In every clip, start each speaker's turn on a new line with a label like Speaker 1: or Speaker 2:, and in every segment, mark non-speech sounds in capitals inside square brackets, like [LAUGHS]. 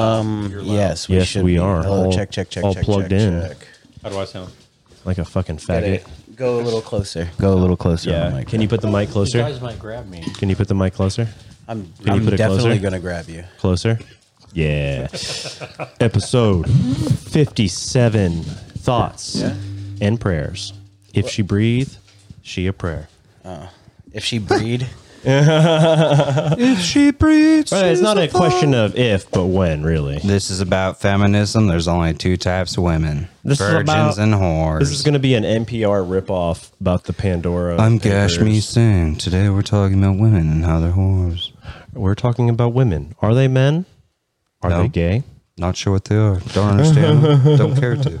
Speaker 1: Um, yes, we
Speaker 2: Yes,
Speaker 1: should
Speaker 2: we
Speaker 1: be.
Speaker 2: are.
Speaker 1: Hello,
Speaker 2: All-
Speaker 1: check, check, check,
Speaker 2: all
Speaker 1: check,
Speaker 2: plugged
Speaker 1: check,
Speaker 2: in.
Speaker 1: check.
Speaker 3: How do I sound?
Speaker 2: like a fucking
Speaker 1: Gotta
Speaker 2: faggot.
Speaker 1: Go a little closer. Go a little closer. Oh on the
Speaker 2: Yeah.
Speaker 1: mic.
Speaker 2: Can you put the mic
Speaker 3: You
Speaker 2: closer?
Speaker 3: guys might grab me.
Speaker 2: Can you put the mic closer?
Speaker 1: I'm,
Speaker 2: you
Speaker 1: I'm
Speaker 2: put it
Speaker 1: definitely
Speaker 2: closer?
Speaker 1: going to grab you.
Speaker 2: Closer.
Speaker 1: [LAUGHS]
Speaker 2: Yeah. Episode 57 Thoughts
Speaker 1: Yeah.
Speaker 2: and Prayers. If she breathe, she a prayer.
Speaker 1: If she breed,
Speaker 2: If she breathes. it's not a question of if, but when, really.
Speaker 4: This is about feminism. There's only two types of women
Speaker 2: This is
Speaker 4: virgins
Speaker 2: about-
Speaker 4: and whores.
Speaker 2: This is going to be an NPR ripoff about the Pandora.
Speaker 4: I'm
Speaker 2: papers.
Speaker 4: Gashmi Singh. Today we're talking about women and how they're whores.
Speaker 2: We're talking about women. Are they men? Are
Speaker 4: No.
Speaker 2: they gay?
Speaker 4: Not sure what they are. Don't understand. them. Don't care to.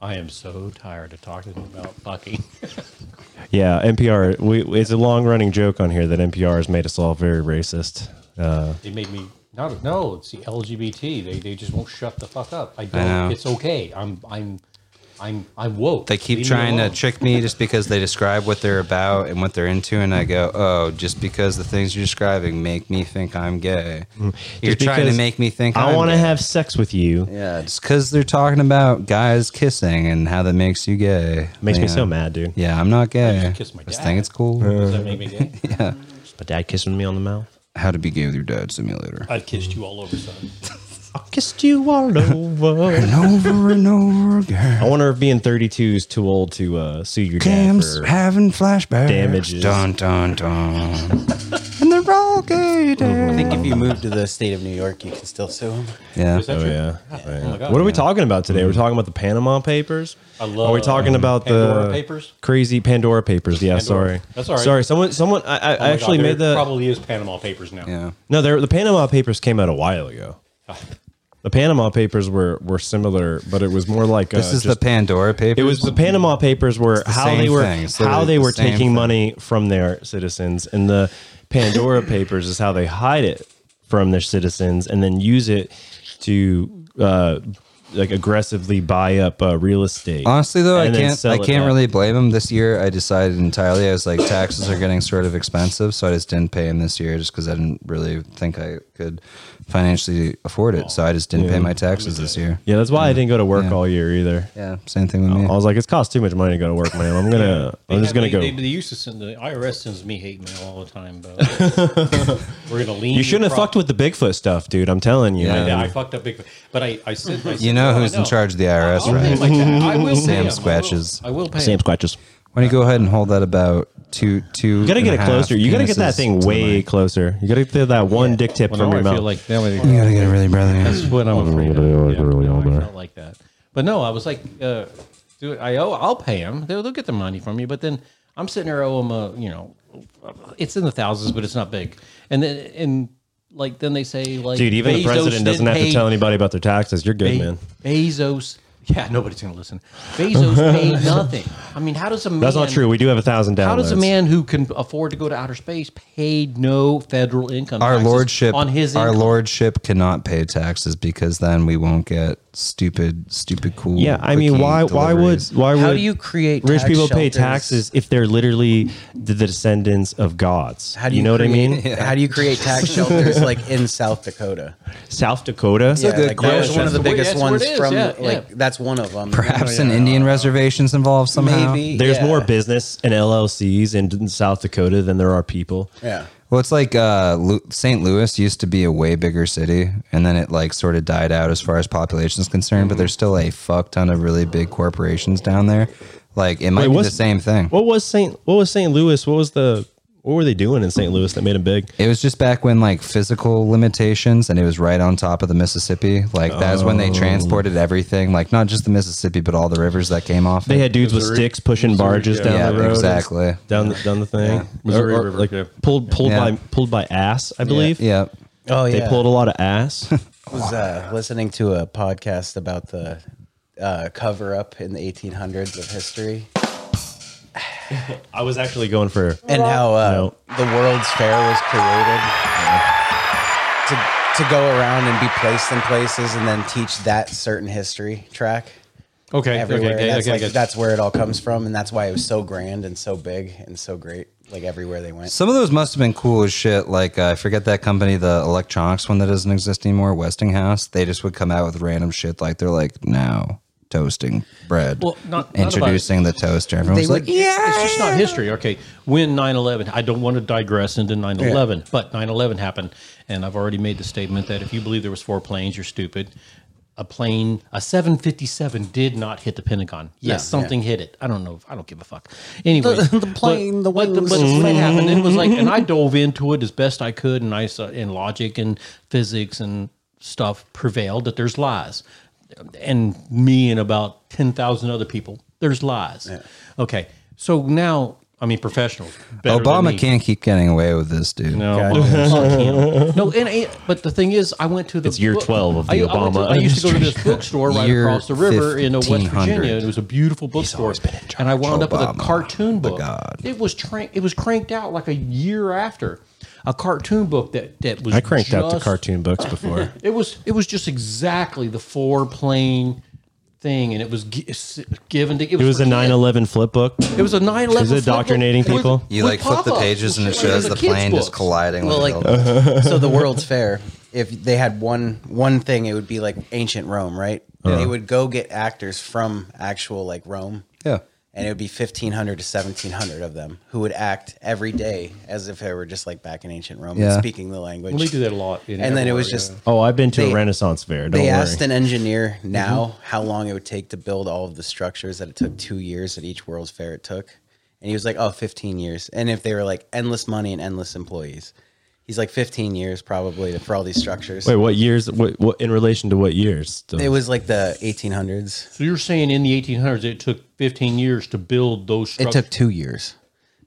Speaker 3: I am so tired of talking about fucking.
Speaker 2: Yeah, NPR. We, it's a long running joke on here that NPR has made us all very racist. Uh,
Speaker 3: [LAUGHS] They made me not no. It's the LGBT. They they just won't shut the fuck up. I
Speaker 4: know.
Speaker 3: don't. It's okay. I'm I'm I'm I'm woke.
Speaker 4: They keep
Speaker 3: Leave me
Speaker 4: trying to
Speaker 3: alone.
Speaker 4: trick me just because they describe what they're about and what they're into, and I go, "Oh, just because the things you're describing make me think I'm gay. You're
Speaker 2: Mm. just
Speaker 4: trying to
Speaker 2: because
Speaker 4: make me think
Speaker 2: I
Speaker 4: I'm
Speaker 2: want to
Speaker 4: gay.
Speaker 2: have sex with you.
Speaker 1: [LAUGHS] yeah,
Speaker 4: It's because they're talking about guys kissing and how that makes you gay.
Speaker 2: Makes me
Speaker 4: Yeah.
Speaker 2: so mad, dude.
Speaker 4: Yeah, I'm not gay.
Speaker 3: kiss my
Speaker 4: Just
Speaker 3: dad.
Speaker 4: think it's cool.
Speaker 3: Does that make me gay?
Speaker 4: [LAUGHS]
Speaker 2: My dad kissing me on the mouth.
Speaker 4: How to be gay with your dad simulator.
Speaker 3: I've kissed you all over, son.
Speaker 2: I kissed you [LAUGHS] all over.
Speaker 4: And over and over
Speaker 2: [LAUGHS]
Speaker 4: again.
Speaker 2: I wonder if being 32 is too old to uh, sue your
Speaker 4: Cam's
Speaker 2: dad for
Speaker 4: having flashbacks.
Speaker 2: Damages.
Speaker 4: Dun dun dun. and they're all gay.
Speaker 1: I
Speaker 4: Dad.
Speaker 1: think if you move to the state of New York, you can still sue him.
Speaker 4: Yeah.
Speaker 3: Is that
Speaker 2: Oh
Speaker 3: true?
Speaker 2: yeah. Mm-hmm.
Speaker 3: Oh my God.
Speaker 2: What are we talking about today? We're talking about the Panama Papers.
Speaker 3: I
Speaker 2: Are we
Speaker 3: love
Speaker 2: talking about
Speaker 3: Pandora
Speaker 2: the
Speaker 3: Papers?
Speaker 2: Crazy Pandora Papers. Yeah,
Speaker 3: Pandora.
Speaker 2: sorry.
Speaker 3: That's all right.
Speaker 2: Sorry, someone someone I, I
Speaker 3: Oh my God,
Speaker 2: actually
Speaker 3: there
Speaker 2: made the
Speaker 3: probably is Panama Papers now.
Speaker 4: Yeah.
Speaker 2: No, there the Panama Papers came out a while ago. The Panama Papers were were similar, but it was more like
Speaker 4: This
Speaker 2: uh,
Speaker 4: is the
Speaker 2: just-
Speaker 4: Pandora paper.
Speaker 2: It was the Panama Papers were
Speaker 4: the
Speaker 2: how
Speaker 4: same
Speaker 2: they were
Speaker 4: thing. It's
Speaker 2: how
Speaker 4: literally
Speaker 2: they
Speaker 4: the
Speaker 2: were
Speaker 4: same
Speaker 2: taking
Speaker 4: thing.
Speaker 2: money from their citizens, and the Pandora Papers is how they hide it from their citizens and then use it to uh, like aggressively buy up uh, real estate.
Speaker 4: Honestly, though, I
Speaker 2: and then
Speaker 4: can't.
Speaker 2: sell
Speaker 4: I
Speaker 2: it
Speaker 4: can't
Speaker 2: back.
Speaker 4: really blame him. This year, I decided entirely. I was like, taxes are getting sort of expensive, so I just didn't pay him this year, just because I didn't really think I could financially afford it. So I just didn't pay my taxes this year.
Speaker 2: Yeah, that's why I didn't go to work
Speaker 4: Yeah.
Speaker 2: all year either.
Speaker 4: Yeah, same thing with me.
Speaker 2: I was like, it's cost too much money to go to work, man. I'm gonna, I'm just gonna
Speaker 3: they,
Speaker 2: go.
Speaker 3: They, they used to send the IRS sends me hate mail all the
Speaker 2: [LAUGHS]
Speaker 3: time, but we're gonna lean.
Speaker 2: you shouldn't have fucked with the Bigfoot stuff, dude. I'm telling you.
Speaker 4: Yeah.
Speaker 2: man.
Speaker 3: Yeah, I fucked up big. But I, I said, I said,
Speaker 4: You know
Speaker 3: "Oh, I
Speaker 4: who's in charge of the IRS,
Speaker 2: Oh,
Speaker 3: I'll pay
Speaker 4: right?
Speaker 3: my tax. I will
Speaker 4: Sam
Speaker 3: pay him.
Speaker 4: Squatches.
Speaker 3: I will, I will pay
Speaker 2: Sam
Speaker 3: him.
Speaker 2: scratches.
Speaker 4: Why don't you go ahead and hold that about two, two?
Speaker 2: You gotta get it closer. You gotta get that thing way closer. You gotta get that one dick tip from your mouth.
Speaker 3: that way.
Speaker 4: You gotta get it really, brother.
Speaker 3: That's what I'm afraid of. Yeah, no, I felt like that. But no, I was like, uh, dude, I owe, I'll pay them. They'll, they'll get the money from you. But then I'm sitting there, owe them a, you know, it's in the thousands, but it's not big. And then, and like, then they say, like,
Speaker 2: Dude, even the
Speaker 3: Bezos
Speaker 2: president doesn't
Speaker 3: didn't
Speaker 2: have to
Speaker 3: pay-
Speaker 2: tell anybody about their taxes. You're good,
Speaker 3: Be-
Speaker 2: man.
Speaker 3: Bezos. Yeah, nobody's going to listen. Bezos paid
Speaker 2: [LAUGHS]
Speaker 3: nothing. I mean, how does a man.
Speaker 2: That's not true. We do have a thousand downloads.
Speaker 3: How does a man who can afford to go to outer space pay no federal income?
Speaker 4: Our
Speaker 3: taxes
Speaker 4: lordship,
Speaker 3: on his
Speaker 4: our
Speaker 3: income?
Speaker 4: lordship cannot pay taxes because then we won't get stupid, stupid cool.
Speaker 2: Yeah, I mean,
Speaker 4: quickie
Speaker 2: why? Why would?
Speaker 4: deliveries.
Speaker 2: Why
Speaker 1: How
Speaker 2: would
Speaker 1: do you create
Speaker 2: rich
Speaker 1: tax
Speaker 2: people pay
Speaker 1: shelters?
Speaker 2: taxes if they're literally the descendants of gods?
Speaker 1: How do you,
Speaker 2: you, know
Speaker 1: create- [LAUGHS]
Speaker 2: what I mean?
Speaker 1: How do you create
Speaker 2: [LAUGHS]
Speaker 1: tax shelters like in South Dakota?
Speaker 2: South Dakota.
Speaker 1: Yeah,
Speaker 4: good
Speaker 1: like, that was
Speaker 4: question.
Speaker 1: one of the
Speaker 3: That's where-
Speaker 1: biggest
Speaker 3: that's where it
Speaker 1: ones
Speaker 3: is,
Speaker 1: from.
Speaker 3: yeah, yeah.
Speaker 1: Like that's one of them.
Speaker 4: perhaps
Speaker 2: Oh,
Speaker 4: an Indian reservations involved somehow?
Speaker 1: Maybe
Speaker 2: There's
Speaker 1: yeah.
Speaker 2: more business and LLCs in, in South Dakota than there are people.
Speaker 1: Yeah.
Speaker 4: Well, it's like uh, Lu- St. Louis used to be a way bigger city, and then it like sort of died out as far as population is concerned.
Speaker 2: Mm-hmm.
Speaker 4: But there's still a fuck ton of really big corporations down there. Like it might be the
Speaker 2: what's-
Speaker 4: same thing.
Speaker 2: What was Saint? What was St. Louis? What was the? What were they doing in St. Louis that made them big?
Speaker 4: It was just back when like physical limitations, and it was right on top of the Mississippi. Like that's
Speaker 3: Oh.
Speaker 4: when they transported everything, like not just the Mississippi, but all the rivers that came off.
Speaker 2: They
Speaker 4: it.
Speaker 2: had dudes with sticks pushing barges down
Speaker 4: yeah,
Speaker 2: the road. and
Speaker 4: exactly.
Speaker 2: Down the, down the thing.
Speaker 3: Missouri
Speaker 2: Or- or,
Speaker 3: River,
Speaker 2: like,
Speaker 3: yeah.
Speaker 2: pulled pulled
Speaker 4: Yeah.
Speaker 2: by pulled by ass, I believe.
Speaker 4: Yeah,
Speaker 1: Oh
Speaker 2: They
Speaker 1: yeah.
Speaker 2: pulled a lot of ass.
Speaker 1: was uh, listening to a podcast about the uh, cover up in the 1800s of history
Speaker 2: I was actually going for
Speaker 1: and how uh,
Speaker 2: No.
Speaker 1: the World's Fair was created to, to go around and be placed in places and then teach that certain history track
Speaker 3: Okay, okay,
Speaker 1: everywhere.
Speaker 3: okay,
Speaker 1: And that's,
Speaker 3: okay,
Speaker 1: like,
Speaker 3: okay.
Speaker 1: that's where it all comes from, and that's why it was so grand and so big and so great. like everywhere they went.
Speaker 4: Some of those must have been cool as shit. Like uh, I forget that company, the electronics one that doesn't exist anymore, Westinghouse. They just would come out with random shit. Like they're like now toasting bread,
Speaker 3: Well, not- not
Speaker 4: introducing the toaster. Everyone's like,
Speaker 3: yeah. It's just not history. Okay. When 9 11, I don't want to digress into 9 11, but 9 11 happened. And I've already made the statement that if you believe there was four planes, you're stupid. A plane, a 757 did not hit the Pentagon. Yes,
Speaker 1: No, yeah.
Speaker 3: something hit it. I don't know. I don't give a fuck. Anyway,
Speaker 1: [LAUGHS] The- the plane, the
Speaker 3: but, but
Speaker 1: wings.
Speaker 3: the plane happened. It was like, and I dove into it as best I could, and I saw in logic and physics and stuff prevailed that there's lies, and me and about ten thousand other people, there's lies. Okay, so now I mean professionals. better than
Speaker 4: Obama
Speaker 3: me.
Speaker 4: can't keep getting away with this, dude.
Speaker 3: No, [LAUGHS] Obama can't. no, and I- but the thing is, I went to the
Speaker 2: It's year 12 of the
Speaker 3: I, I went to-
Speaker 2: Obama
Speaker 3: I used to go to this bookstore right
Speaker 4: Year
Speaker 3: across the river in uh, West
Speaker 4: 1500.
Speaker 3: Virginia, and it was a beautiful bookstore.
Speaker 4: always been in charge.
Speaker 3: And I wound up with a
Speaker 4: Obama,
Speaker 3: cartoon
Speaker 4: the
Speaker 3: book.
Speaker 4: god.
Speaker 3: It was tra- it was cranked out like a year after a cartoon book that that was.
Speaker 2: I cranked out the
Speaker 3: just-
Speaker 2: cartoon books before.
Speaker 3: It was it was just exactly the four plane thing, and it was gi- s- given to.
Speaker 2: It was a
Speaker 3: for kids.
Speaker 2: 9/11 flip book.
Speaker 3: It was a nine eleven.
Speaker 2: Is it indoctrinating people?
Speaker 4: You like flip the pages and it shows the plane just colliding
Speaker 1: Well,
Speaker 4: with
Speaker 1: like
Speaker 4: the
Speaker 3: Uh.
Speaker 4: building.
Speaker 1: so, the
Speaker 3: [LAUGHS]
Speaker 1: World's Fair. If they had one one thing, it would be like ancient Rome, right?
Speaker 3: Uh-huh.
Speaker 1: They would go get actors from actual like Rome.
Speaker 4: Yeah.
Speaker 1: And it would be fifteen hundred to seventeen hundred of them who would act every day as if they were just like back in ancient Rome,
Speaker 4: Yeah.
Speaker 1: and speaking the language.
Speaker 3: We do that a lot. in
Speaker 1: and then it
Speaker 3: everywhere,
Speaker 1: was
Speaker 3: yeah.
Speaker 1: just
Speaker 2: Oh, I've been to
Speaker 1: They-
Speaker 2: a Renaissance fair.
Speaker 1: they
Speaker 2: Don't worry.
Speaker 1: asked an engineer now how long it would take to build all of the structures that it took two years at each World's Fair it took. And he was like, oh, 15 years. And if they were like endless money and endless employees, he's like, 15 years probably to- for all these structures.
Speaker 2: Wait, what years? What, what in relation to what years?
Speaker 1: It was like the 1800s.
Speaker 3: So you're saying in the 1800s it took 15 years to build those
Speaker 1: It
Speaker 3: structures?
Speaker 1: took two years.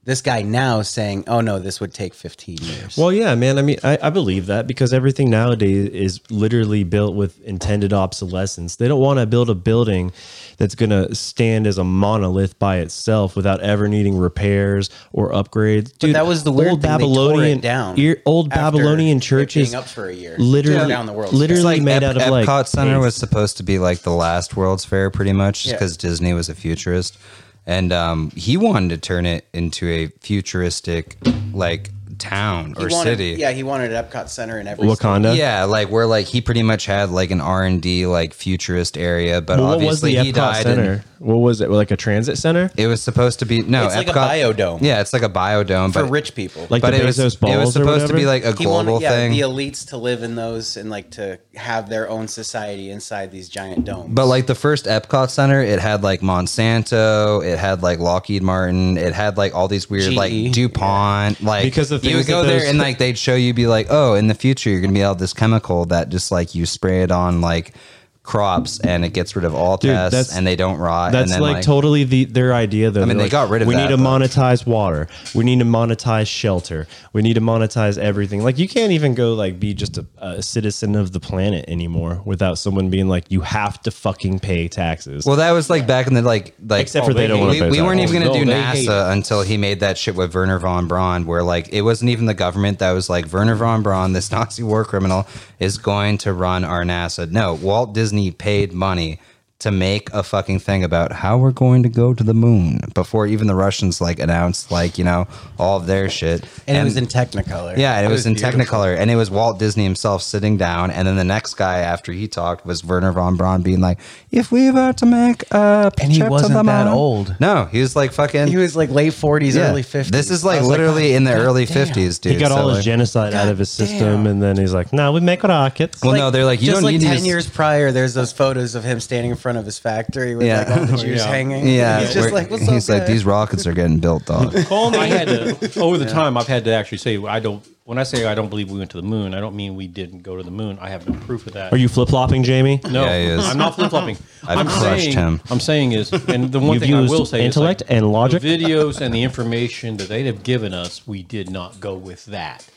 Speaker 1: This guy now is saying, oh no, this would take 15 years.
Speaker 2: Well, yeah, man. I mean, I, I believe that because everything nowadays is literally built with intended obsolescence. They don't want to build a building that's going to stand as a monolith by itself without ever needing repairs or upgrades. Dude,
Speaker 1: that was the weird
Speaker 2: old
Speaker 1: thing, they tore it
Speaker 2: Babylonian
Speaker 1: down
Speaker 2: ear- old
Speaker 1: after
Speaker 2: Babylonian
Speaker 1: it being
Speaker 2: churches
Speaker 1: up for a year.
Speaker 2: Literally,
Speaker 1: Tore down the World's Fair.
Speaker 2: literally made out of
Speaker 4: Epcot
Speaker 2: like
Speaker 4: Center
Speaker 2: paste.
Speaker 4: was supposed to be like the last World's Fair, pretty much,
Speaker 1: Yeah.
Speaker 4: because Disney was a futurist, and um, he wanted to turn it into a futuristic like town
Speaker 1: He
Speaker 4: or
Speaker 1: wanted-
Speaker 4: city.
Speaker 1: Yeah, he wanted an Epcot Center in every state.
Speaker 2: Wakanda.
Speaker 4: Yeah, like where like he pretty much had like an R and D like futurist area, but
Speaker 2: Well, what was
Speaker 4: obviously
Speaker 2: the
Speaker 4: he
Speaker 2: Epcot
Speaker 4: died.
Speaker 2: Center?
Speaker 4: And
Speaker 2: what was it? Like a transit center?
Speaker 4: it was supposed to be no,
Speaker 1: It's like a
Speaker 4: Epcot-
Speaker 1: biodome.
Speaker 4: Yeah, it's like a biodome
Speaker 1: For
Speaker 4: but,
Speaker 1: rich people.
Speaker 2: Like
Speaker 4: but
Speaker 2: the
Speaker 4: it was
Speaker 2: Bezos balls
Speaker 4: it was
Speaker 2: or
Speaker 4: supposed
Speaker 2: whatever?
Speaker 4: to be like a
Speaker 1: he
Speaker 4: global
Speaker 1: wanted yeah,
Speaker 4: thing.
Speaker 1: the elites to live in those and like to have their own society inside these giant domes.
Speaker 4: But like the first Epcot Center, it had like Monsanto, it had like Lockheed Martin, it had like all these weird
Speaker 1: GE,
Speaker 4: like DuPont. Like
Speaker 2: Because the
Speaker 4: you would
Speaker 2: things that
Speaker 4: go there
Speaker 2: those-
Speaker 4: and like they'd show you, be like, oh, in the future you're gonna be out this chemical that just like you spray it on like crops and it gets rid of all
Speaker 2: Dude,
Speaker 4: pests
Speaker 2: that's-
Speaker 4: and they don't rot.
Speaker 2: That's
Speaker 4: and then,
Speaker 2: like, totally the their idea though. I
Speaker 4: mean, they got rid of
Speaker 2: We
Speaker 4: that,
Speaker 2: need to
Speaker 4: but-
Speaker 2: monetize water. We need to monetize shelter. We need to monetize everything. Like you can't even go like be just a, a citizen of the planet anymore without someone being like you have to fucking pay taxes.
Speaker 4: Well, that was like back in the like like
Speaker 2: Except for they don't wanna
Speaker 4: we,
Speaker 2: pay
Speaker 4: we weren't
Speaker 2: taxes.
Speaker 4: even going to
Speaker 3: No,
Speaker 4: do
Speaker 3: they hate
Speaker 4: NASA until he made that shit with Werner von Braun, where like it wasn't even the government that was like Werner von Braun, this Nazi war criminal, is going to run our NASA. No, Walt Disney paid money to make a fucking thing about how we're going to go to the moon before even the Russians like announced like you know all of their shit.
Speaker 1: and, it was in Technicolor.
Speaker 4: Yeah, and it was, in
Speaker 1: beautiful.
Speaker 4: Technicolor, and it was Walt Disney himself sitting down, and then the next guy after he talked was Werner von Braun being like, "If we were to make a
Speaker 1: And he
Speaker 4: trip to
Speaker 1: wasn't
Speaker 4: the
Speaker 1: that
Speaker 4: moon."
Speaker 1: old.
Speaker 4: No, he was like fucking.
Speaker 1: He was like late forties,
Speaker 4: yeah.
Speaker 1: early fifties.
Speaker 4: This is like literally in the early fifties, dude.
Speaker 2: he got
Speaker 4: so,
Speaker 2: all his
Speaker 4: like-
Speaker 2: genocide out of his system, and then he's like, "No, we make rockets."
Speaker 4: Well, no, they're like, you
Speaker 1: just
Speaker 4: don't
Speaker 1: like
Speaker 4: need
Speaker 1: ten
Speaker 4: these-
Speaker 1: years prior. There's those photos of him standing in front of his factory with
Speaker 4: Yeah.
Speaker 1: like
Speaker 4: [LAUGHS]
Speaker 1: all the Jews
Speaker 3: Yeah.
Speaker 1: hanging.
Speaker 4: Yeah,
Speaker 1: he's just
Speaker 4: we're-
Speaker 1: like, what's
Speaker 4: [LAUGHS] he's
Speaker 1: up,
Speaker 4: like,
Speaker 1: guy?"
Speaker 4: these rockets are getting
Speaker 1: [LAUGHS]
Speaker 4: built, dog.
Speaker 3: I had to, over the time, I've had to actually say, I don't, when I say I don't believe we went to the moon, I don't mean we didn't go to the moon. I have no proof of that.
Speaker 2: Are you flip flopping, Jamie?
Speaker 3: No,
Speaker 4: Yeah, he is.
Speaker 3: I'm not flip
Speaker 2: [LAUGHS]
Speaker 3: flopping.
Speaker 4: I've
Speaker 3: I'm
Speaker 4: crushed
Speaker 3: saying,
Speaker 4: him.
Speaker 3: I'm saying is, and the one
Speaker 2: You've
Speaker 3: thing I
Speaker 2: used
Speaker 3: will say
Speaker 2: intellect
Speaker 3: is like,
Speaker 2: and logic?
Speaker 3: the videos and the information that they have given us, we did not go with that.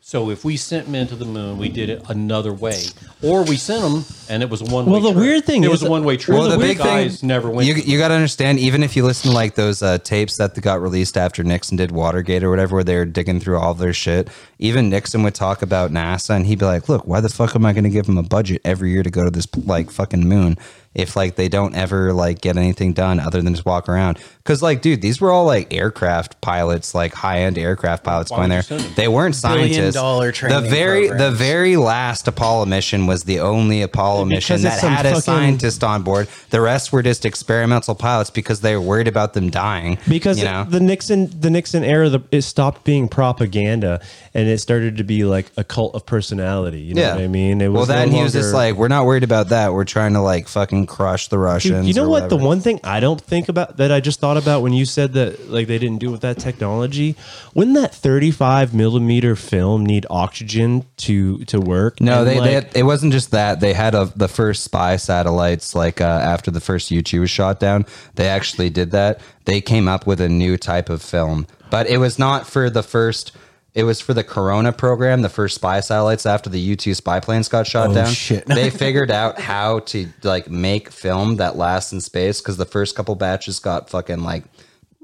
Speaker 3: So if we sent men to the moon, we did it another way, or we sent them
Speaker 5: and it was one.
Speaker 2: Well, the weird thing
Speaker 5: it
Speaker 2: is-
Speaker 5: was a one way trip.
Speaker 2: Well, the
Speaker 5: the
Speaker 2: big
Speaker 5: big guys never went.
Speaker 4: You, you got to understand, even if you listen to like those uh, tapes that got released after Nixon did Watergate or whatever, where they were digging through all their shit, even Nixon would talk about NASA and he'd be like, look, why the fuck am I going to give them a budget every year to go to this like fucking moon if like they don't ever like get anything done other than just walk around? Because like, dude, these were all like aircraft pilots, like high end aircraft pilots going there. They weren't scientists.
Speaker 1: dollar
Speaker 4: the
Speaker 1: training
Speaker 4: very, the
Speaker 1: programs.
Speaker 4: very last Apollo mission was the only Apollo mission
Speaker 2: it's
Speaker 4: that
Speaker 2: some
Speaker 4: had a
Speaker 2: fucking-
Speaker 4: scientist scientists on board. The rest were just experimental pilots because they were worried about them dying.
Speaker 2: because
Speaker 4: you know,
Speaker 2: the Nixon the Nixon era the, it stopped being propaganda and it started to be like a cult of personality. You know
Speaker 4: yeah,
Speaker 2: what I mean? It
Speaker 4: well,
Speaker 2: no
Speaker 4: then he was just
Speaker 2: longer-
Speaker 4: like, "We're not worried about that. We're trying to like fucking crush the
Speaker 2: Dude,
Speaker 4: Russians."
Speaker 2: you know
Speaker 4: or
Speaker 2: what? The
Speaker 4: whatever."
Speaker 2: one thing I don't think about that I just thought about when you said that like they didn't do it with that technology. Wouldn't that 35 millimeter film need oxygen to to work?
Speaker 4: No,
Speaker 2: And,
Speaker 4: they,
Speaker 2: like,
Speaker 4: they had, it wasn't just that. They had a, the first spy satellites, like uh, after the first U 2 was shot down, they actually did that. They came up with a new type of film, but it was not for the first. It was for the Corona program, the first spy satellites after the U 2 spy planes got shot
Speaker 2: Oh,
Speaker 4: down.
Speaker 1: shit.
Speaker 2: [LAUGHS]
Speaker 4: they figured out how to like make film that lasts in space because the first couple batches got fucking like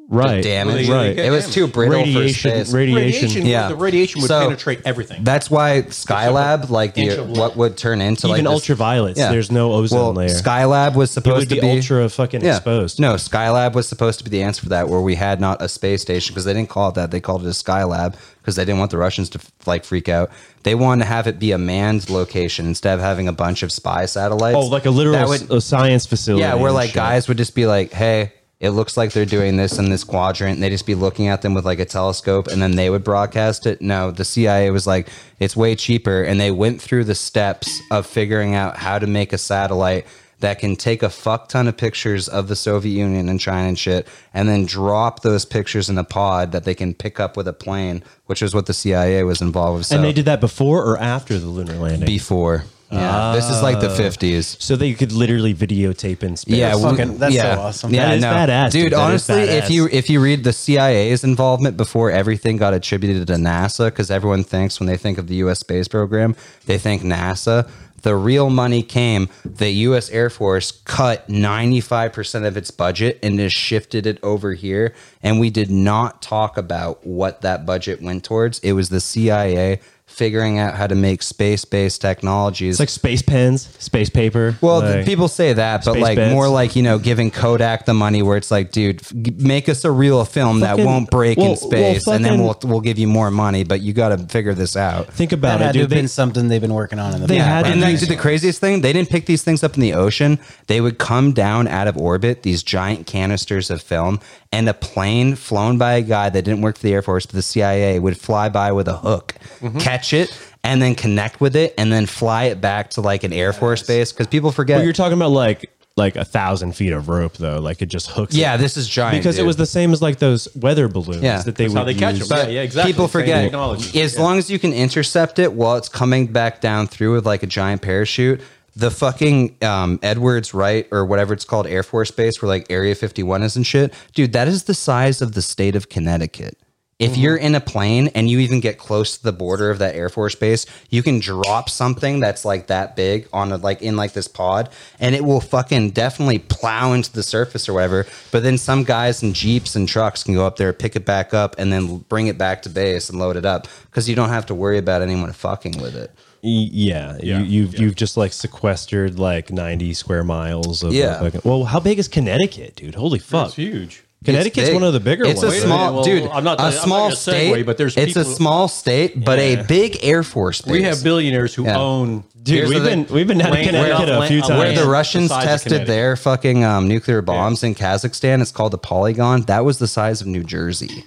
Speaker 2: right.
Speaker 4: damaged.
Speaker 2: Right.
Speaker 4: It was too brittle for
Speaker 2: Radiation,
Speaker 4: space.
Speaker 2: radiation,
Speaker 4: Yeah.
Speaker 5: the radiation would
Speaker 4: So-
Speaker 5: penetrate everything.
Speaker 4: That's why Skylab, like the
Speaker 5: inch of
Speaker 4: what would turn into like
Speaker 2: even
Speaker 4: this-
Speaker 2: ultraviolet.
Speaker 4: yeah.
Speaker 2: There's no ozone
Speaker 4: well,
Speaker 2: layer.
Speaker 4: Skylab was
Speaker 2: it would
Speaker 4: supposed
Speaker 2: be,
Speaker 4: to be
Speaker 2: ultra fucking
Speaker 4: yeah.
Speaker 2: exposed.
Speaker 4: No, Skylab was supposed to be the answer for that, where we had not a space station because they didn't call it that. They called it a Skylab because they didn't want the Russians to like freak out. They wanted to have it be a manned location instead of having a bunch of spy satellites.
Speaker 2: Oh, like a literal
Speaker 4: That
Speaker 2: s- a science facility.
Speaker 4: yeah, where
Speaker 2: and
Speaker 4: like
Speaker 2: shit.
Speaker 4: guys would just be like, "Hey, it looks like they're doing this in this quadrant." And they just be looking at them with like a telescope, and then they would broadcast it. No, the CIA was like, "It's way cheaper," and they went through the steps of figuring out how to make a satellite that can take a fuck ton of pictures of the Soviet Union and China and shit, and then drop those pictures in a pod that they can pick up with a plane, which is what the CIA was involved with. So
Speaker 2: and they did that before or after the lunar landing.
Speaker 4: before. Yeah, this is
Speaker 2: Oh.
Speaker 4: like the fifties.
Speaker 2: so they could literally videotape in space.
Speaker 4: Yeah, we-
Speaker 1: fucking- that's so
Speaker 4: yeah.
Speaker 1: awesome.
Speaker 4: Yeah,
Speaker 2: That is
Speaker 4: no.
Speaker 2: badass,
Speaker 4: dude.
Speaker 2: dude. That is
Speaker 4: honestly, if
Speaker 2: badass.
Speaker 4: you if you read the CIA's involvement before everything got attributed to NASA, because everyone thinks when they think of the U.S. space program, they think NASA. The real money came. The U.S. Air Force cut ninety five percent of its budget and just shifted it over here. And we did not talk about what that budget went towards. It was the CIA figuring out how to make space based technologies.
Speaker 2: it's like space pens, space paper.
Speaker 4: Well,
Speaker 2: like,
Speaker 4: th- people say that, but
Speaker 2: space
Speaker 4: like
Speaker 2: beds.
Speaker 4: more like you know, giving Kodak the money, where it's like, dude, f- g- make us a real film
Speaker 2: Fucking-
Speaker 4: that won't break
Speaker 2: well- well,
Speaker 4: in space, and then
Speaker 2: fucking-
Speaker 4: we'll we'll give you more money, but you got to figure this out.
Speaker 2: think
Speaker 1: That
Speaker 2: about
Speaker 1: had to
Speaker 2: it, dude.
Speaker 1: have
Speaker 2: They,
Speaker 1: been something they've been working on in the
Speaker 2: They had
Speaker 1: past.
Speaker 2: to
Speaker 4: And
Speaker 2: do
Speaker 4: then, dude, the craziest thing, they didn't pick these things up in the ocean. They would come down out of orbit, these giant canisters of film, and a plane flown by a guy that didn't work for the Air Force, but the CIA, would fly by with a hook,
Speaker 2: Mm-hmm.
Speaker 4: catch it, and then connect with it, and then fly it back to like an Air Force base. Because people forget.
Speaker 2: but you're talking about like like a thousand feet of rope though. Like it just hooks.
Speaker 4: yeah,
Speaker 2: it.
Speaker 4: this is giant.
Speaker 2: because it
Speaker 4: dude.
Speaker 2: was the same as like those weather balloons
Speaker 4: Yeah.
Speaker 2: that they
Speaker 5: That's
Speaker 2: would
Speaker 5: how they catch
Speaker 2: use.
Speaker 5: them. Yeah, yeah, exactly.
Speaker 4: People
Speaker 5: Same
Speaker 4: forget.
Speaker 5: technology.
Speaker 4: As long as you can intercept it while it's coming back down through with like a giant parachute, the fucking um, Edwards Wright or whatever it's called Air Force Base, where like Area 51 is and shit, dude, that is the size of the state of Connecticut. If
Speaker 5: Mm-hmm.
Speaker 4: you're in a plane and you even get close to the border of that Air Force Base, you can drop something that's like that big on a, like in like this pod, and it will fucking definitely plow into the surface or whatever. But then some guys in jeeps and trucks can go up there, pick it back up, and then bring it back to base and load it up because you don't have to worry about anyone fucking with it.
Speaker 2: Y- Yeah,
Speaker 5: Yeah,
Speaker 2: you, you've you've just like sequestered like ninety square miles of
Speaker 4: Yeah.
Speaker 2: Fucking, well, how big is Connecticut, dude? Holy fuck!
Speaker 5: It's huge.
Speaker 2: Connecticut's
Speaker 4: big.
Speaker 2: one of the bigger
Speaker 4: it's
Speaker 2: ones.
Speaker 4: a
Speaker 2: right?
Speaker 4: small,
Speaker 5: Well,
Speaker 4: dude.
Speaker 5: I'm not-
Speaker 4: a
Speaker 5: I'm not
Speaker 4: small
Speaker 5: gonna segue,
Speaker 4: state,
Speaker 5: but there's
Speaker 4: it's a
Speaker 5: people-
Speaker 4: small state, but a big Air Force Base.
Speaker 5: We have billionaires who
Speaker 4: Yeah.
Speaker 5: own.
Speaker 2: Dude,
Speaker 4: Here's
Speaker 2: we've
Speaker 4: the
Speaker 2: been
Speaker 4: thing.
Speaker 2: we've been out of
Speaker 5: Land-
Speaker 2: Connecticut a
Speaker 5: where-
Speaker 2: few
Speaker 5: where
Speaker 2: times.
Speaker 4: Where the
Speaker 5: the
Speaker 4: Russians
Speaker 5: size of
Speaker 4: tested
Speaker 5: Connecticut.
Speaker 4: their fucking um, nuclear bombs in Kazakhstan, it's called the Polygon. That was the size of New Jersey.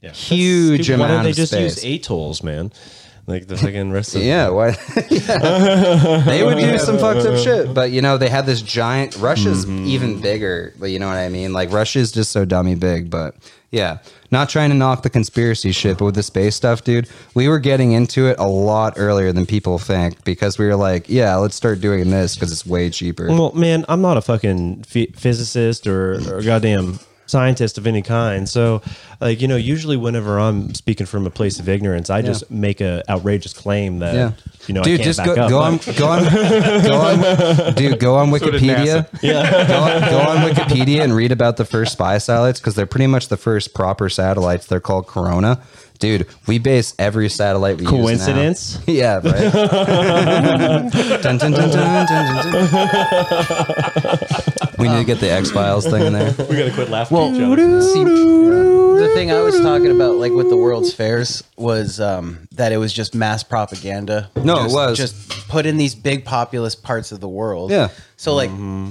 Speaker 5: Yeah.
Speaker 4: Huge
Speaker 2: Dude, why
Speaker 4: amount
Speaker 2: don't they
Speaker 4: of
Speaker 2: just
Speaker 4: space.
Speaker 2: use atolls, man? Like the fucking rest of
Speaker 4: [LAUGHS] yeah, why? yeah. they would do some fucked up shit, but you know they had this giant. Russia's even bigger, but you know what I mean. Like Russia's just so dummy big, but yeah. Not trying to knock the conspiracy shit, but with the space stuff, dude, we were getting into it a lot earlier than people think because we were like, yeah, let's start doing this because it's way cheaper.
Speaker 2: Well, man, I'm not a fucking ph- physicist or, or goddamn scientist of any kind. So, like you know, usually whenever I'm speaking from a place of ignorance, I just make a outrageous claim that
Speaker 4: Yeah.
Speaker 2: you know I
Speaker 4: dude,
Speaker 2: can't
Speaker 4: just
Speaker 2: back
Speaker 4: go,
Speaker 2: up.
Speaker 4: go
Speaker 2: But-
Speaker 4: on, go on, go on, dude, go on Wikipedia. yeah, go on, go on Wikipedia and read about the first spy satellites because they're pretty much the first proper satellites. They're called Corona. Dude, we base every satellite we use now.
Speaker 2: Coincidence?
Speaker 4: [LAUGHS] Yeah, right. Dun, dun, dun, dun, dun, dun, dun. We need to get the X Files thing in there.
Speaker 2: we gotta quit laughing at each other.
Speaker 1: See, the thing I was talking about, like with the World's Fairs, was um, that it was just mass propaganda.
Speaker 4: No, it
Speaker 1: Just-
Speaker 4: was.
Speaker 1: just put in these big populous parts of the world.
Speaker 4: Yeah. Mm-hmm.
Speaker 1: So like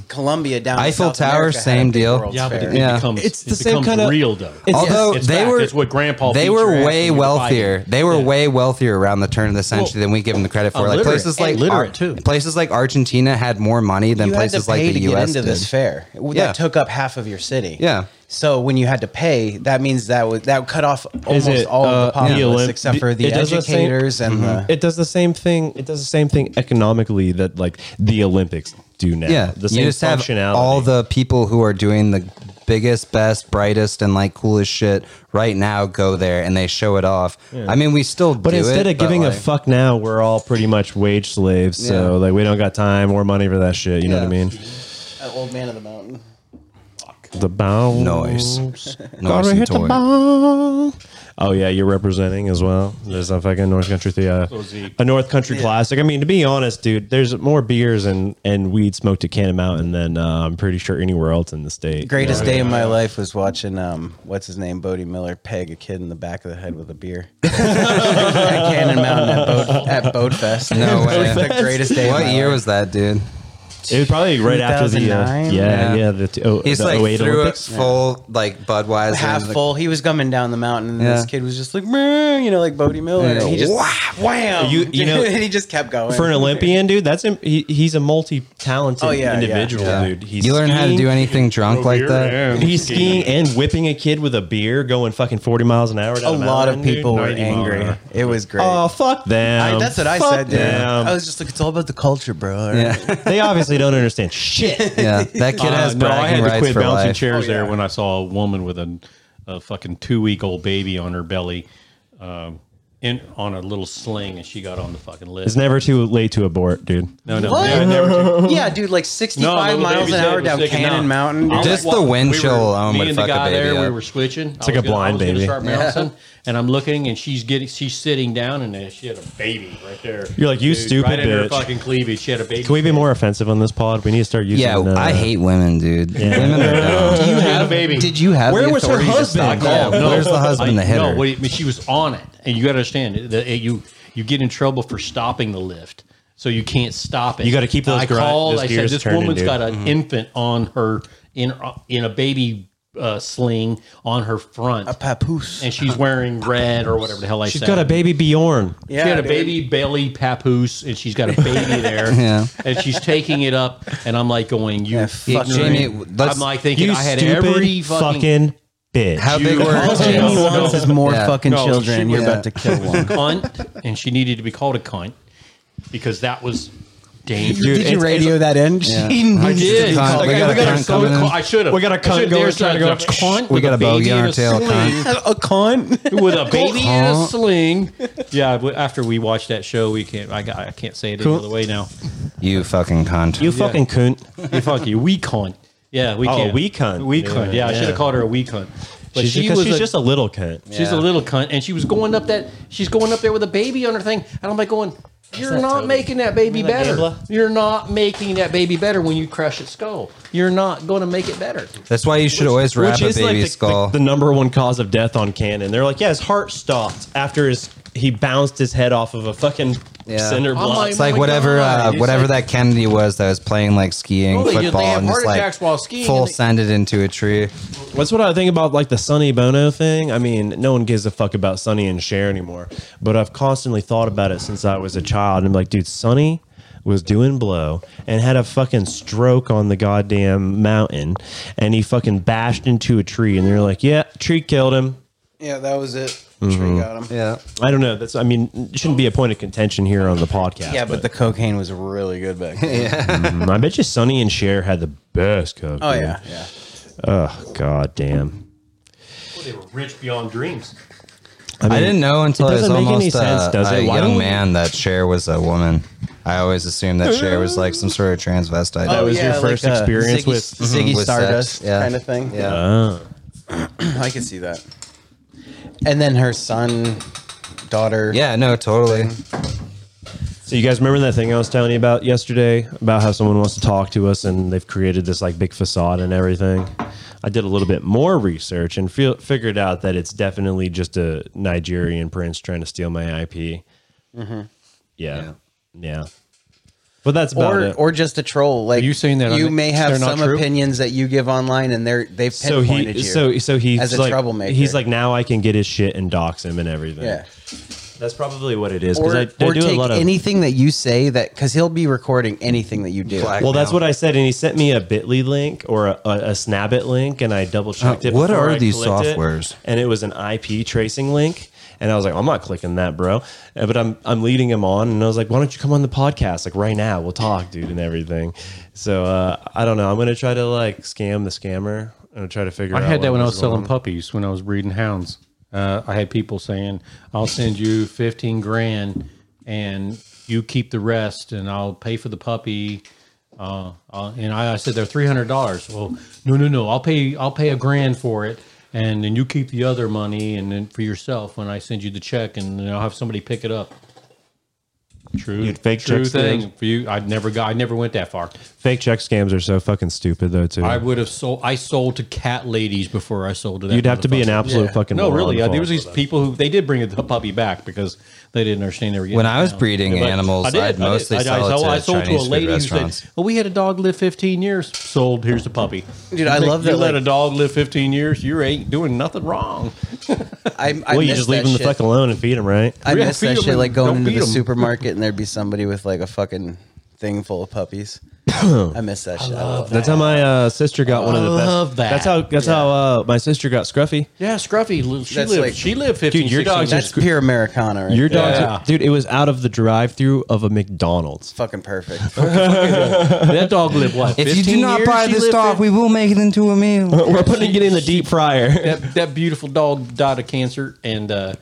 Speaker 1: Colombia down in
Speaker 4: Eiffel
Speaker 1: South
Speaker 4: Tower,
Speaker 1: America had a
Speaker 4: same
Speaker 1: big
Speaker 4: deal.
Speaker 1: World's
Speaker 3: Yeah, but
Speaker 1: Fair.
Speaker 3: it,
Speaker 4: Yeah.
Speaker 3: becomes
Speaker 2: It's the
Speaker 3: it
Speaker 2: same
Speaker 3: becomes
Speaker 2: kinda-
Speaker 3: real though.
Speaker 4: Although
Speaker 3: It's
Speaker 4: they
Speaker 3: fact.
Speaker 4: were,
Speaker 3: It's what Grandpa
Speaker 4: they
Speaker 3: Feature
Speaker 4: were
Speaker 3: asked when we
Speaker 4: way
Speaker 3: were
Speaker 4: wealthier.
Speaker 3: fighting.
Speaker 4: They were
Speaker 3: Yeah.
Speaker 4: way wealthier around the turn of the century
Speaker 3: Well,
Speaker 4: than we give them the credit for. Like
Speaker 3: illiterate
Speaker 4: places
Speaker 3: and
Speaker 4: like
Speaker 3: literate,
Speaker 4: Ar-
Speaker 3: too.
Speaker 4: places like Argentina had more money than
Speaker 1: you
Speaker 4: places
Speaker 1: had to pay
Speaker 4: like the
Speaker 1: to get
Speaker 4: U.S.
Speaker 1: into
Speaker 4: did.
Speaker 1: this fair. That
Speaker 4: Yeah.
Speaker 1: took up half of your city.
Speaker 4: Yeah.
Speaker 1: So when you had to pay, that means that would that would cut off almost
Speaker 2: it,
Speaker 1: all of the
Speaker 2: uh, the
Speaker 1: populace
Speaker 2: Olymp-
Speaker 1: except for the
Speaker 2: it does the same-
Speaker 1: educators and the.
Speaker 2: It does the same thing. It does the same thing economically that like the Olympics do now.
Speaker 4: Yeah,
Speaker 2: the same
Speaker 4: you just have
Speaker 2: functionality.
Speaker 4: all the people who are doing the biggest, best, brightest, and like coolest shit right now go there and they show it off. I mean, we still
Speaker 2: But
Speaker 4: do
Speaker 2: instead
Speaker 4: it,
Speaker 2: of giving
Speaker 4: like-
Speaker 2: a fuck now, we're all pretty much wage slaves. So
Speaker 4: Yeah.
Speaker 2: like we don't got time or money for that shit. You know what I
Speaker 4: Yeah.
Speaker 2: mean?
Speaker 4: Mm-hmm.
Speaker 1: old man of the mountain.
Speaker 2: The bounce.
Speaker 4: noise,
Speaker 2: Gotta
Speaker 4: noise and
Speaker 2: hit the
Speaker 4: toy.
Speaker 2: ball. Oh yeah, you're representing as well. There's a fucking North Country the, uh,
Speaker 3: Zeke.
Speaker 2: a North Country classic. I mean, to be honest, dude, there's more beers and, and weed smoked at Cannon Mountain than uh, I'm pretty sure anywhere else in the state.
Speaker 1: Greatest
Speaker 2: Yeah.
Speaker 1: day of my life was watching um what's his name Bodie Miller peg a kid in the back of the head with a beer [LAUGHS] at Cannon Mountain at Boat at Boat Fest.
Speaker 4: No way.
Speaker 1: the greatest day. of
Speaker 4: What
Speaker 1: my
Speaker 4: year
Speaker 1: life.
Speaker 4: was that, dude?
Speaker 2: It was probably right after the uh,
Speaker 1: 2009?
Speaker 2: yeah
Speaker 4: Yeah.
Speaker 2: yeah the, t- oh,
Speaker 4: He's
Speaker 2: the
Speaker 4: like
Speaker 2: 08
Speaker 4: threw
Speaker 2: Olympics.
Speaker 4: a full like Budweiser.
Speaker 1: half
Speaker 4: into the-
Speaker 1: full. He was coming down the mountain, and this
Speaker 4: Yeah.
Speaker 1: kid was just like, "Meh," you know, like Bodie Miller.
Speaker 4: Yeah.
Speaker 1: And he just
Speaker 4: Wah,
Speaker 1: wham.
Speaker 2: You- you know-
Speaker 1: and [LAUGHS] he just kept going
Speaker 2: For an Olympian, dude, that's him. He, he's a multi-talented
Speaker 1: Oh, yeah, yeah,
Speaker 2: individual,
Speaker 1: yeah.
Speaker 2: dude. He's
Speaker 4: You learn how to
Speaker 2: skiing,
Speaker 4: do anything drunk like that.
Speaker 2: He's skiing and whipping a kid with a beer, going fucking forty miles an hour.
Speaker 1: A
Speaker 2: Down
Speaker 1: lot of
Speaker 2: mountain, dude.
Speaker 1: people were
Speaker 2: 90 mile an
Speaker 1: angry.
Speaker 2: hour.
Speaker 1: It was great.
Speaker 2: Oh fuck them!
Speaker 1: I, that's what I
Speaker 2: Fuck
Speaker 1: said. Dude.
Speaker 2: them.
Speaker 1: I was just like, it's all about the culture, bro. All right.
Speaker 4: Yeah,
Speaker 2: they obviously don't understand [LAUGHS] shit.
Speaker 4: yeah. That
Speaker 3: Uh,
Speaker 4: kid has
Speaker 3: no, I had
Speaker 4: bragging
Speaker 3: to
Speaker 4: rights
Speaker 3: quit
Speaker 4: for
Speaker 3: bouncing
Speaker 4: life.
Speaker 3: chairs
Speaker 1: Oh, yeah.
Speaker 3: there when I saw a woman with a, a fucking two week old baby on her belly, um, in on a little sling, and she got on the fucking
Speaker 2: It's
Speaker 3: list.
Speaker 2: never too late to abort, dude.
Speaker 3: No, no,
Speaker 1: What?
Speaker 3: never, never do.
Speaker 1: Yeah, dude, like 65
Speaker 3: little
Speaker 1: miles
Speaker 3: baby's
Speaker 1: an
Speaker 3: head
Speaker 1: hour
Speaker 3: was
Speaker 1: down
Speaker 3: sticking
Speaker 1: Cannon
Speaker 3: out.
Speaker 1: Mountain.
Speaker 3: I
Speaker 1: dude.
Speaker 3: was
Speaker 4: Just
Speaker 3: like,
Speaker 4: the
Speaker 3: wa-
Speaker 4: wind
Speaker 3: we were-
Speaker 4: chill alone
Speaker 3: me
Speaker 4: would
Speaker 3: and the
Speaker 4: fuck a
Speaker 3: guy
Speaker 4: baby
Speaker 3: there,
Speaker 4: up.
Speaker 3: We were switching. It's
Speaker 2: like a blind baby.
Speaker 3: Start bouncing, And I'm looking, and she's getting, she's sitting down, and then she had a baby right there.
Speaker 2: You're like, you stupid
Speaker 3: right in
Speaker 2: bitch.
Speaker 3: Her fucking cleavage. She had a baby.
Speaker 2: Can we be more offensive on this pod? We need to start using.
Speaker 4: Yeah,
Speaker 2: uh,
Speaker 4: I hate women, dude. Women are dumb.
Speaker 3: You had a baby.
Speaker 4: Did you have?
Speaker 2: Where
Speaker 4: the
Speaker 2: was her
Speaker 4: authority to
Speaker 2: husband?
Speaker 4: stop that?
Speaker 2: Oh,
Speaker 4: Where's the husband that hit
Speaker 3: no,
Speaker 4: her?
Speaker 3: what do you- I mean, she was on it, and you got to understand it- that it- you you get in trouble for stopping the lift, so you can't stop it.
Speaker 2: You gotta keep those
Speaker 3: I
Speaker 2: gri-
Speaker 3: called.
Speaker 2: those
Speaker 3: I said
Speaker 2: gears
Speaker 3: this
Speaker 2: turning,
Speaker 3: woman's
Speaker 2: dude." Mm-hmm.
Speaker 3: got an infant on her in in a baby uh, sling on her front,
Speaker 1: a papoose.
Speaker 3: and she's wearing red or whatever the hell I
Speaker 2: She's
Speaker 3: said.
Speaker 2: got a baby Bjorn.
Speaker 1: Yeah,
Speaker 3: she had a
Speaker 1: dude.
Speaker 3: baby belly papoose, and she's got a
Speaker 2: [LAUGHS]
Speaker 3: baby there,
Speaker 4: Yeah.
Speaker 3: and she's taking it up, and I'm like going, "You
Speaker 1: Yeah, fuck
Speaker 3: fucking!"
Speaker 4: Jamie, let's-
Speaker 3: I'm like thinking
Speaker 2: You
Speaker 3: I had
Speaker 2: stupid
Speaker 3: every fucking
Speaker 2: fucking, bitch.
Speaker 4: How big were her
Speaker 1: All she
Speaker 4: tits?
Speaker 1: wants is more
Speaker 4: Yeah.
Speaker 1: fucking
Speaker 3: No,
Speaker 1: children.
Speaker 3: she
Speaker 1: You're
Speaker 4: was-
Speaker 1: about to kill one.
Speaker 3: cunt, and she needed to be called a cunt because that was dangerous.
Speaker 2: Dude,
Speaker 1: Did you
Speaker 2: it's-
Speaker 1: radio that in?
Speaker 3: I
Speaker 1: She-
Speaker 3: did.
Speaker 4: Cunt.
Speaker 3: Like,
Speaker 4: We got
Speaker 3: I-
Speaker 4: a cunt
Speaker 3: so
Speaker 4: coming in.
Speaker 3: cl- I should have.
Speaker 2: We got a cunt going, trying to go,
Speaker 3: cunt.
Speaker 4: We
Speaker 3: with
Speaker 4: got a bogey
Speaker 3: baby
Speaker 4: on
Speaker 3: in
Speaker 4: our
Speaker 3: a
Speaker 4: tail, [LAUGHS]
Speaker 3: sling-
Speaker 1: a cunt.
Speaker 3: With a baby in a
Speaker 4: Cunt.
Speaker 3: sling. Yeah. but After we watched that show, we can't. I, got, I can't say it any other way now.
Speaker 4: You fucking cunt.
Speaker 2: you fucking coon.
Speaker 3: Hey, fuck you. We cunt. Yeah,
Speaker 2: [LAUGHS]
Speaker 3: we
Speaker 2: Oh,
Speaker 3: can't.
Speaker 2: we cunt.
Speaker 3: We cunt. Yeah, I
Speaker 2: Yeah.
Speaker 3: should have called her a we cunt. But
Speaker 2: she's
Speaker 3: she
Speaker 2: because
Speaker 3: was
Speaker 2: she's
Speaker 3: a-
Speaker 2: just a little cunt.
Speaker 3: She's a
Speaker 4: Yeah.
Speaker 3: little cunt, and she was going up that. She's going up there with a baby on her thing, and I'm like going, "You're not making that baby
Speaker 2: Remember that
Speaker 3: better.
Speaker 2: gambler?
Speaker 3: You're not making that baby better when you crush its skull. You're not going to make it better."
Speaker 4: That's why you should always wrap
Speaker 2: Which
Speaker 4: a
Speaker 2: is
Speaker 4: baby
Speaker 2: like the,
Speaker 4: skull.
Speaker 2: the- the number one cause of death on Canon. They're like, yeah, his heart stopped after his he bounced his head off of a fucking
Speaker 4: Yeah.
Speaker 2: cinder
Speaker 4: I'm
Speaker 2: block.
Speaker 3: like,
Speaker 4: it's like
Speaker 3: Oh my
Speaker 4: whatever,
Speaker 3: God.
Speaker 4: uh,
Speaker 3: It's
Speaker 4: whatever
Speaker 3: like-
Speaker 4: that Kennedy was that was playing like skiing
Speaker 3: Well, they- they
Speaker 4: football
Speaker 3: have
Speaker 4: and just
Speaker 3: heart
Speaker 4: like
Speaker 3: attacks while skiing
Speaker 4: full
Speaker 3: and they-
Speaker 4: send it into a tree.
Speaker 2: That's what I think about like the Sonny Bono thing. I mean, no one gives a fuck about Sonny and Cher anymore. But I've constantly thought about it since I was a child. I'm like, dude, Sonny was doing blow and had a fucking stroke on the goddamn mountain and he fucking bashed into a tree and they're like, Yeah, tree killed him.
Speaker 1: Yeah, that was it. Tree got him.
Speaker 4: Yeah,
Speaker 2: I don't know. That's I mean, it shouldn't be a point of contention here on the podcast.
Speaker 1: Yeah, but the cocaine was really good back then.
Speaker 2: I bet you Sonny and Cher had the best coke.
Speaker 1: Oh
Speaker 2: dude.
Speaker 1: yeah, yeah.
Speaker 2: Oh god damn.
Speaker 6: Well, they were rich beyond dreams.
Speaker 4: I, didn't know until
Speaker 2: it
Speaker 4: I was
Speaker 2: doesn't make any
Speaker 4: almost
Speaker 2: sense,
Speaker 4: uh,
Speaker 2: does
Speaker 4: a
Speaker 2: it? Why
Speaker 4: young
Speaker 2: don't we-
Speaker 4: man that Cher was a woman. I always assumed that Cher was like some sort of transvestite.
Speaker 2: That was your first
Speaker 1: uh,
Speaker 2: experience
Speaker 1: Ziggy,
Speaker 2: with
Speaker 1: Ziggy
Speaker 4: with
Speaker 1: Stardust
Speaker 4: sex, yeah.
Speaker 1: kind of thing.
Speaker 4: yeah.
Speaker 2: Oh.
Speaker 1: I can see that. And then her son, daughter.
Speaker 4: yeah, no, totally.
Speaker 2: So you guys remember that thing I was telling you about yesterday about how someone wants to talk to us and they've created this like big facade and everything. I did a little bit more research and feel, figured out that it's definitely just a Nigerian prince trying to steal my IP.
Speaker 1: Mm-hmm.
Speaker 2: Yeah. yeah, But that's about
Speaker 1: Or,
Speaker 2: it.
Speaker 1: or just a troll. Like
Speaker 3: you saying that
Speaker 1: you
Speaker 3: on-
Speaker 1: may have
Speaker 3: they're not
Speaker 1: some
Speaker 3: true?
Speaker 1: opinions that you give online, and they're they've
Speaker 2: so
Speaker 1: pinpointed
Speaker 2: he,
Speaker 1: you.
Speaker 2: so so he's
Speaker 1: as a
Speaker 2: like,
Speaker 1: troublemaker.
Speaker 2: He's like, now I can get his shit and dox him and everything.
Speaker 1: yeah.
Speaker 2: that's probably what it is.
Speaker 1: Or,
Speaker 2: Because I, I
Speaker 1: or
Speaker 2: do
Speaker 1: take
Speaker 2: a lot of
Speaker 1: anything that you say that because he'll be recording anything that you do.
Speaker 4: Black
Speaker 2: Well, that's
Speaker 4: now.
Speaker 2: what I said, and he sent me a Bitly link or a, a, a Snabit link, and I double checked
Speaker 4: Uh,
Speaker 2: it.
Speaker 4: what
Speaker 2: before
Speaker 4: are
Speaker 2: I
Speaker 4: these
Speaker 2: clicked it,
Speaker 4: softwares?
Speaker 2: and it was an IP tracing link, and I was like, I'm not clicking that, bro. Uh, But I'm I'm leading him on, and I was like, Why don't you come on the podcast like right now? We'll talk, dude, and everything. So uh, I don't know. I'm gonna try to like scam the scammer and try to figure.
Speaker 3: I
Speaker 2: out
Speaker 3: had that
Speaker 2: what
Speaker 3: when I was
Speaker 2: going
Speaker 3: selling puppies, when I was breeding hounds. Uh, I had people saying, "I'll send you fifteen grand, and you keep the rest, and I'll pay for the puppy." Uh, uh, and I, I said they're three hundred dollars. Well, no, no, no. I'll pay. I'll pay a grand for it, and then you keep the other money, and then for yourself when I send you the check, and then I'll have somebody pick it up. True,
Speaker 2: You'd fake
Speaker 3: true
Speaker 2: checks to
Speaker 3: thing
Speaker 2: them?
Speaker 3: for you. I never got. I never went that far.
Speaker 2: Fake check scams are so fucking stupid though, too.
Speaker 3: I would have sold. I sold to cat ladies before I sold to that.
Speaker 2: You'd have to be an
Speaker 3: motherfucker.
Speaker 2: absolute fucking
Speaker 3: No,
Speaker 2: moron
Speaker 3: really.
Speaker 2: to
Speaker 3: Uh,
Speaker 2: fall
Speaker 3: there was
Speaker 2: for
Speaker 3: these people who they did bring the puppy back because they didn't understand they were getting.
Speaker 4: When
Speaker 3: it
Speaker 4: I was
Speaker 3: down.
Speaker 4: breeding
Speaker 3: But
Speaker 4: animals,
Speaker 3: I did,
Speaker 4: I'd
Speaker 3: I did.
Speaker 4: mostly
Speaker 3: I- I
Speaker 4: sell it
Speaker 3: sold-
Speaker 4: to
Speaker 3: I sold to a
Speaker 4: Chinese food
Speaker 3: lady who
Speaker 4: restaurants.
Speaker 3: said, "Well, we had a dog live 15 years. Sold. Here's the puppy."
Speaker 1: Dude, I
Speaker 3: You think
Speaker 1: love
Speaker 3: You
Speaker 1: that,
Speaker 3: let
Speaker 1: like-
Speaker 3: a dog live 15 years. You ain't doing nothing wrong.
Speaker 1: I, I
Speaker 2: well, you
Speaker 1: miss
Speaker 2: just leave
Speaker 1: that
Speaker 2: him the
Speaker 1: shit.
Speaker 2: fuck alone and feed him, right?
Speaker 1: I
Speaker 3: Yeah,
Speaker 1: miss
Speaker 3: feed
Speaker 1: that
Speaker 3: 'em
Speaker 1: shit.
Speaker 3: and
Speaker 1: Like going
Speaker 3: don't
Speaker 1: into
Speaker 3: beat
Speaker 1: the
Speaker 3: 'em.
Speaker 1: supermarket and there'd be somebody with like a fucking thing full of
Speaker 3: [COUGHS]
Speaker 1: puppies. I miss that shit. I love
Speaker 2: That's how my uh, sister got one of the best.
Speaker 3: Love that.
Speaker 2: That's how that's how uh, my sister got Scruffy.
Speaker 3: Yeah, Scruffy. li- She
Speaker 1: That's
Speaker 3: lived.
Speaker 1: like-
Speaker 3: she lived 15.
Speaker 2: Dude, your
Speaker 3: 16
Speaker 2: dog's
Speaker 3: years.
Speaker 1: That's pure Americana, right?
Speaker 2: Your
Speaker 1: there.
Speaker 2: dog's
Speaker 3: Yeah.
Speaker 2: dude. It was out of the drive-through of a McDonald's.
Speaker 1: fucking perfect.
Speaker 3: that dog lived what?
Speaker 4: If you do
Speaker 3: 15
Speaker 4: not
Speaker 3: years?
Speaker 4: buy
Speaker 3: She
Speaker 4: this
Speaker 3: lived
Speaker 4: dog, we will make it into a meal.
Speaker 2: [LAUGHS] We're putting it in the deep fryer.
Speaker 3: that that beautiful dog died of cancer and uh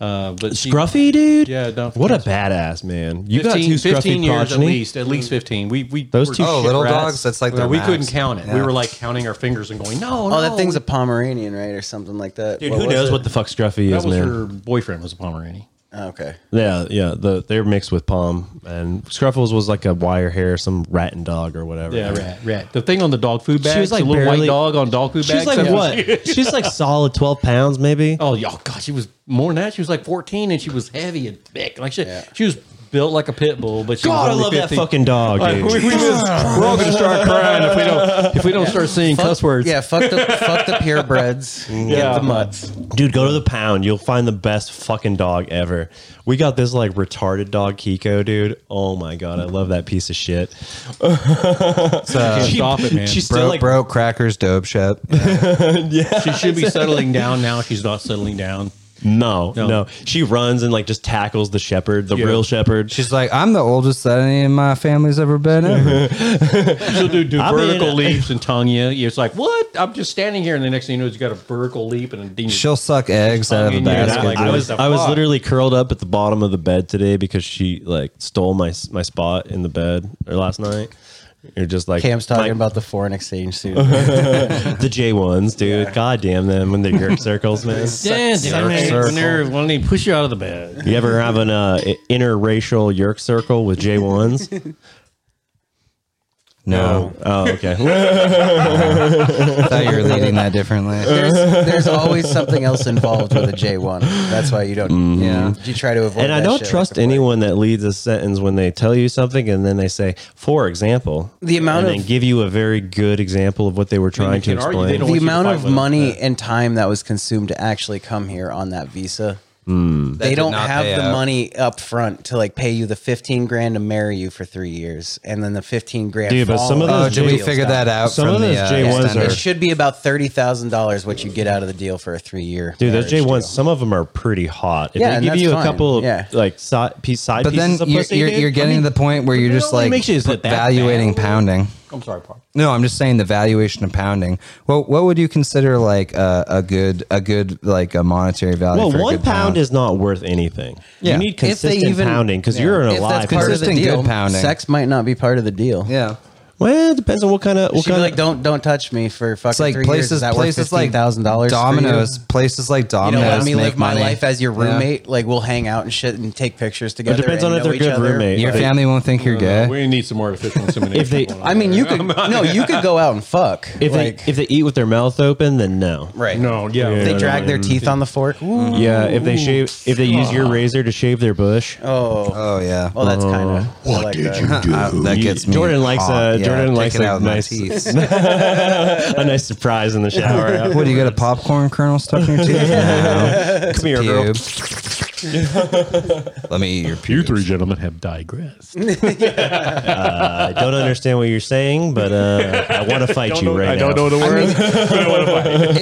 Speaker 3: uh but
Speaker 2: [LAUGHS]
Speaker 3: she-
Speaker 2: Scruffy, dude.
Speaker 3: Yeah, don't-
Speaker 2: What a badass man. You
Speaker 3: 15,
Speaker 2: got two Scruffy
Speaker 3: 15 years at
Speaker 2: progeny.
Speaker 3: least at least 15 we we
Speaker 2: Those
Speaker 3: were-
Speaker 2: two
Speaker 4: Oh,
Speaker 2: shit
Speaker 4: little
Speaker 2: rats.
Speaker 4: dogs. That's like
Speaker 3: well,
Speaker 4: their
Speaker 3: we
Speaker 4: max.
Speaker 3: couldn't count it we
Speaker 4: Yeah.
Speaker 3: were like counting our fingers and going no
Speaker 1: Oh,
Speaker 3: no
Speaker 1: that thing's a Pomeranian, right, or something like that.
Speaker 2: Dude, who knows
Speaker 1: was
Speaker 2: what the fuck Scruffy
Speaker 3: that
Speaker 2: is,
Speaker 3: was
Speaker 2: man?
Speaker 3: her boyfriend was a pomeranian
Speaker 1: it? Oh, Okay,
Speaker 2: Yeah, yeah. The they're mixed with Palm and Scruffles was like a wire hair, some rat and dog or whatever.
Speaker 3: yeah rat rat the thing on the dog food bag
Speaker 2: was, like,
Speaker 3: the little white
Speaker 2: barely-
Speaker 3: dog on dog food bag
Speaker 2: She's like
Speaker 3: something.
Speaker 2: what? She's like solid twelve pounds, maybe.
Speaker 3: oh yeah oh, god she was more than that she was like 14 and she was heavy and thick like shit
Speaker 1: Yeah.
Speaker 3: she was built like a pit bull but she
Speaker 2: God, I
Speaker 3: was only
Speaker 2: love that
Speaker 3: 15.
Speaker 2: fucking dog,
Speaker 3: Like,
Speaker 2: dude.
Speaker 3: we, we just, we're all
Speaker 2: [LAUGHS]
Speaker 3: gonna start crying if we don't if we don't start seeing cuss words
Speaker 1: yeah, fuck the fuck the purebreds.
Speaker 2: [LAUGHS]
Speaker 1: Get the mutts.
Speaker 2: Dude, go to the pound. You'll find the best fucking dog ever. We got this like retarded dog, Kiko, dude. Oh my god, I love that piece of shit.
Speaker 3: Can't stop it, man.
Speaker 2: She's still
Speaker 4: Broke,
Speaker 2: like,
Speaker 4: broke crackers, dope shop.
Speaker 3: she should be settling down now. She's not settling down.
Speaker 2: no,
Speaker 3: No.
Speaker 2: no, She runs and like just tackles the shepherd, the
Speaker 3: Yeah.
Speaker 2: real shepherd.
Speaker 4: She's like, I'm the oldest that any of my family's ever
Speaker 2: [LAUGHS]
Speaker 4: been. Ever.
Speaker 3: She'll do, do
Speaker 2: I mean,
Speaker 3: vertical
Speaker 2: I-
Speaker 3: leaps and tongue you. It's like, what? I'm just standing here. And the next thing you know, you got a vertical leap and a demon.
Speaker 4: She'll suck eggs out of a
Speaker 3: Fucking
Speaker 2: Dude,
Speaker 3: yeah,
Speaker 4: basket.
Speaker 2: I,
Speaker 3: like,
Speaker 2: I
Speaker 3: what
Speaker 2: was
Speaker 3: the
Speaker 2: I was
Speaker 3: fuck?
Speaker 2: literally curled up at the bottom of the bed today because she like stole my my spot in the bed or last night. You're just like
Speaker 1: Cam's talking
Speaker 2: my-
Speaker 1: about the foreign exchange
Speaker 2: [LAUGHS]
Speaker 1: student.
Speaker 2: the J ones, dude. God damn them when they
Speaker 3: [LAUGHS]
Speaker 2: jerk circles, man.
Speaker 3: yeah, dude,
Speaker 4: Circle.
Speaker 3: when they- when they're- when they push you out of the bed.
Speaker 2: You ever have an uh, i- interracial yerk circle with J ones?
Speaker 4: no,
Speaker 2: Oh, okay.
Speaker 4: I thought you were leading that differently.
Speaker 1: there's, there's always something else involved with a J one. That's why you don't.
Speaker 3: Mm-hmm.
Speaker 4: Yeah.
Speaker 1: You try to avoid.
Speaker 2: [LAUGHS] and I
Speaker 1: that
Speaker 2: don't
Speaker 1: shit
Speaker 2: trust
Speaker 1: like the plague.
Speaker 2: anyone that leads a sentence when they tell you something and then they say, for example,
Speaker 1: The amount
Speaker 2: and
Speaker 1: of-
Speaker 2: then give you a very good example of what they were trying to
Speaker 3: can argue they
Speaker 2: explain.
Speaker 3: don't-
Speaker 1: The
Speaker 3: want you to
Speaker 1: amount
Speaker 3: fight
Speaker 1: of
Speaker 3: with them.
Speaker 1: money and time that was consumed to actually come here on that visa. they
Speaker 4: did
Speaker 1: don't
Speaker 4: not
Speaker 1: have
Speaker 4: pay
Speaker 1: the
Speaker 4: out.
Speaker 1: money up front to like pay you the 15 grand to marry you for three years and then the 15 grand
Speaker 2: Dude, but some of
Speaker 1: follow-up
Speaker 4: Oh,
Speaker 2: those
Speaker 4: did we
Speaker 1: deals
Speaker 4: figure
Speaker 1: down.
Speaker 4: that out?
Speaker 2: Some
Speaker 4: from
Speaker 2: of those
Speaker 4: the, uh,
Speaker 2: J1s
Speaker 4: extender?
Speaker 2: are-
Speaker 1: it should be about $30,000 what you get out of the deal for a three-year
Speaker 2: Dude, those
Speaker 1: marriage
Speaker 2: J ones,
Speaker 1: deal.
Speaker 2: some of them are pretty hot. If
Speaker 1: Yeah, and
Speaker 2: they give
Speaker 1: that's
Speaker 2: you a
Speaker 1: fine.
Speaker 2: couple of
Speaker 1: Yeah.
Speaker 2: like side piece, side
Speaker 4: But
Speaker 2: pieces
Speaker 4: then
Speaker 2: of
Speaker 4: you're,
Speaker 2: pussy,
Speaker 4: you're,
Speaker 2: dude,
Speaker 4: you're
Speaker 2: I
Speaker 4: getting
Speaker 2: mean,
Speaker 4: to the point where you're
Speaker 3: it
Speaker 4: just
Speaker 3: only
Speaker 4: like
Speaker 3: makes you- is it that
Speaker 4: evaluating
Speaker 3: bad?
Speaker 4: pounding.
Speaker 3: I'm sorry, Park.
Speaker 4: No, I'm just saying the valuation of pounding. Well, what would you consider like a, a good a good like a monetary value?
Speaker 2: Well,
Speaker 4: for a
Speaker 2: one
Speaker 4: good
Speaker 2: pound, is not worth anything.
Speaker 4: Yeah.
Speaker 2: You need
Speaker 4: If they
Speaker 2: consistent
Speaker 4: even-
Speaker 2: pounding because you're an
Speaker 4: If that's
Speaker 2: alive.
Speaker 4: part of
Speaker 2: person.
Speaker 4: the Consistent good
Speaker 1: deal.
Speaker 4: pounding.
Speaker 1: Sex might not be part of the deal.
Speaker 4: yeah.
Speaker 2: Well, it depends on what kind of what
Speaker 1: She'd be
Speaker 2: kind
Speaker 1: like,
Speaker 2: of.
Speaker 1: don't don't touch me for fucking
Speaker 4: It's like
Speaker 1: three years. Is
Speaker 4: places
Speaker 1: that
Speaker 4: places
Speaker 1: worth
Speaker 4: like
Speaker 1: thousand dollars.
Speaker 4: Domino's places like
Speaker 1: You know,
Speaker 4: Domino's.
Speaker 1: let me
Speaker 4: make
Speaker 1: live my
Speaker 4: money.
Speaker 1: life as your
Speaker 4: Yeah.
Speaker 1: roommate. Like we'll hang out and shit and take pictures together.
Speaker 2: depends on
Speaker 1: and
Speaker 2: if they're
Speaker 1: know each
Speaker 2: good
Speaker 1: other.
Speaker 2: roommates.
Speaker 4: Your
Speaker 2: They-
Speaker 4: family won't think
Speaker 1: Uh,
Speaker 4: you're gay.
Speaker 7: we need some more artificial insemination.
Speaker 2: If they-
Speaker 7: going on
Speaker 1: I mean,
Speaker 7: there.
Speaker 1: you could
Speaker 2: [LAUGHS]
Speaker 1: no, you could go out and fuck.
Speaker 2: If
Speaker 1: like,
Speaker 2: they if they eat with their mouth open, then no.
Speaker 1: right,
Speaker 7: no, yeah,
Speaker 2: Yeah.
Speaker 1: If they
Speaker 2: no,
Speaker 1: drag
Speaker 2: no,
Speaker 1: their
Speaker 2: no.
Speaker 1: teeth on the fork. Mm-hmm. Ooh.
Speaker 2: Yeah, if they shave, if they use your razor to shave their bush.
Speaker 1: Oh,
Speaker 4: Oh yeah.
Speaker 1: well, that's kind of what like did you do?
Speaker 7: [LAUGHS]
Speaker 4: Uh, that gets me.
Speaker 2: Jordan likes,
Speaker 4: hot.
Speaker 2: uh, Jordan
Speaker 4: kick
Speaker 2: likes
Speaker 4: it
Speaker 2: a
Speaker 4: out with my
Speaker 2: nice-
Speaker 1: [LAUGHS]
Speaker 4: teeth.
Speaker 2: a nice surprise in the shower.
Speaker 4: what do you got? A popcorn kernel stuck in
Speaker 1: [LAUGHS]
Speaker 4: your teeth? No.
Speaker 2: [LAUGHS] Come here, girl.
Speaker 3: [LAUGHS]
Speaker 4: Pube. Let me eat your
Speaker 7: you
Speaker 4: pubes.
Speaker 7: three gentlemen have digressed.
Speaker 2: Uh, I don't understand what you're saying, but uh, I want to fight you right
Speaker 7: I
Speaker 2: now.
Speaker 7: don't know the word.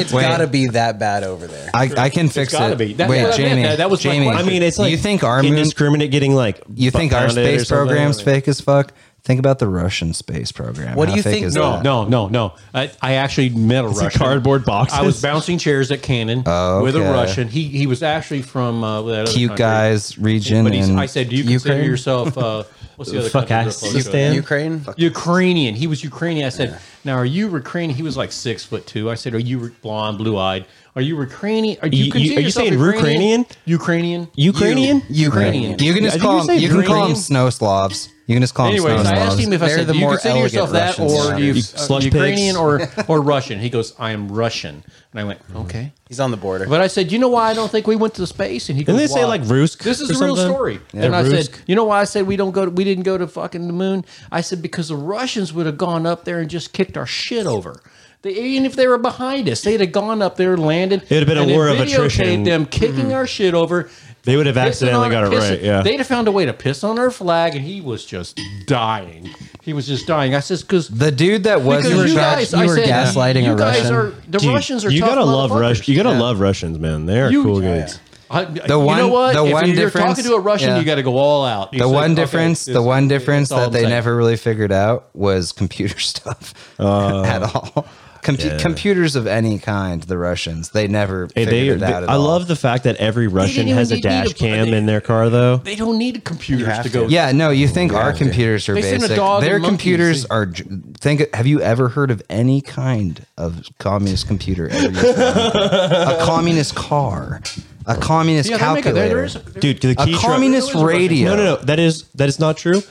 Speaker 1: It's
Speaker 4: Wait.
Speaker 1: gotta be that bad over there.
Speaker 4: I, I can fix
Speaker 3: gotta
Speaker 4: it.
Speaker 3: be. That's
Speaker 4: Wait,
Speaker 3: what I meant.
Speaker 4: Jamie.
Speaker 3: That- that was my
Speaker 4: Jamie.
Speaker 2: I mean, it's like
Speaker 4: you think our moon,
Speaker 2: indiscriminate getting like
Speaker 4: you think our
Speaker 2: pounded or
Speaker 4: space
Speaker 2: something?
Speaker 4: program's fake as fuck? Think about the Russian space program.
Speaker 1: What do
Speaker 4: How
Speaker 1: you
Speaker 4: fake
Speaker 1: think-
Speaker 4: Is
Speaker 3: No,
Speaker 4: that?
Speaker 3: no, no, no. I, I actually met a Russian.
Speaker 2: cardboard boxes?
Speaker 3: I was bouncing chairs at Cannon
Speaker 4: Oh,
Speaker 3: with a
Speaker 4: okay.
Speaker 3: Russian. He he was actually from uh, that other
Speaker 4: Cute
Speaker 3: country.
Speaker 4: guys region.
Speaker 3: But he's,
Speaker 4: in
Speaker 3: I said, do you consider
Speaker 4: Ukraine?
Speaker 3: yourself? Uh, what's the other
Speaker 2: Fuck
Speaker 3: country real
Speaker 2: ass,
Speaker 3: close
Speaker 2: you
Speaker 3: to it?
Speaker 2: stand?
Speaker 1: Ukraine.
Speaker 3: Ukrainian. He was Ukrainian. I said, "Now are you Ukrainian?" He was like six foot two. I said, "Are you re- blonde, blue eyed? Are you Ukrainian? Are
Speaker 2: You-
Speaker 3: you,
Speaker 2: you-
Speaker 3: consider
Speaker 2: are you
Speaker 3: yourself
Speaker 2: saying Ukrainian?
Speaker 3: Ukrainian?
Speaker 2: Ukrainian?
Speaker 1: You-
Speaker 3: Ukrainian.
Speaker 4: You can
Speaker 2: Yeah,
Speaker 4: just
Speaker 2: did you
Speaker 4: call
Speaker 2: say
Speaker 4: them. You can call
Speaker 2: Ukrainian?
Speaker 4: them snow slobs. You can just call them
Speaker 3: Anyways,
Speaker 4: snow
Speaker 3: I asked
Speaker 4: slobs.
Speaker 3: him if I
Speaker 1: They're
Speaker 3: said,
Speaker 1: the
Speaker 3: "Do you
Speaker 1: more
Speaker 3: consider yourself
Speaker 1: elegant
Speaker 3: that, or
Speaker 1: Russians.
Speaker 3: do you,
Speaker 2: You
Speaker 3: uh,
Speaker 2: slush
Speaker 3: Ukrainian or or Russian?" He goes, "I am Russian," and I went, "Okay."
Speaker 1: He's on the border.
Speaker 3: But I said, "You know why I don't think we went to space?" And he goes,
Speaker 2: Didn't they say,
Speaker 3: "Why?"
Speaker 2: like, Rusk
Speaker 3: This is
Speaker 2: or
Speaker 3: a real
Speaker 2: something?
Speaker 3: story.
Speaker 2: Yeah.
Speaker 3: And I
Speaker 2: Rusk.
Speaker 3: said, "You know why I said we don't go? To, we didn't go to fucking the moon?" I said because the Russians would have gone up there and just kicked our shit over. They, even if they were behind us, they'd have gone up there, landed.
Speaker 2: have
Speaker 3: It'd
Speaker 2: been a war of attrition.
Speaker 3: Them kicking our shit over.
Speaker 2: They would have
Speaker 3: pissing
Speaker 2: accidentally
Speaker 3: on-
Speaker 2: got it
Speaker 3: pissing-
Speaker 2: right, yeah.
Speaker 3: they'd have found a way to piss on our flag, and he was just dying. He was just dying. I says because
Speaker 4: the dude that was in
Speaker 1: you
Speaker 4: charge.
Speaker 1: guys- you were gaslighting
Speaker 3: you
Speaker 1: a
Speaker 3: guys
Speaker 1: Russian?
Speaker 3: Are, the
Speaker 2: Dude,
Speaker 3: Russians are
Speaker 2: you
Speaker 3: tough
Speaker 2: gotta love
Speaker 3: Russians.
Speaker 2: Russians. You gotta love Russians, man. They are
Speaker 3: You-
Speaker 2: cool
Speaker 3: Yeah.
Speaker 2: dudes.
Speaker 3: I, the
Speaker 4: one-
Speaker 3: you know what?
Speaker 4: the
Speaker 3: if
Speaker 4: one
Speaker 3: you're
Speaker 4: difference-
Speaker 3: talking to a Russian,
Speaker 4: yeah.
Speaker 3: you got to go all out. You
Speaker 4: The
Speaker 3: say,
Speaker 4: one
Speaker 3: "Okay,
Speaker 4: difference,
Speaker 3: this-
Speaker 4: the one
Speaker 3: this-
Speaker 4: difference
Speaker 3: that's all
Speaker 4: that
Speaker 3: I'm
Speaker 4: they
Speaker 3: saying."
Speaker 4: never really figured out was computer [LAUGHS] stuff
Speaker 2: Oh.
Speaker 4: at all. Compu- Computers of any kind, the Russians, they never
Speaker 2: Hey,
Speaker 4: figured
Speaker 2: they,
Speaker 4: it out
Speaker 2: they-
Speaker 4: at
Speaker 2: I
Speaker 4: all.
Speaker 2: love the fact that every Russian
Speaker 3: even
Speaker 2: has a
Speaker 3: need- need a-
Speaker 2: dash cam
Speaker 3: they-
Speaker 2: in their car, though.
Speaker 3: They don't need computers
Speaker 1: have
Speaker 3: to go.
Speaker 1: to.
Speaker 4: Yeah, no, you think our computers are
Speaker 3: They send a
Speaker 4: basic.
Speaker 3: dog
Speaker 4: Their
Speaker 3: and monkeys.
Speaker 4: computers are. j- Think. Have you ever heard of any kind of communist computer? ever used in
Speaker 2: [LAUGHS]
Speaker 4: a communist car, a communist
Speaker 3: Yeah, they make a,
Speaker 4: calculator.
Speaker 3: there, there is a,
Speaker 2: Dude, the
Speaker 4: a
Speaker 2: key truck-
Speaker 4: communist radio.
Speaker 2: No, no, no. That is that is not true.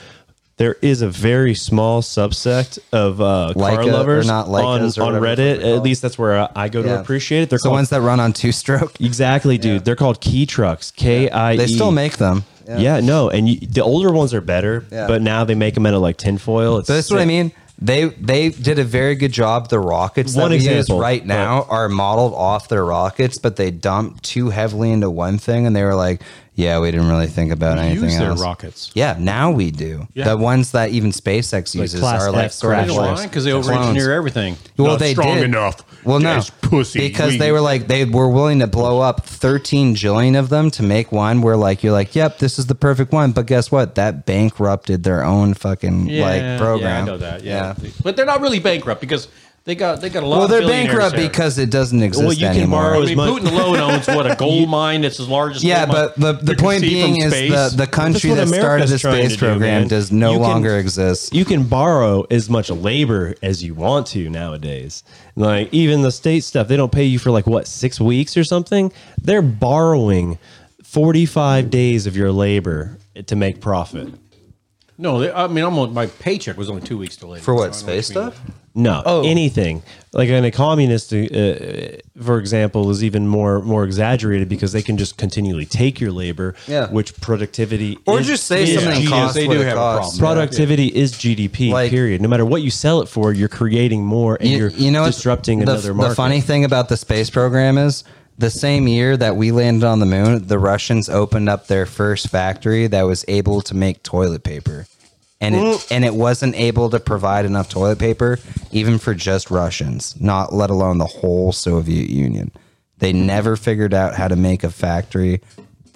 Speaker 2: There is a very small subsect of uh, car
Speaker 4: Leica or
Speaker 2: lovers
Speaker 4: not
Speaker 2: on,
Speaker 4: Leicas or
Speaker 2: on
Speaker 4: whatever
Speaker 2: Reddit.
Speaker 4: they're
Speaker 2: At least that's where I, I go
Speaker 4: Yeah.
Speaker 2: to appreciate it. They're
Speaker 4: It's the
Speaker 2: called-
Speaker 4: ones that run on two stroke.
Speaker 2: exactly, dude. They're called key trucks. K I E.
Speaker 4: They still make them.
Speaker 2: Yeah, no, and you, the older ones are better,
Speaker 4: Yeah.
Speaker 2: but now they make them out of like tinfoil. It's
Speaker 4: But that's what I
Speaker 2: sick.
Speaker 4: mean. They they did a very good job. The rockets
Speaker 2: One
Speaker 4: that we
Speaker 2: example,
Speaker 4: use right now are modeled off their rockets, but they dumped too heavily into one thing, and they were like, "Yeah, we didn't really think about anything
Speaker 7: Use their
Speaker 4: else."
Speaker 7: rockets.
Speaker 4: Yeah, now we do. The ones that even SpaceX uses
Speaker 2: class
Speaker 4: are like
Speaker 2: F
Speaker 4: sort
Speaker 2: crash
Speaker 4: of
Speaker 3: They don't mind
Speaker 4: like
Speaker 3: because they over-engineer everything.
Speaker 4: Well,
Speaker 7: Not
Speaker 4: they
Speaker 7: strong
Speaker 4: did.
Speaker 7: enough.
Speaker 4: Well, no,
Speaker 7: Yes, pussy.
Speaker 4: because
Speaker 7: We-
Speaker 4: they were like they were willing to blow up 13 jillion of them to make one where like you're like, yep, this is the perfect one. But guess what? That bankrupted their own fucking like
Speaker 3: Yeah, I
Speaker 4: program.
Speaker 3: know that. Yeah. but they're not really bankrupt because they got they got a lot.
Speaker 4: Well,
Speaker 3: of
Speaker 4: they're
Speaker 3: billionaires
Speaker 4: bankrupt
Speaker 3: there.
Speaker 4: because it doesn't exist
Speaker 2: you can
Speaker 4: anymore.
Speaker 2: borrow
Speaker 3: I mean,
Speaker 2: As much-
Speaker 3: Putin alone owns what
Speaker 4: [LAUGHS]
Speaker 3: a gold mine that's as large as
Speaker 4: yeah,
Speaker 3: gold mine
Speaker 4: but the,
Speaker 7: You
Speaker 4: the
Speaker 7: can
Speaker 4: point
Speaker 7: see
Speaker 4: being
Speaker 7: from
Speaker 4: is
Speaker 7: space.
Speaker 4: the, the
Speaker 7: That's
Speaker 4: country
Speaker 2: what
Speaker 4: that started
Speaker 2: America's
Speaker 4: the
Speaker 2: trying
Speaker 4: space
Speaker 2: to do,
Speaker 4: program
Speaker 2: man.
Speaker 4: does no
Speaker 2: You can-
Speaker 4: longer exist.
Speaker 2: You can borrow as much labor as you want to nowadays. Like even the state stuff, they don't pay you for like what six weeks or something. They're borrowing forty-five days of your labor to make profit.
Speaker 3: no, they, I mean, I'm on, my paycheck was only two weeks delayed
Speaker 4: For what
Speaker 3: so I know
Speaker 4: space
Speaker 3: you mean.
Speaker 4: stuff?
Speaker 2: No,
Speaker 4: Oh.
Speaker 2: anything like in a communist, uh, for example, is even more more exaggerated because they can just continually take your labor,
Speaker 4: Yeah.
Speaker 2: which productivity
Speaker 4: Or
Speaker 2: is-
Speaker 4: just say
Speaker 2: is
Speaker 4: something
Speaker 2: GDP.
Speaker 4: costs
Speaker 3: they
Speaker 4: what
Speaker 3: do
Speaker 4: it
Speaker 3: have a
Speaker 4: costs.
Speaker 2: Productivity is GDP.
Speaker 4: Like-
Speaker 2: period. No matter what you sell it for, you're creating more and
Speaker 4: you,
Speaker 2: are
Speaker 4: you know what's-
Speaker 2: disrupting
Speaker 4: the,
Speaker 2: another market.
Speaker 4: The funny thing about the space program is the same year that we landed on the moon, the Russians opened up their first factory that was able to make toilet paper. And it, and it wasn't able to provide enough toilet paper even for just Russians, not let alone the whole Soviet Union. They never figured out how to make a factory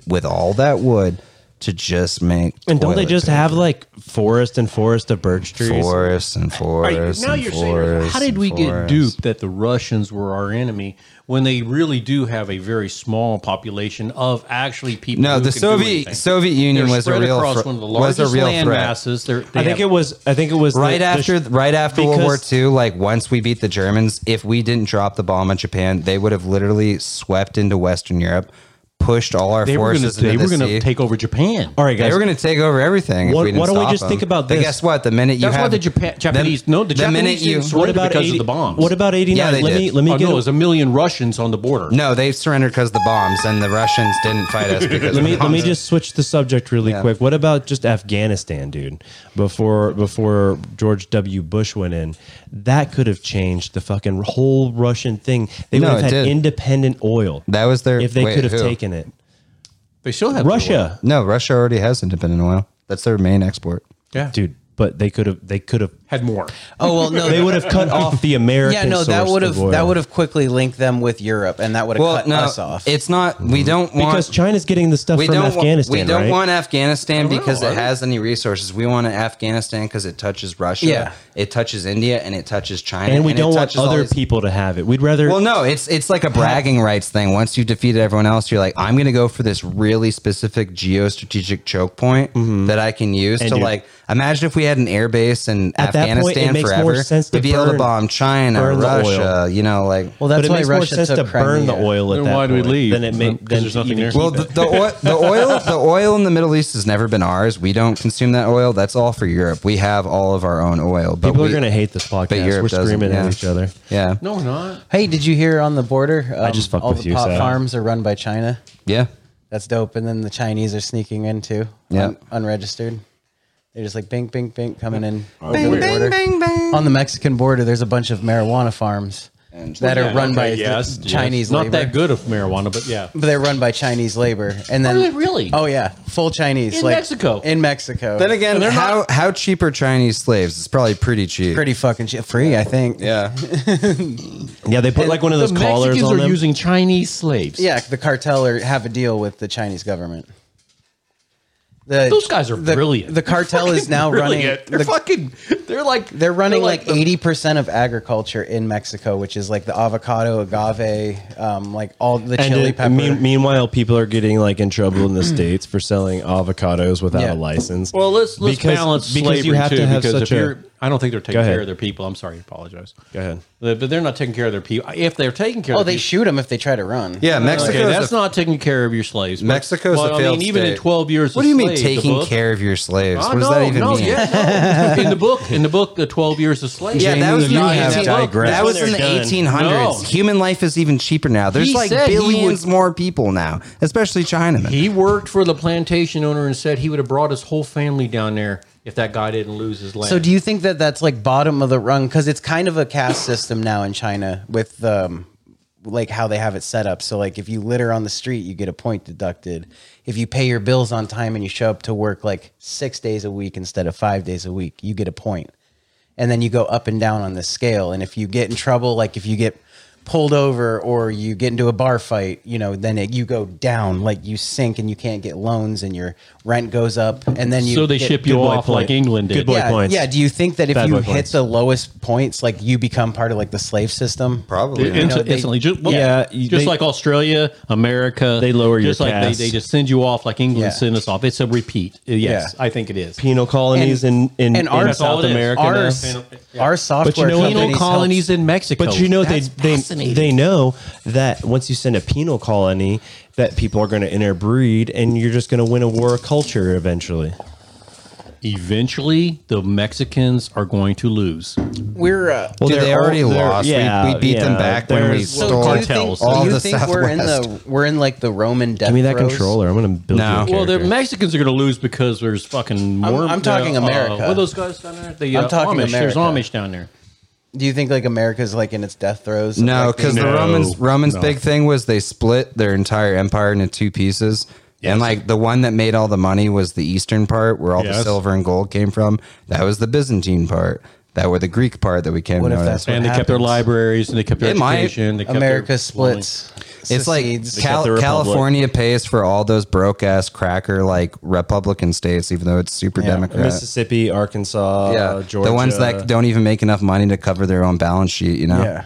Speaker 4: with all that wood to just make
Speaker 2: And don't they
Speaker 4: toilet
Speaker 2: just
Speaker 4: paper.
Speaker 2: have like forest and forest of birch trees?
Speaker 4: forest and forest
Speaker 3: now
Speaker 4: and
Speaker 3: you're saying,
Speaker 4: forest
Speaker 3: how did
Speaker 4: and
Speaker 3: we get
Speaker 4: forest.
Speaker 3: duped that the Russians were our enemy when they really do have a very small population of actually people?
Speaker 4: No,
Speaker 3: who
Speaker 4: the
Speaker 3: can do
Speaker 4: Soviet
Speaker 3: anything?
Speaker 4: Soviet Union
Speaker 3: They're
Speaker 4: was a
Speaker 3: spread
Speaker 4: real
Speaker 3: across
Speaker 4: threat-
Speaker 3: one of the largest
Speaker 4: was a real
Speaker 3: land
Speaker 4: threat.
Speaker 3: masses. They're, they
Speaker 2: I think
Speaker 3: have-
Speaker 2: it was. I think it was the-
Speaker 4: Right
Speaker 2: the sh-
Speaker 4: after right after World War
Speaker 2: because-
Speaker 4: II, like once we beat the Germans, if we didn't drop the bomb on Japan, they would have literally swept into Western Europe, pushed all our
Speaker 3: they were going to
Speaker 4: forces
Speaker 3: they
Speaker 4: into
Speaker 3: were
Speaker 4: the
Speaker 3: going to
Speaker 4: sea.
Speaker 3: take over Japan.
Speaker 2: All right,
Speaker 4: they
Speaker 2: guys.
Speaker 4: were going to take over everything.
Speaker 2: What-
Speaker 4: if we didn't
Speaker 2: why don't we
Speaker 4: stop
Speaker 2: just
Speaker 4: them.
Speaker 2: think about
Speaker 4: But
Speaker 2: this?
Speaker 4: guess what? The minute you
Speaker 3: That's
Speaker 4: have
Speaker 3: why the Japan, Japanese no the, Japanese
Speaker 4: minute you
Speaker 3: didn't surrender because of
Speaker 2: 80
Speaker 3: the bombs.
Speaker 2: What about eighty
Speaker 4: Yeah,
Speaker 2: nine?
Speaker 4: they
Speaker 2: let
Speaker 4: did.
Speaker 2: me let me
Speaker 3: oh,
Speaker 2: get
Speaker 3: no, it was a million Russians on the border.
Speaker 4: no, they surrendered because the bombs and the Russians didn't fight us because
Speaker 2: let
Speaker 4: of
Speaker 2: me
Speaker 4: the
Speaker 2: let me
Speaker 4: bombs.
Speaker 2: just switch the subject really
Speaker 4: Yeah.
Speaker 2: quick. What about just Afghanistan, dude? Before before George W. Bush went in, that could have changed the fucking whole Russian thing. They
Speaker 4: No,
Speaker 2: would have
Speaker 4: it
Speaker 2: had
Speaker 4: did.
Speaker 2: independent oil.
Speaker 4: That was their
Speaker 2: if they
Speaker 4: wait,
Speaker 2: could have
Speaker 4: who?
Speaker 2: taken it.
Speaker 3: They still have
Speaker 2: Russia,
Speaker 4: No, Russia already has independent oil. That's their main export.
Speaker 3: Yeah.
Speaker 2: dude. But they could have. They could have.
Speaker 3: had more.
Speaker 1: Oh well, no,
Speaker 2: [LAUGHS] They would have
Speaker 4: [LAUGHS]
Speaker 2: cut off the American.
Speaker 1: Yeah, no, that
Speaker 2: source
Speaker 1: would have
Speaker 2: of oil.
Speaker 1: that would have quickly linked them with Europe, and that would have
Speaker 4: Well,
Speaker 1: cut
Speaker 4: no,
Speaker 1: us off.
Speaker 4: it's not. We don't want
Speaker 2: Mm-hmm. because China's getting the stuff
Speaker 4: we
Speaker 2: from
Speaker 4: don't
Speaker 2: Afghanistan.
Speaker 4: Want, we don't
Speaker 2: right?
Speaker 4: want Afghanistan because
Speaker 3: know.
Speaker 4: it has any resources. We want Afghanistan because it touches Russia,
Speaker 1: Yeah.
Speaker 4: it touches India, and it touches China,
Speaker 2: and we don't want
Speaker 4: it touches all
Speaker 2: other
Speaker 4: these-
Speaker 2: people to have it. We'd rather.
Speaker 4: Well, no, it's it's like a bragging rights thing. Once you've defeated everyone else, you're like, I'm going to go for this really specific geostrategic choke point
Speaker 2: Mm-hmm.
Speaker 4: that I can use to
Speaker 2: dude-
Speaker 4: like. Imagine if we had an air base in
Speaker 2: At that point, it
Speaker 4: Afghanistan
Speaker 2: makes more
Speaker 4: forever.
Speaker 2: sense to
Speaker 4: we'd be able to
Speaker 2: burn-
Speaker 4: bomb China,
Speaker 2: burn the oil.
Speaker 4: Russia, you know, like.
Speaker 1: well,
Speaker 2: but
Speaker 1: that's
Speaker 2: it
Speaker 1: why
Speaker 2: makes more
Speaker 1: Russia
Speaker 2: sense
Speaker 1: took
Speaker 2: to burn the
Speaker 1: Crimea.
Speaker 2: oil at
Speaker 7: Then
Speaker 2: that
Speaker 7: why do we
Speaker 2: point
Speaker 7: leave?
Speaker 2: than it
Speaker 7: Because
Speaker 2: make than
Speaker 7: there's
Speaker 2: to
Speaker 7: nothing
Speaker 2: even
Speaker 7: there.
Speaker 2: keep
Speaker 4: Well,
Speaker 2: it.
Speaker 4: the, the, oil,
Speaker 3: [LAUGHS]
Speaker 4: the oil, the oil in the Middle East has never been ours. We don't consume that oil. That's all for Europe. We have all of our own oil. But
Speaker 2: People
Speaker 4: we,
Speaker 2: are gonna hate this podcast.
Speaker 4: Europe
Speaker 2: We're
Speaker 4: doesn't,
Speaker 2: screaming
Speaker 4: yeah.
Speaker 2: at each other.
Speaker 4: Yeah,
Speaker 3: No, we're not.
Speaker 1: Hey, did you hear on the border? Um,
Speaker 2: just fucked
Speaker 1: all
Speaker 2: with
Speaker 1: the
Speaker 2: you,
Speaker 1: pot
Speaker 2: so-
Speaker 1: farms are run by China.
Speaker 4: yeah.
Speaker 1: That's dope. And then the Chinese are sneaking in too.
Speaker 4: Yeah.
Speaker 1: un- unregistered. They're just like bing, bing, bing, coming in over
Speaker 4: Oh, Bing,
Speaker 1: the
Speaker 4: bing,
Speaker 1: border.
Speaker 4: bing, bing.
Speaker 1: On the Mexican border, there's a bunch of marijuana farms that are run by
Speaker 3: yes,
Speaker 1: th- Chinese
Speaker 3: Not
Speaker 1: labor.
Speaker 3: that good of marijuana, but yeah.
Speaker 1: But they're run by Chinese labor, and then
Speaker 3: Are they really?
Speaker 1: Oh yeah, full Chinese
Speaker 3: In
Speaker 1: like-
Speaker 3: Mexico?
Speaker 1: In Mexico,
Speaker 4: Then again, how how cheap are Chinese slaves? It's probably pretty cheap.
Speaker 1: pretty fucking shit. free, I think.
Speaker 4: Yeah,
Speaker 2: Yeah, they put like one of those
Speaker 3: the
Speaker 2: collars
Speaker 3: Mexicans
Speaker 2: on
Speaker 3: are
Speaker 2: them.
Speaker 3: using Chinese slaves.
Speaker 1: Yeah, the cartel or have a deal with the Chinese government. The,
Speaker 3: Those guys are
Speaker 1: the-
Speaker 3: brilliant.
Speaker 1: The cartel
Speaker 3: [LAUGHS]
Speaker 1: is now running.
Speaker 3: They're
Speaker 1: the-
Speaker 3: fucking. They're like.
Speaker 1: they're running like
Speaker 3: the-
Speaker 1: eighty percent of agriculture in Mexico, which is like the avocado, agave, um, like all the
Speaker 2: And
Speaker 1: chili
Speaker 2: it-
Speaker 1: pepper.
Speaker 2: mean- meanwhile, people are getting like in trouble in the states for selling avocados without
Speaker 1: Yeah.
Speaker 2: a license.
Speaker 3: Well, let's let's
Speaker 2: Because-
Speaker 3: balance
Speaker 2: because
Speaker 3: slavery
Speaker 2: you have
Speaker 3: too,
Speaker 2: to have
Speaker 3: because
Speaker 2: such
Speaker 3: if
Speaker 2: a-
Speaker 3: you're, I don't think they're
Speaker 2: Go
Speaker 3: taking
Speaker 2: ahead.
Speaker 3: care of their people. I'm sorry, I apologize.
Speaker 2: Go ahead.
Speaker 3: But but they're not taking care of their people. If they're taking care,
Speaker 1: oh,
Speaker 3: of
Speaker 1: they
Speaker 3: their
Speaker 1: shoot them if they try to run.
Speaker 4: [LAUGHS] yeah. Mexico.
Speaker 3: Okay, that's not taking care of your slaves. But,
Speaker 4: Mexico's
Speaker 3: but,
Speaker 4: a
Speaker 3: I
Speaker 4: failed
Speaker 3: mean, even in
Speaker 4: state.
Speaker 3: twelve years.
Speaker 4: What
Speaker 3: a
Speaker 4: do you mean
Speaker 3: slave, the
Speaker 4: taking
Speaker 3: book-
Speaker 4: care of your slaves?
Speaker 3: Oh,
Speaker 4: what does
Speaker 3: no,
Speaker 4: that even
Speaker 3: no,
Speaker 4: mean?
Speaker 3: yeah,
Speaker 4: [LAUGHS]
Speaker 3: no. in the book, in the book, the twelve years of slavery.
Speaker 4: Yeah, that was, in
Speaker 1: you
Speaker 4: the
Speaker 1: have
Speaker 4: 18
Speaker 1: digressed.
Speaker 4: that was
Speaker 2: That's
Speaker 4: in the
Speaker 2: when they're done.
Speaker 3: No.
Speaker 4: 1800s. Human life is even cheaper now. There's
Speaker 3: He
Speaker 4: like
Speaker 3: said he would-
Speaker 4: billions more people now, especially Chinamen.
Speaker 3: He worked for the plantation owner and said he would have brought his whole family down there if that guy didn't lose his land.
Speaker 1: So do you think that that's like bottom of the rung? Because it's kind of a caste system now in China with um, like how they have it set up. So like if you litter on the street, you get a point deducted. If you pay your bills on time and you show up to work like six days a week instead of five days a week, you get a point. And then you go up and down on this scale. And if you get in trouble, like if you get pulled over or you get into a bar fight, you know, then it, you go down, like you sink and you can't get loans and your rent goes up. And then you
Speaker 3: so they
Speaker 1: get
Speaker 3: ship you
Speaker 2: boy
Speaker 3: off
Speaker 2: point.
Speaker 3: like England did.
Speaker 2: Good boy.
Speaker 1: yeah,
Speaker 2: points.
Speaker 1: Yeah. Do you think that if
Speaker 2: Bad
Speaker 1: you
Speaker 2: boy
Speaker 1: hit
Speaker 2: points.
Speaker 1: the lowest points, like you become part of like the slave system?
Speaker 4: Probably.
Speaker 3: Inst-
Speaker 1: know, they-
Speaker 3: instantly, just, well,
Speaker 2: Yeah, you-
Speaker 3: just
Speaker 2: they-
Speaker 3: like Australia, America,
Speaker 2: They lower your
Speaker 3: just like they,
Speaker 2: caste.
Speaker 3: they just send you off like England
Speaker 1: Yeah.
Speaker 3: sent us off. It's a repeat. Uh, Yes, I think it is.
Speaker 2: Penal colonies
Speaker 1: And-
Speaker 2: in in,
Speaker 1: and
Speaker 2: in
Speaker 1: our- That's all
Speaker 2: South
Speaker 3: it is.
Speaker 2: America. now.
Speaker 1: Our, our software
Speaker 2: know what?
Speaker 3: Penal
Speaker 1: companies
Speaker 3: colonies
Speaker 1: helps-
Speaker 3: in Mexico,
Speaker 2: But you know they
Speaker 3: That's
Speaker 2: they
Speaker 3: fascinating.
Speaker 2: they know that once you send a penal colony, that people are going to interbreed, and you're just going to win a war of culture eventually.
Speaker 3: eventually the Mexicans are going to lose.
Speaker 1: we're uh,
Speaker 2: Well,
Speaker 4: Dude, they
Speaker 2: all-
Speaker 4: already
Speaker 2: they're-
Speaker 4: lost. We- we beat them back when we
Speaker 2: there's-
Speaker 4: stole-
Speaker 1: so do you
Speaker 3: cartels.
Speaker 1: think,
Speaker 4: All
Speaker 1: do you
Speaker 4: the
Speaker 1: think we're in the we're in like the Roman death?
Speaker 2: Give me that
Speaker 1: throes?
Speaker 2: controller. I'm going to build.
Speaker 4: No.
Speaker 2: you a
Speaker 3: Well, the
Speaker 2: character.
Speaker 3: Mexicans are going to lose because there's fucking more.
Speaker 1: I'm talking
Speaker 3: uh,
Speaker 1: America.
Speaker 3: what are those guys down there? The,
Speaker 1: I'm
Speaker 3: uh,
Speaker 1: talking
Speaker 3: Amish. There's
Speaker 1: America.
Speaker 3: Amish down there.
Speaker 1: Do you think like America's like in its death throes? of,
Speaker 4: No,
Speaker 1: like,
Speaker 4: because
Speaker 1: being-
Speaker 4: the
Speaker 2: No,
Speaker 4: Romans Romans
Speaker 2: no.
Speaker 4: big thing was they split their entire empire into two pieces. And like the one that made all the money was the eastern part where all
Speaker 7: Yes.
Speaker 4: the silver and gold came from. That was the Byzantine part. that were the Greek part that we came
Speaker 1: What
Speaker 4: to
Speaker 1: if
Speaker 4: know
Speaker 1: that's
Speaker 4: as-
Speaker 1: what
Speaker 3: and they kept their
Speaker 1: happens?
Speaker 3: libraries and they kept their
Speaker 4: It might.
Speaker 3: education. They kept their
Speaker 1: America
Speaker 3: swelling.
Speaker 1: splits.
Speaker 4: It's like
Speaker 1: secedes.
Speaker 4: Cal-
Speaker 2: the Republic.
Speaker 4: California pays for all those broke ass cracker like Republican states, even though it's super Democrat.
Speaker 2: Mississippi, Arkansas,
Speaker 4: Yeah,
Speaker 2: Georgia,
Speaker 4: the ones that don't even make enough money to cover their own balance sheet, you know,
Speaker 1: yeah.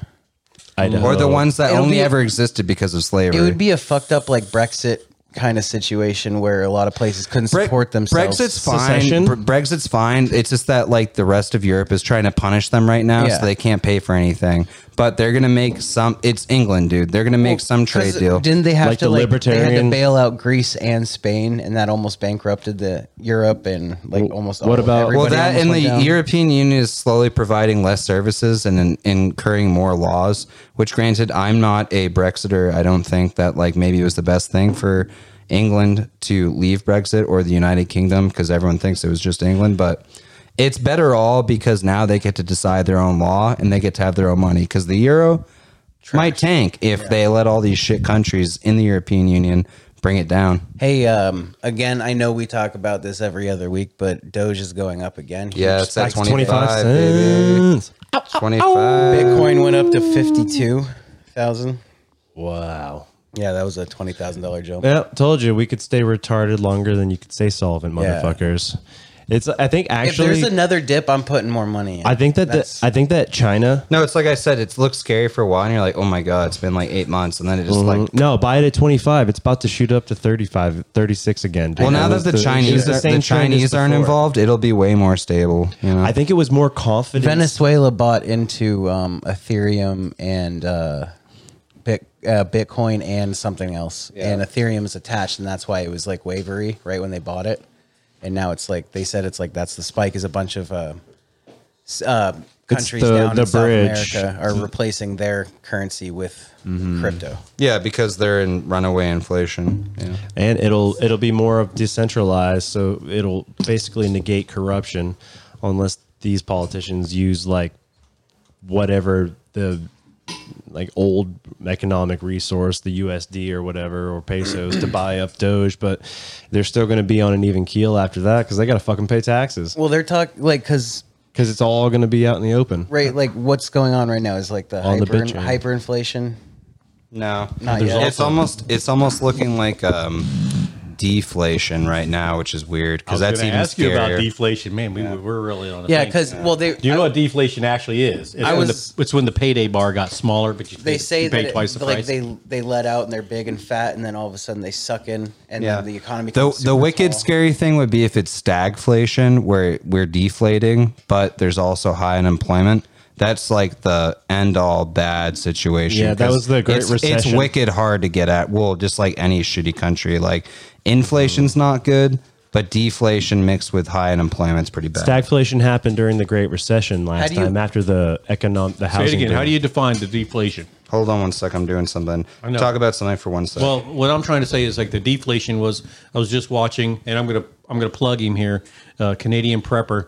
Speaker 2: Idaho.
Speaker 4: or the ones that
Speaker 1: It'll
Speaker 4: only
Speaker 1: be-
Speaker 4: ever existed because of slavery.
Speaker 1: It would be a fucked up like Brexit kind of situation where a lot of places couldn't
Speaker 4: Bre-
Speaker 1: support themselves.
Speaker 4: Brexit's fine.
Speaker 2: Secession?
Speaker 4: Bre- Brexit's fine. It's just that like the rest of Europe is trying to punish them right now,
Speaker 1: Yeah.
Speaker 4: so they can't pay for anything. But they're gonna make some. It's England, dude. They're gonna make some trade
Speaker 1: 'Cause
Speaker 4: deal.
Speaker 1: Didn't they have
Speaker 2: Like
Speaker 1: to
Speaker 2: the
Speaker 1: like they had
Speaker 2: libertarian-
Speaker 1: to bail out Greece and Spain, and that almost bankrupted the Europe and like almost.
Speaker 2: what
Speaker 1: all-
Speaker 2: about-
Speaker 1: everybody
Speaker 4: well, that
Speaker 1: almost
Speaker 4: and the
Speaker 1: went down.
Speaker 4: European Union is slowly providing less services and in, incurring more laws. Which, granted, I'm not a Brexiter. I don't think that like maybe it was the best thing for England to leave Brexit or the United Kingdom because everyone thinks it was just England, but. It's better all because now they get to decide their own law and they get to have their own money because the euro might tank if they let all these shit countries in the European Union bring it down.
Speaker 1: Hey, um, again, I know we talk about this every other week, but Doge is going up again.
Speaker 4: Yeah, it's at
Speaker 2: Back to 25
Speaker 4: 25, baby.
Speaker 2: cents.
Speaker 1: Oh,
Speaker 4: 25.
Speaker 1: Bitcoin went up to fifty-two thousand.
Speaker 3: Wow.
Speaker 1: Yeah, that was a twenty thousand dollar jump.
Speaker 2: Yeah, told you we could stay retarded longer than you could stay solvent,
Speaker 1: Yeah.
Speaker 2: motherfuckers. It's I think
Speaker 1: if
Speaker 2: actually
Speaker 1: there's another dip, I'm putting more money. In.
Speaker 2: I think that the,
Speaker 1: That's-
Speaker 2: I think that China
Speaker 4: No, it's like I said, it looks scary for a while, and you're like, oh my God, it's been like eight months. And then it just like,
Speaker 2: mm-hmm. no, buy it at 25. It's about to shoot up to 35, 36 again. dude.
Speaker 4: well, now
Speaker 2: It
Speaker 4: that
Speaker 2: was
Speaker 4: the,
Speaker 2: it was
Speaker 4: Chinese, are, the
Speaker 2: same trend as
Speaker 4: Chinese aren't
Speaker 2: before.
Speaker 4: involved, it'll be way more stable. You know?
Speaker 2: I think it was more confident.
Speaker 1: Venezuela bought into um, Ethereum and uh, Bit, uh, Bitcoin and something else, and Ethereum is attached, and that's why it was like wavery right when they bought it, and now it's like they said it's like that's the spike is a bunch of uh, s- uh, countries
Speaker 2: the-
Speaker 1: down
Speaker 2: the
Speaker 1: in South
Speaker 2: bridge. Mm-hmm.
Speaker 1: America are replacing their currency with crypto.
Speaker 4: yeah, because they're in runaway inflation. Yeah.
Speaker 2: and it'll it'll be more of decentralized, so it'll basically negate corruption, unless these politicians use like whatever the like old economic resource, the USD or whatever, or pesos to buy up Doge, but they're still going to be on an even keel after that because they got to fucking pay taxes
Speaker 1: Well, they're talking like because
Speaker 2: because it's all going to be out in the open.
Speaker 1: right, like what's going on right now is like the,
Speaker 2: On the
Speaker 1: hyper,
Speaker 2: Bitcoin.
Speaker 1: hyperinflation.
Speaker 4: No,
Speaker 1: Not There's yet.
Speaker 4: It's almost, it's almost looking like um, deflation right now, which is weird
Speaker 3: I was
Speaker 4: because that's
Speaker 3: gonna
Speaker 4: even
Speaker 3: ask you about
Speaker 4: scarier.
Speaker 3: deflation, man. We we're really on. A
Speaker 1: Yeah,
Speaker 3: thing.
Speaker 1: because well, they
Speaker 3: do you know what deflation actually is? It's
Speaker 1: I
Speaker 3: when
Speaker 1: was-
Speaker 3: the, it's when the payday bar got smaller, but you
Speaker 1: they
Speaker 3: paid-
Speaker 1: say
Speaker 3: you paid
Speaker 1: that it-
Speaker 3: twice the
Speaker 1: like
Speaker 3: price.
Speaker 1: they they let out and they're big and fat and then all of a sudden they suck in and
Speaker 4: yeah.
Speaker 1: then the economy
Speaker 4: The,
Speaker 1: becomes
Speaker 4: the
Speaker 1: super
Speaker 4: wicked
Speaker 1: small.
Speaker 4: scary thing would be if it's stagflation, where we're deflating, but there's also high unemployment. That's like the end all bad situation.
Speaker 2: Yeah, that
Speaker 4: 'cause
Speaker 2: was the Great
Speaker 4: it's, It's
Speaker 2: Recession.
Speaker 4: wicked hard to get at. Well, just like any shitty country, like
Speaker 2: Mm.
Speaker 4: inflation's not good, but deflation mixed with high unemployment's pretty bad.
Speaker 2: Stagflation happened during the Great Recession last
Speaker 1: do you-
Speaker 2: time after the economic the
Speaker 3: Say
Speaker 2: housing.
Speaker 3: it again. How
Speaker 2: boom.
Speaker 3: do you define the deflation?
Speaker 4: Hold on one sec. I'm doing something.
Speaker 3: know.
Speaker 4: Talk about something for one sec.
Speaker 3: Well, what I'm trying to say is like the deflation was. I was just watching, and I'm gonna I'm gonna plug him here, uh, Canadian prepper,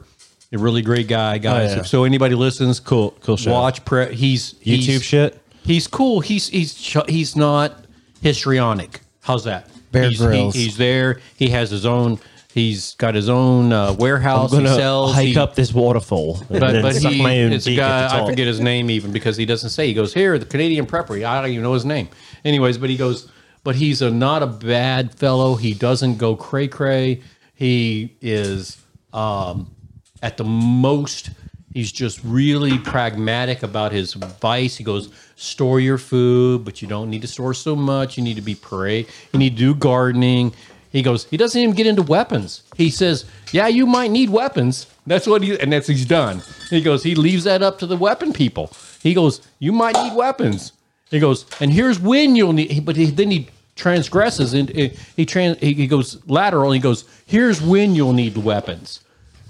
Speaker 3: a really great guy, guys.
Speaker 2: Oh, yeah.
Speaker 3: If so anybody listens, cool, cool.
Speaker 2: show.
Speaker 3: Watch prep. He's
Speaker 2: YouTube
Speaker 3: he's-
Speaker 2: shit?
Speaker 3: He's cool. He's he's ch- he's not histrionic. How's that?
Speaker 1: Bear
Speaker 3: he's, he-
Speaker 1: Grylls.
Speaker 3: he's there. He has his own. He's got his own uh,
Speaker 2: I'm
Speaker 3: warehouse.
Speaker 2: gonna
Speaker 3: he sells.
Speaker 2: hike
Speaker 3: he,
Speaker 2: up this waterfall and
Speaker 3: but,
Speaker 2: then
Speaker 3: but
Speaker 2: suck
Speaker 3: he
Speaker 2: my own
Speaker 3: it's a
Speaker 2: dick at the
Speaker 3: guy I
Speaker 2: top.
Speaker 3: forget his name even because he doesn't say he goes here the Canadian prepper I don't even know his name anyways but he goes but he's a not a bad fellow he doesn't go cray cray he is um, at the most he's just really pragmatic about his advice he goes store your food but you don't need to store so much you need to be pray you need to do gardening he goes he doesn't even get into weapons he says yeah you might need weapons that's what he and that's he's done he goes he leaves that up to the weapon people he goes you might need weapons he goes, and here's when you'll need. he- But he, then he transgresses and he he trans, he he goes lateral. And he goes, here's when you'll need weapons.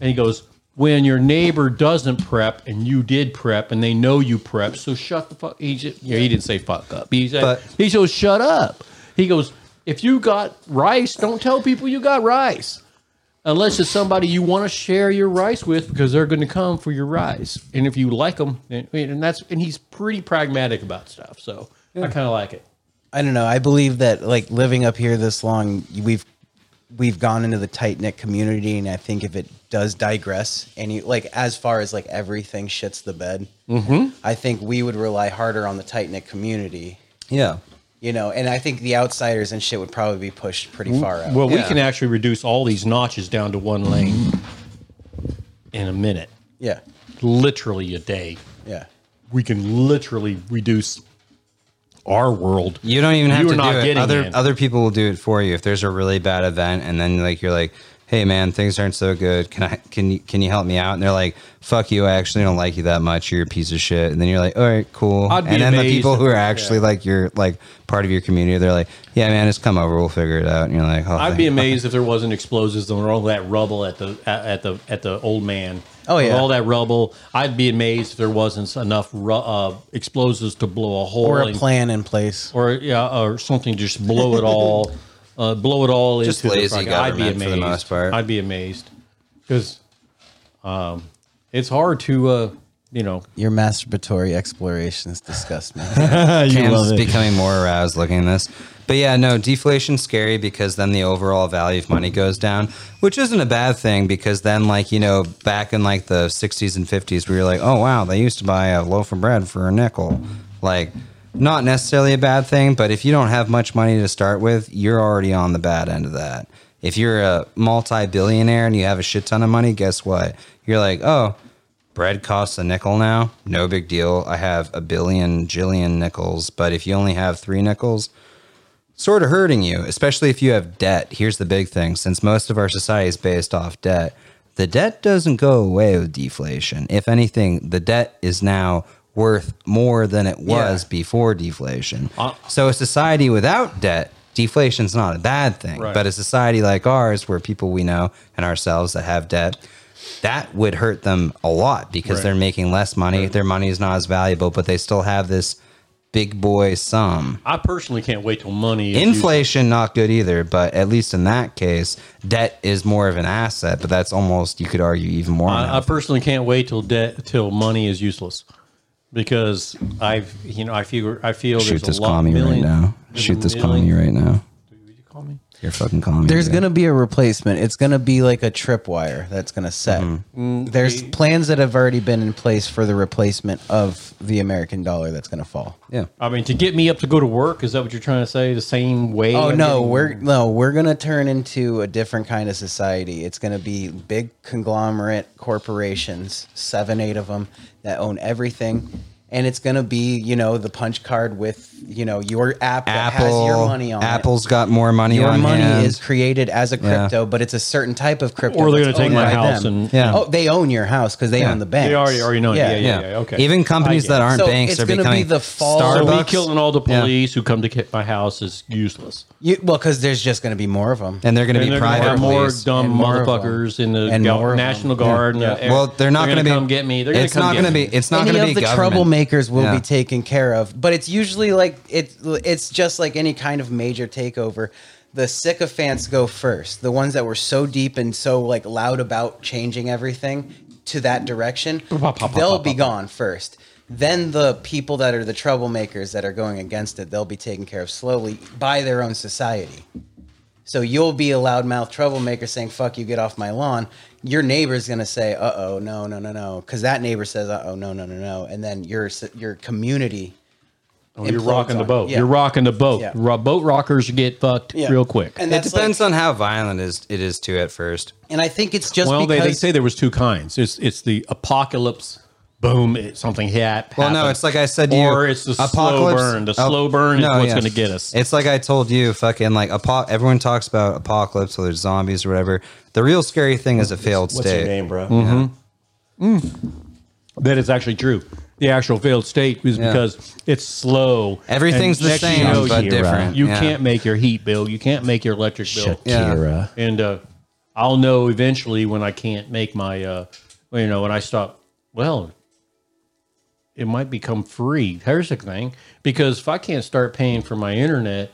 Speaker 3: And he goes, when your neighbor doesn't prep and you did prep and they know you prep, so shut the fuck. He just, yeah, he didn't say fuck up. He said
Speaker 4: But-
Speaker 3: he goes, shut up. He goes, if you got rice, don't tell people you got rice. Unless it's somebody you want to share your rice with, because they're going to come for your rice, and if you like them, and, and that's and he's pretty pragmatic about stuff, so I kind of like it.
Speaker 1: I don't know. I believe that like living up here this long, we've we've gone into the tight knit community, and I think if it does digress, and you like as far as like everything shits the bed, I think we would rely harder on the tight knit community,
Speaker 4: Yeah.
Speaker 1: you know. And I think the outsiders and shit would probably be pushed pretty far out.
Speaker 3: Well, we
Speaker 4: Yeah.
Speaker 3: can actually reduce all these notches down to one lane in a minute,
Speaker 1: yeah,
Speaker 3: literally a day.
Speaker 1: yeah.
Speaker 3: We can literally reduce our world.
Speaker 4: You don't even have
Speaker 3: You're
Speaker 4: to
Speaker 3: not
Speaker 4: do it.
Speaker 3: getting
Speaker 4: Other
Speaker 3: in.
Speaker 4: other people will do it for you. If there's a really bad event, and then like you're like, "Hey man, things aren't so good. Can I can you can you help me out?" And they're like, "Fuck you, I actually don't like you that much. You're a piece of shit." And then you're like, "All right, cool."
Speaker 3: I'd be
Speaker 4: and then the
Speaker 3: amazed
Speaker 4: people
Speaker 3: if-
Speaker 4: who are actually like your like part of your community, they're like, "Yeah man, just come over. We'll figure it out." And you're like, oh,
Speaker 3: I'd
Speaker 4: thank
Speaker 3: be
Speaker 4: God."
Speaker 3: amazed if there wasn't explosives and all that rubble at the at at the at the old man.
Speaker 1: Oh,
Speaker 3: With
Speaker 1: yeah.
Speaker 3: all that rubble. I'd be amazed if there wasn't enough ru- uh, explosives to blow a hole
Speaker 1: Or a
Speaker 3: in-
Speaker 1: plan in place.
Speaker 3: or yeah, or something. Just blow it
Speaker 4: [LAUGHS]
Speaker 3: all, uh, blow it all
Speaker 4: Just
Speaker 3: into
Speaker 4: lazy
Speaker 3: the fucking- I'd be
Speaker 4: government
Speaker 3: amazed.
Speaker 4: for the most part.
Speaker 3: I'd be amazed because um, it's hard to uh, you know.
Speaker 1: Your masturbatory explorations disgust me.
Speaker 2: you
Speaker 4: Cam's
Speaker 2: love it.
Speaker 4: becoming more aroused looking at this. But yeah, no, deflation's scary because then the overall value of money goes down, which isn't a bad thing because then, like, you know, back in like the 60s and 50s, we were like, oh, wow, they used to buy a loaf of bread for a nickel. Like, not necessarily a bad thing, but if you don't have much money to start with, you're already on the bad end of that. If you're a multi billionaire and you have a shit ton of money, guess what? You're like, oh, bread costs a nickel now no big deal i have a billion jillion nickels but if you only have three nickels sort of hurting you especially if you have debt here's the big thing since most of our society is based off debt the debt doesn't go away with deflation if anything the debt is now worth more than it was before deflation so a society without debt deflation's not a bad thing but a society like ours where people we know and ourselves that have debt that would hurt them a lot because they're making less money. Their money is not as valuable, but they still have this big boy sum.
Speaker 3: I personally can't wait till money is used-
Speaker 4: Inflation, not good either, but at least in that case, debt is more of an asset, but that's almost, you could argue, even more.
Speaker 3: I, I
Speaker 4: now.
Speaker 3: personally can't wait till debt till money is useless because I've you know I feel I feel
Speaker 4: Shoot
Speaker 3: there's
Speaker 4: this
Speaker 3: a lot
Speaker 4: commie right
Speaker 3: million-
Speaker 4: now.
Speaker 3: there's a
Speaker 4: Shoot this
Speaker 3: million-
Speaker 4: commie right now.
Speaker 3: Would you call me?
Speaker 4: You're fucking commie.
Speaker 1: There's
Speaker 4: dude.
Speaker 1: gonna be a replacement. It's gonna be like a tripwire that's gonna set.
Speaker 4: Mm-hmm.
Speaker 1: There's plans that have already been in place for the replacement of the American dollar that's gonna fall.
Speaker 4: Yeah.
Speaker 3: I mean, to get me up to go to work is that what you're trying to say? The same way?
Speaker 1: Oh
Speaker 3: I'm
Speaker 1: no,
Speaker 3: getting-
Speaker 1: we're no, we're gonna turn into a different kind of society. It's gonna be big conglomerate corporations, seven, eight of them that own everything, and it's gonna be you know the punch card with you know your app that
Speaker 4: Apple,
Speaker 1: has your money on it.
Speaker 4: Apple's got more money
Speaker 1: Your
Speaker 4: on
Speaker 1: money
Speaker 4: hand.
Speaker 1: is created as a crypto, but it's a certain type of crypto.
Speaker 3: Or they're
Speaker 1: that's
Speaker 3: gonna take
Speaker 1: owned
Speaker 3: my
Speaker 1: by
Speaker 3: house
Speaker 1: them.
Speaker 3: and-
Speaker 4: Yeah.
Speaker 1: oh, they own your house because they own the bank.
Speaker 3: They already already know. it. Yeah, yeah, yeah. okay.
Speaker 4: Even companies
Speaker 3: I get
Speaker 4: that
Speaker 3: it.
Speaker 4: aren't
Speaker 1: So
Speaker 4: banks
Speaker 1: it's
Speaker 4: are
Speaker 1: gonna be
Speaker 4: becoming
Speaker 1: the fall-
Speaker 3: So
Speaker 4: Starbucks.
Speaker 3: me killing all the
Speaker 4: Yeah.
Speaker 3: police who come to hit my house is useless.
Speaker 1: You, well, because there's just going to be more of them.
Speaker 4: and they're going to
Speaker 3: And
Speaker 4: be
Speaker 3: they're gonna
Speaker 4: private
Speaker 3: have more
Speaker 4: police.
Speaker 3: dumb
Speaker 1: And more of
Speaker 3: motherfuckers in the
Speaker 1: And
Speaker 3: Gal-
Speaker 1: more of them.
Speaker 3: National Guard. and the air-
Speaker 4: Well, they're not
Speaker 3: gonna
Speaker 4: going to
Speaker 3: come get me. They're
Speaker 4: it's
Speaker 3: gonna
Speaker 4: not
Speaker 3: come
Speaker 4: going to
Speaker 3: get
Speaker 4: be.
Speaker 3: me.
Speaker 4: It's not
Speaker 1: any
Speaker 4: going to
Speaker 1: of the
Speaker 4: be government.
Speaker 1: troublemakers will
Speaker 4: Yeah.
Speaker 1: be taken care of, but it's usually like it. It's just like any kind of major takeover. The sycophants go first. The ones that were so deep and so like loud about changing everything to that direction, they'll be gone first. Then the people that are the troublemakers that are going against it, they'll be taken care of slowly by their own society. So you'll be a loudmouth troublemaker saying "fuck you, get off my lawn." Your neighbor's gonna say "uh oh, no, no, no, no," because that neighbor says "uh oh, no, no, no, no," and then your s- your community.
Speaker 3: Oh, you're
Speaker 1: implodes
Speaker 3: rocking the
Speaker 1: on it.
Speaker 3: boat.
Speaker 1: Yeah.
Speaker 3: You're rocking the boat.
Speaker 1: Yeah.
Speaker 3: Ro- boat rockers get fucked
Speaker 1: Yeah.
Speaker 3: real quick.
Speaker 1: And
Speaker 4: It
Speaker 1: that's
Speaker 4: depends
Speaker 1: like-
Speaker 4: on how violent is it is too at first.
Speaker 1: and I think it's just
Speaker 3: well, they,
Speaker 1: because
Speaker 3: they say there was two kinds. It's it's the apocalypse. Boom! It, something hit.
Speaker 4: Well, no, it's like I said to you.
Speaker 3: or it's the slow
Speaker 4: apocalypse-
Speaker 3: burn. The
Speaker 4: oh,
Speaker 3: slow burn
Speaker 4: no,
Speaker 3: is what's
Speaker 4: yeah.
Speaker 3: going to get us.
Speaker 4: It's like I told you, fucking like apo- everyone talks about apocalypse or there's zombies or whatever. The real scary thing is a failed
Speaker 2: What's
Speaker 4: state.
Speaker 2: your name, bro?
Speaker 3: That is actually true. The actual failed state is
Speaker 4: Yeah.
Speaker 3: because it's slow.
Speaker 4: Everything's
Speaker 3: And
Speaker 4: the
Speaker 3: next thing
Speaker 4: same,
Speaker 3: you know,
Speaker 4: but
Speaker 3: you-
Speaker 4: different.
Speaker 3: You
Speaker 4: Yeah.
Speaker 3: can't make your heat bill. You can't make your electric bill.
Speaker 2: Shakira.
Speaker 3: And uh, I'll know eventually when I can't make my, uh, you know, when I stop. Well, it might become free. Here's the thing, because if I can't start paying for my internet,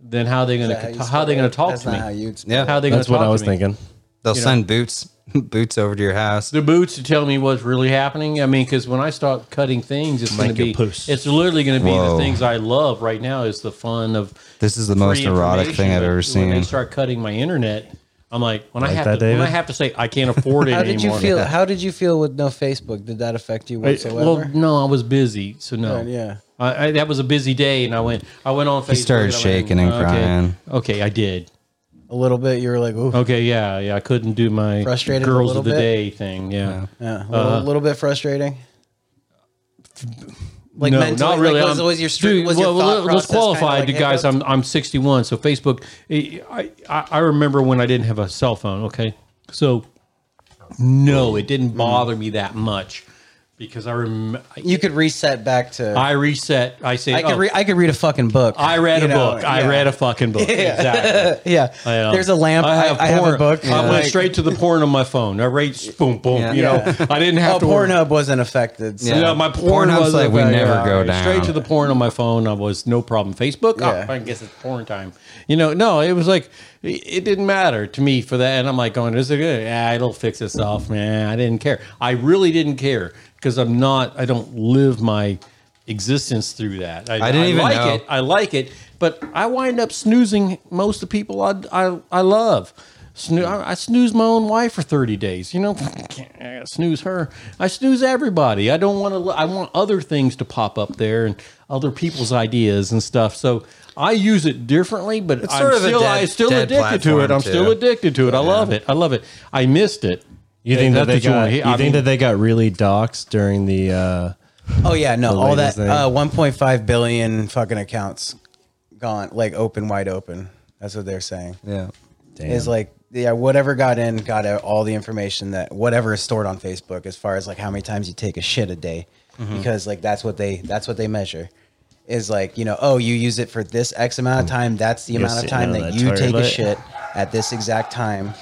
Speaker 3: then how are they going
Speaker 1: how you
Speaker 3: to how are they
Speaker 1: spell
Speaker 3: going
Speaker 1: it?
Speaker 3: to talk
Speaker 1: That's
Speaker 3: to
Speaker 1: not
Speaker 3: me?
Speaker 1: how you
Speaker 4: Yeah.
Speaker 3: How are they going
Speaker 2: That's
Speaker 3: to talk
Speaker 2: what I was
Speaker 3: to me?
Speaker 2: thinking.
Speaker 4: The They'll send boots [LAUGHS] boots over to your house.
Speaker 3: the boots to tell me what's really happening. I mean, because when I start cutting things, it's going to
Speaker 2: Make your
Speaker 3: be
Speaker 2: posts.
Speaker 3: it's literally going to be
Speaker 4: Whoa.
Speaker 3: the things I love right now. Is the fun of
Speaker 4: This is the most
Speaker 3: free
Speaker 4: erotic thing
Speaker 3: information,
Speaker 4: I've
Speaker 3: but
Speaker 4: ever
Speaker 3: When they
Speaker 4: seen.
Speaker 3: start cutting my internet, I'm like, when I
Speaker 2: Like
Speaker 3: have
Speaker 2: that,
Speaker 3: to, when I
Speaker 2: David?
Speaker 3: have to say I can't afford it
Speaker 1: [LAUGHS] How did
Speaker 3: anymore.
Speaker 1: you feel? How did you feel with no Facebook? Did that affect you whatsoever?
Speaker 3: Well, no, I was busy, so no.
Speaker 1: Right, yeah.
Speaker 3: I, I, that was a busy day, and I went. I went on Facebook.
Speaker 4: started
Speaker 3: and I went,
Speaker 4: shaking and
Speaker 3: okay,
Speaker 4: crying.
Speaker 3: Okay, I did.
Speaker 1: a little bit. You were like, ooh,
Speaker 3: Okay, yeah, yeah. I couldn't do my
Speaker 1: Frustrated a
Speaker 3: girls
Speaker 1: little
Speaker 3: of the
Speaker 1: bit?
Speaker 3: day thing. Yeah,
Speaker 1: yeah, a
Speaker 3: Uh-huh.
Speaker 1: little, little bit frustrating. Like
Speaker 3: no,
Speaker 1: mentally,
Speaker 3: not really.
Speaker 1: Like, was,
Speaker 3: I'm-
Speaker 1: was your str-
Speaker 3: dude,
Speaker 1: was your
Speaker 3: well,
Speaker 1: thought
Speaker 3: let-
Speaker 1: process
Speaker 3: let's
Speaker 1: kinda
Speaker 3: qualify,
Speaker 1: like
Speaker 3: the guys.
Speaker 1: hiccups?
Speaker 3: I'm I'm 61, so Facebook. eh, I, I I remember when I didn't have a cell phone. Okay, so no, it
Speaker 1: Mm.
Speaker 3: didn't bother me that much because I remember
Speaker 1: you could reset back to. I,
Speaker 3: I reset. I say I,
Speaker 1: could re- I could read a fucking book.
Speaker 3: I read
Speaker 1: you
Speaker 3: a
Speaker 1: know,
Speaker 3: book. I read a fucking book.
Speaker 1: [LAUGHS]
Speaker 3: Exactly.
Speaker 1: Yeah,
Speaker 3: Yeah.
Speaker 1: there's a lamp. I have, I, have
Speaker 3: porn.
Speaker 1: a book.
Speaker 3: I went
Speaker 1: Like,
Speaker 3: straight to the porn on my phone. I rate boom boom. You know,
Speaker 1: Yeah.
Speaker 3: I didn't have
Speaker 1: oh,
Speaker 3: to. worry-
Speaker 1: Pornhub wasn't affected. So.
Speaker 3: Yeah,
Speaker 4: Yeah.
Speaker 3: my porn
Speaker 4: Pornhub's
Speaker 3: was
Speaker 4: like, we
Speaker 3: about-
Speaker 4: never
Speaker 3: yeah,
Speaker 4: go
Speaker 3: all
Speaker 4: down.
Speaker 3: Straight to the porn on my phone. I was no problem. Facebook,
Speaker 1: Yeah.
Speaker 3: oh, I guess it's porn time. You know, no, it was like it it didn't matter to me for that. And I'm like going, "Is it good? Yeah, it'll fix itself, man." I didn't care. I really didn't care because I'm not. I don't live my existence through that.
Speaker 4: I didn't even
Speaker 3: like
Speaker 4: know.
Speaker 3: it. I like it, but I wind up snoozing most of the people I I, I love. Snoo- I, I snooze my own wife for thirty days. You know, [LAUGHS] I snooze her. I snooze everybody. I don't want to. I want other things to pop up there and other people's ideas and stuff. So I use it differently, but I'm
Speaker 4: sort of a
Speaker 3: still
Speaker 4: dead-
Speaker 3: I'm still
Speaker 4: dead
Speaker 3: addicted to it.
Speaker 4: platform,
Speaker 3: I'm still
Speaker 4: too.
Speaker 3: addicted to it. I love it. I love it. I missed it.
Speaker 2: You think that
Speaker 3: Not
Speaker 2: they
Speaker 3: you wanna
Speaker 2: got? You
Speaker 3: hear-
Speaker 2: think
Speaker 3: I mean-
Speaker 2: that they got really doxxed during the? Uh,
Speaker 1: Oh yeah, no, all that
Speaker 2: latest thing.
Speaker 1: uh, 1.5 billion fucking accounts gone, like open, wide open. That's what they're saying.
Speaker 4: Yeah.
Speaker 1: Is like yeah, whatever got in got out all the information that whatever is stored on Facebook as far as like how many times you take a shit a day, because like that's what they that's what they measure. Is like you know oh you use it for this X amount of time. That's the amount of
Speaker 2: sitting
Speaker 1: time
Speaker 2: on
Speaker 1: that
Speaker 2: the
Speaker 1: you take a
Speaker 2: toilet.
Speaker 1: shit at this exact time.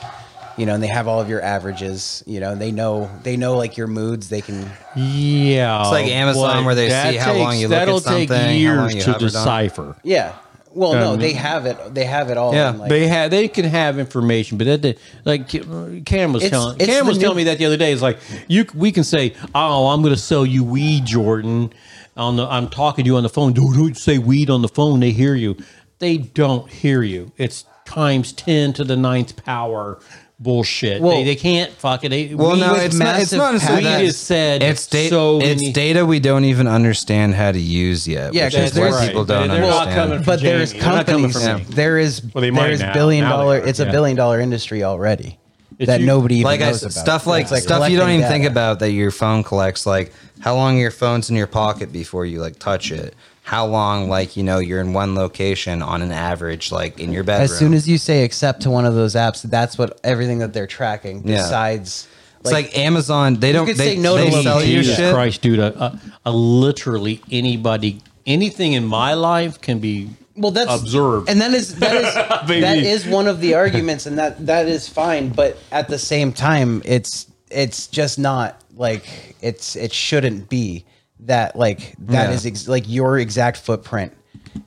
Speaker 1: You know, and they have all of your averages. You know, and they know they know like your moods. They can
Speaker 3: Yeah, it's
Speaker 4: like Amazon where they see how long you look at
Speaker 3: that'll
Speaker 4: something, how
Speaker 3: take
Speaker 4: long
Speaker 3: years
Speaker 4: you
Speaker 3: to
Speaker 4: hovered on.
Speaker 3: decipher.
Speaker 1: Yeah. Well, no, they have it. They have it all.
Speaker 4: Yeah,
Speaker 1: in, like,
Speaker 3: they have they can have information, but that, that- like Cam was
Speaker 1: It's-
Speaker 3: telling
Speaker 1: it's
Speaker 3: Cam
Speaker 1: the
Speaker 3: was
Speaker 1: new-
Speaker 3: telling me that the other day. It's like you c- we can say, "Oh, I'm going to sell you weed, Jordan." On the I'm talking to you on the phone. Dude, who'd say weed on the phone? They hear you. They don't hear you. It's times ten to the ninth power bullshit.
Speaker 1: Well-
Speaker 3: they, they can't fucking. They,
Speaker 4: Well,
Speaker 3: weed
Speaker 4: no,
Speaker 3: with
Speaker 4: it's not. It's
Speaker 1: massive
Speaker 4: not necessarily
Speaker 3: patterns.
Speaker 4: that.
Speaker 3: Weed is said
Speaker 4: It's data.
Speaker 3: so
Speaker 4: it's
Speaker 3: many-
Speaker 4: data we don't even understand how to use yet.
Speaker 1: Yeah,
Speaker 4: which
Speaker 1: 'cause
Speaker 4: is
Speaker 1: there's-
Speaker 4: what people
Speaker 3: Right.
Speaker 4: don't
Speaker 3: They're not coming from
Speaker 4: understand.
Speaker 1: but there's
Speaker 3: Jamie. They're not coming
Speaker 1: companies.
Speaker 3: from me.
Speaker 1: There is
Speaker 3: they might
Speaker 1: there is
Speaker 3: now.
Speaker 1: billion
Speaker 3: Now they
Speaker 1: dollar.
Speaker 3: are,
Speaker 1: It's
Speaker 3: yeah.
Speaker 1: a billion dollar industry already that
Speaker 3: you-
Speaker 1: nobody even
Speaker 4: Like I
Speaker 1: knows
Speaker 4: said,
Speaker 1: about.
Speaker 4: stuff like,
Speaker 1: It's like
Speaker 4: stuff you don't
Speaker 1: collecting
Speaker 4: even think
Speaker 1: data.
Speaker 4: about that your phone collects. Like how long your phone's in your pocket before you like touch it. How long like you know you're in one location on an average like in your bedroom.
Speaker 1: As soon as you say accept to one of those apps, that's what everything that they're tracking.
Speaker 4: Yeah.
Speaker 1: Besides,
Speaker 4: it's like, Amazon, they don't
Speaker 1: could
Speaker 4: they,
Speaker 1: say no to
Speaker 4: they
Speaker 1: love
Speaker 4: sell you
Speaker 3: Jesus
Speaker 4: shit.
Speaker 3: Christ, dude! Uh, uh, uh, literally anybody, anything in my life can be
Speaker 1: well, that's
Speaker 3: observed.
Speaker 1: and that is that
Speaker 3: [LAUGHS]
Speaker 1: is
Speaker 3: Baby.
Speaker 1: that is one of the arguments, and that that is fine. But at the same time, it's it's just not like it's it shouldn't be that like that
Speaker 4: Yeah.
Speaker 1: is ex- like your exact footprint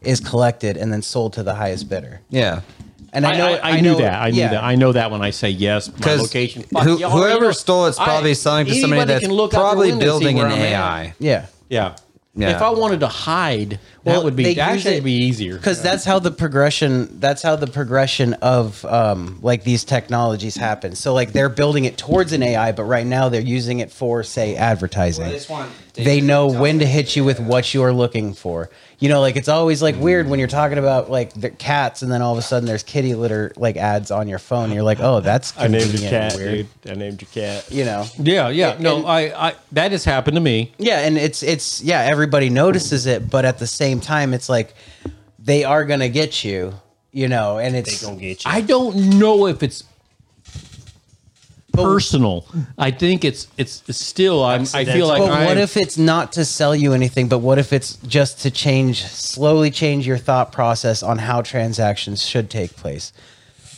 Speaker 1: is collected and then sold to the highest bidder.
Speaker 4: Yeah.
Speaker 1: And I know
Speaker 3: I, I knew
Speaker 1: know-
Speaker 3: that. I knew
Speaker 1: yeah.
Speaker 3: that. I know that when I say yes, my
Speaker 4: 'Cause
Speaker 3: location.
Speaker 4: who-
Speaker 3: Fuck, y'all already
Speaker 4: whoever
Speaker 3: know.
Speaker 4: stole it's probably selling to somebody
Speaker 3: anybody
Speaker 4: that's
Speaker 3: can look out their
Speaker 4: probably
Speaker 3: window and see
Speaker 4: building
Speaker 3: where
Speaker 4: an
Speaker 3: I'm at.
Speaker 4: AI.
Speaker 1: yeah.
Speaker 3: Yeah.
Speaker 4: Yeah.
Speaker 3: If I wanted to hide, that would be actually it'd be easier.
Speaker 1: because that's how the progression. That's how the progression of um, like these technologies happen. So like they're building it towards an AI, but right now they're using it for say advertising.
Speaker 4: Well, they just want data
Speaker 1: they know
Speaker 4: to
Speaker 1: when to hit you with what you're looking for. You know, like it's always like weird when you're talking about like the cats, and then all of a sudden there's kitty litter like ads on your phone. You're like, oh, that's
Speaker 2: I named
Speaker 1: convenient
Speaker 2: your
Speaker 1: and
Speaker 2: cat,
Speaker 1: weird.
Speaker 2: dude. I named your cat.
Speaker 1: You know,
Speaker 3: yeah, yeah. No,
Speaker 1: and-
Speaker 3: I, I that has happened to me.
Speaker 1: Yeah, and it's it's yeah, everybody notices it, but at the same time, it's like they are gonna get you, you know, and it's
Speaker 2: get
Speaker 3: I don't know if it's personal. I think it's it's still. I'm, I feel like.
Speaker 1: but what
Speaker 3: I'm-
Speaker 1: if it's not to sell you anything, but what if it's just to change slowly change your thought process on how transactions should take place?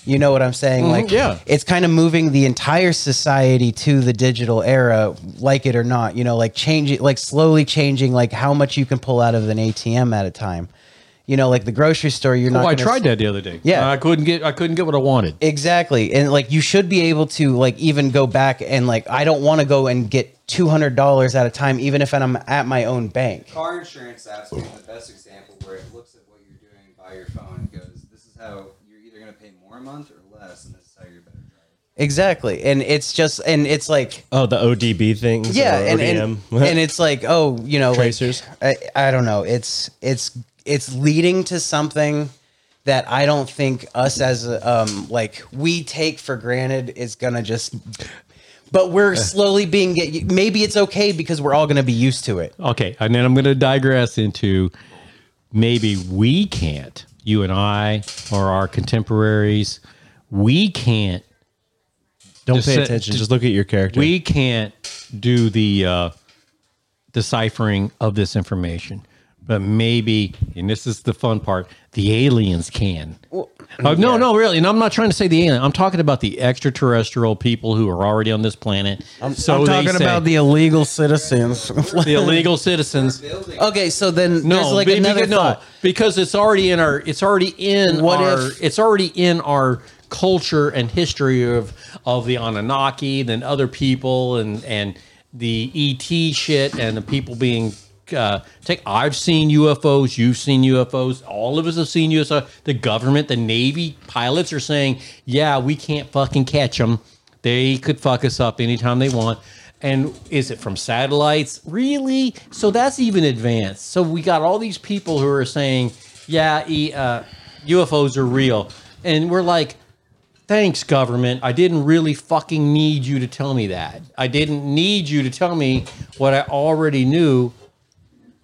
Speaker 1: You know what I'm saying? like
Speaker 3: Mm-hmm. yeah.
Speaker 1: it's kind of moving the entire society to the digital era, like it or not, you know, like changing like slowly changing like how much you can pull out of an ATM at a time. You know, like the grocery store, you're not.
Speaker 3: Oh, I
Speaker 1: gonna-
Speaker 3: tried that the other day.
Speaker 1: Yeah.
Speaker 3: I couldn't get I couldn't get what I wanted.
Speaker 1: Exactly. And like you should be able to like even go back and like I don't want to go and get two hundred dollars at a time, even if I'm at my own bank.
Speaker 4: Car insurance apps are the best example where it looks at what you're doing by your phone and goes, "This is how you're either going to pay more a month or less, and this is how you're better."
Speaker 1: Exactly. And it's just and it's like
Speaker 2: Oh, the ODB things.
Speaker 1: yeah,
Speaker 2: or
Speaker 1: and, and
Speaker 2: ODM.
Speaker 1: and it's like, oh, you know, like,
Speaker 2: Tracers.
Speaker 1: I, I don't know. It's it's it's leading to something that I don't think us as a, um like we take for granted is gonna just. But we're slowly being get. Maybe it's okay because we're all gonna be used to it.
Speaker 3: Okay, and then I'm going to digress into maybe we can't, you and I or our contemporaries, we can't
Speaker 2: [LAUGHS] don't pay
Speaker 3: Just-
Speaker 2: attention. Just look at your character.
Speaker 3: we can't do the uh, deciphering of this information. But maybe, and this is the fun part, the aliens can. Uh, no, no, really. And I'm not trying to say the alien. I'm talking about the extraterrestrial people who are already on this planet. I'm,
Speaker 1: I'm talking about the illegal citizens.
Speaker 3: [LAUGHS]
Speaker 1: [LAUGHS]
Speaker 3: the illegal citizens.
Speaker 1: Okay, so then
Speaker 3: No,
Speaker 1: there's like
Speaker 3: be-
Speaker 1: another
Speaker 3: because, no,
Speaker 1: thought.
Speaker 3: because it's already in our it's already in
Speaker 1: What
Speaker 3: our
Speaker 1: if-
Speaker 3: it's already in our culture and history of of the Anunnaki and other people and and the ET shit and the people being uh, take. I've seen UFOs. You've seen UFOs. All of us have seen UFOs. The government, the Navy pilots are saying, "Yeah, we can't fucking catch them. They could fuck us up anytime they want." And is it from satellites? Really? So that's even advanced. So we got all these people who are saying, yeah, e, uh, UFOs are real. And we're like, thanks, government. I didn't really fucking need you to tell me that. I didn't need you to tell me what I already knew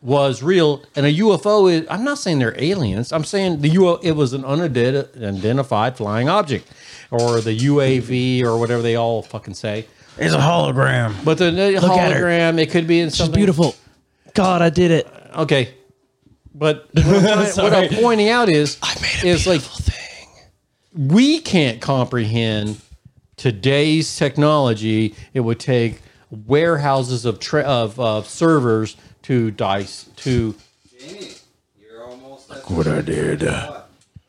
Speaker 3: was real. And a UFO is, I'm not saying they're aliens. I'm saying the UFO, it was an unidentified flying object or the UAV or whatever they all fucking say.
Speaker 1: It's a hologram.
Speaker 3: But the
Speaker 2: at her.
Speaker 3: hologram, it could be in
Speaker 2: She's
Speaker 3: something
Speaker 2: beautiful. God, I did it.
Speaker 3: Okay, but [LAUGHS] what
Speaker 2: [LAUGHS]
Speaker 3: I'm, trying- what I'm pointing out is, is like we can't comprehend today's technology. It would take warehouses of tra- of, of servers to dice to.
Speaker 4: Jamie, you're almost. Look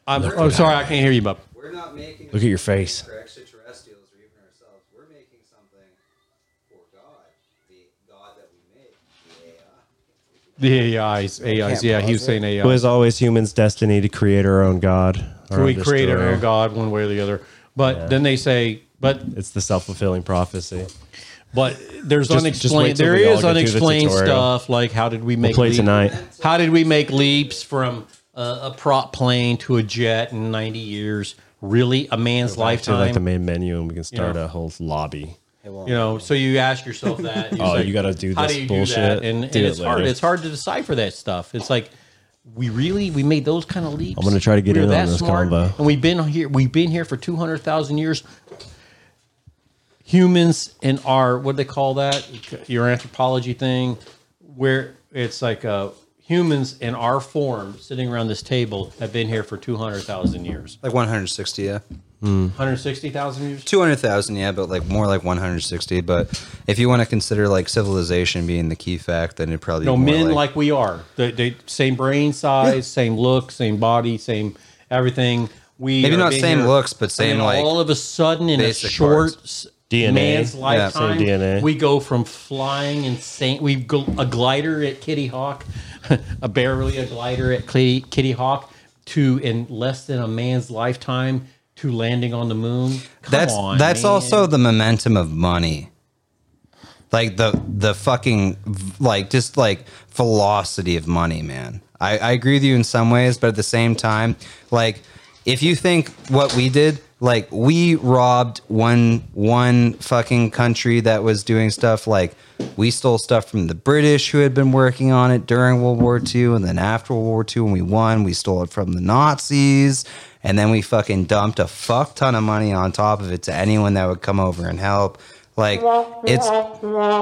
Speaker 3: I'm, I'm sorry, I can't hear you, Bub.
Speaker 4: We're not making.
Speaker 2: Look at your face.
Speaker 4: for extraterrestrials or even ourselves. We're making something for God, the God that we make, the AI.
Speaker 3: The AIs, AIs. Yeah, he was saying AI.
Speaker 2: It was always humans' destiny to create our own god. our
Speaker 3: we
Speaker 2: own
Speaker 3: create our
Speaker 2: destroyer.
Speaker 3: own god one way or the other. But then they say, but
Speaker 2: It's the self fulfilling prophecy.
Speaker 3: But there's
Speaker 2: Just- just wait
Speaker 3: unexplained.
Speaker 2: till
Speaker 3: there
Speaker 2: we all
Speaker 3: is
Speaker 2: get through the
Speaker 3: unexplained
Speaker 2: tutorial.
Speaker 3: stuff like how did we make
Speaker 2: play tonight.
Speaker 3: How did we make leaps from a, a prop plane to a jet in 90 years? Really, a man's
Speaker 2: To like
Speaker 3: lifetime.
Speaker 2: the main menu, and we can start
Speaker 3: Yeah.
Speaker 2: a whole lobby.
Speaker 3: you know, so you ask yourself
Speaker 2: [LAUGHS]
Speaker 3: that. and you're
Speaker 2: Oh,
Speaker 3: like,
Speaker 2: you gotta do
Speaker 3: how
Speaker 2: this
Speaker 3: do you
Speaker 2: bullshit.
Speaker 3: Do that? And,
Speaker 2: Do it
Speaker 3: and it's hard.
Speaker 2: later.
Speaker 3: It's hard to decipher that stuff. It's like we really we made those kind of leaps.
Speaker 2: I'm gonna try to get
Speaker 3: We're
Speaker 2: in on
Speaker 3: that
Speaker 2: this
Speaker 3: smart,
Speaker 2: combo.
Speaker 3: And we've been here. We've been here for 200,000 years. Humans and our what do they call that? Your anthropology thing, where it's like uh, humans in our form sitting around this table have been here for 200,000 years.
Speaker 4: Like 160, yeah.
Speaker 3: 160,000 years.
Speaker 4: 200,000, yeah, but like more like 160. But if you want to consider like civilization being the key fact, then it probably
Speaker 3: No,
Speaker 4: be more
Speaker 3: men like, we are. They, they same brain size, same look, same body, same everything. We
Speaker 4: Maybe
Speaker 3: are
Speaker 4: not
Speaker 3: being
Speaker 4: same
Speaker 3: here-
Speaker 4: looks, but same,
Speaker 3: and then
Speaker 4: like,
Speaker 3: all of a sudden in a
Speaker 4: basic
Speaker 3: short s-
Speaker 2: DNA.
Speaker 3: man's
Speaker 2: Yeah.
Speaker 3: lifetime,
Speaker 2: Same DNA.
Speaker 3: we go from flying insane. We go a glider at Kitty Hawk, [LAUGHS] a barely a glider at Kitty, Kitty Hawk, to in less than a man's lifetime to landing on the moon. Come
Speaker 4: that's
Speaker 3: on,
Speaker 4: that's
Speaker 3: man.
Speaker 4: also the momentum of money. Like the the fucking like just like velocity of money, man. I, I agree with you in some ways, but at the same time, like if you think what we did, like we robbed one one fucking country that was doing stuff like we stole stuff from the British who had been working on it during World War II and then after World War II when we won, we stole it from the Nazis and then we fucking dumped a fuck ton of money on top of it to anyone that would come over and help. Like it's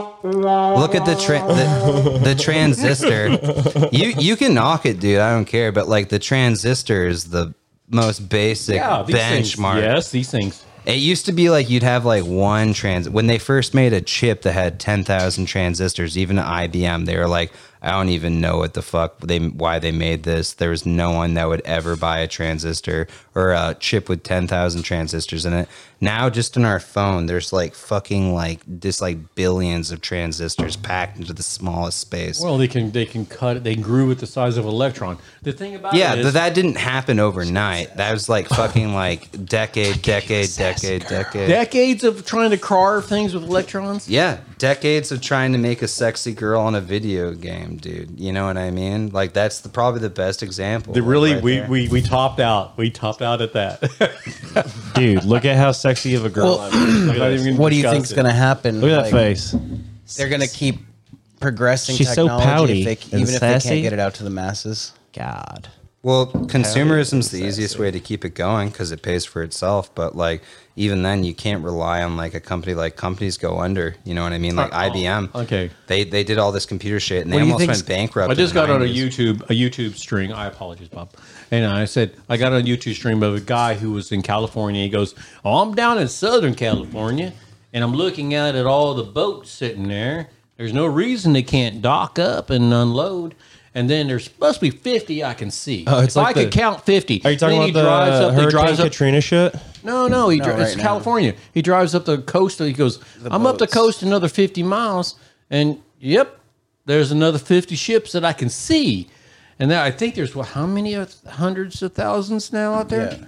Speaker 4: look at the tra- the, the transistor. You you can knock it, dude. I don't care, but like the transistor is the most basic
Speaker 3: yeah, these things.
Speaker 4: benchmark.
Speaker 3: Yes, these things.
Speaker 4: It used to be like you'd have like one trans. When they first made a chip that had 10,000 transistors, even at IBM, they were like, I don't even know what the fuck they why they made this. There was no one that would ever buy a transistor or a chip with ten thousand transistors in it. Now, just in our phone, there's like fucking like just like billions of transistors packed into the smallest space.
Speaker 3: Well, they can they can cut it. They grew it the size of an electron. The thing about
Speaker 4: yeah,
Speaker 3: it
Speaker 4: but
Speaker 3: is,
Speaker 4: that didn't happen overnight. That was like fucking like decade, decade, decade, decade.
Speaker 3: decades of trying to carve things with electrons.
Speaker 4: Yeah, decades of trying to make a sexy girl on a video game, dude. You know what I mean? Like that's the, probably the best example.
Speaker 3: They really
Speaker 4: right
Speaker 3: we,
Speaker 4: there.
Speaker 3: we we topped out. We topped out at that. [LAUGHS]
Speaker 2: Dude, look at how sexy of a girl. I am. Look at that-
Speaker 1: What do you think's going to happen?
Speaker 2: look at that
Speaker 1: Like,
Speaker 2: face.
Speaker 1: They're going to keep progressing
Speaker 2: She's so
Speaker 1: technology
Speaker 2: pouty
Speaker 1: if they,
Speaker 2: and
Speaker 1: even if they
Speaker 2: sassy.
Speaker 1: can't get it out to the masses.
Speaker 2: God.
Speaker 4: well, consumerism's the easiest way to keep it going because it pays for itself. But like even then, you can't rely on like a company. Like companies go under. You know what I mean? Like IBM.
Speaker 3: Uh, oh, okay.
Speaker 4: They they did all this computer shit and they
Speaker 1: What do you
Speaker 4: almost
Speaker 1: think's-
Speaker 4: went bankrupt.
Speaker 3: I just
Speaker 4: in the
Speaker 3: got on a
Speaker 4: 90s.
Speaker 3: YouTube a YouTube stream. I apologize, Bob. And I said I got on a YouTube stream of a guy who was in California. He goes, "Oh, I'm down in Southern California, and I'm looking out at all the boats sitting there. There's no reason they can't dock up and unload." And then there's supposed to be 50 I can see.
Speaker 2: Oh, it's
Speaker 3: if
Speaker 2: like
Speaker 3: I
Speaker 2: the-
Speaker 3: could count 50.
Speaker 2: Are you talking about
Speaker 3: then he
Speaker 2: the
Speaker 3: drives up, he
Speaker 2: Hurricane
Speaker 3: drives up
Speaker 2: Katrina shit?
Speaker 3: no, no, he drives
Speaker 1: right
Speaker 3: it's
Speaker 1: now.
Speaker 3: California. He drives up the coast and he goes, I'm up the
Speaker 1: boats.
Speaker 3: coast another 50 miles, and yep, there's another 50 ships that I can see. And then I think there's what, how many of- hundreds of thousands now out there?
Speaker 1: Yeah.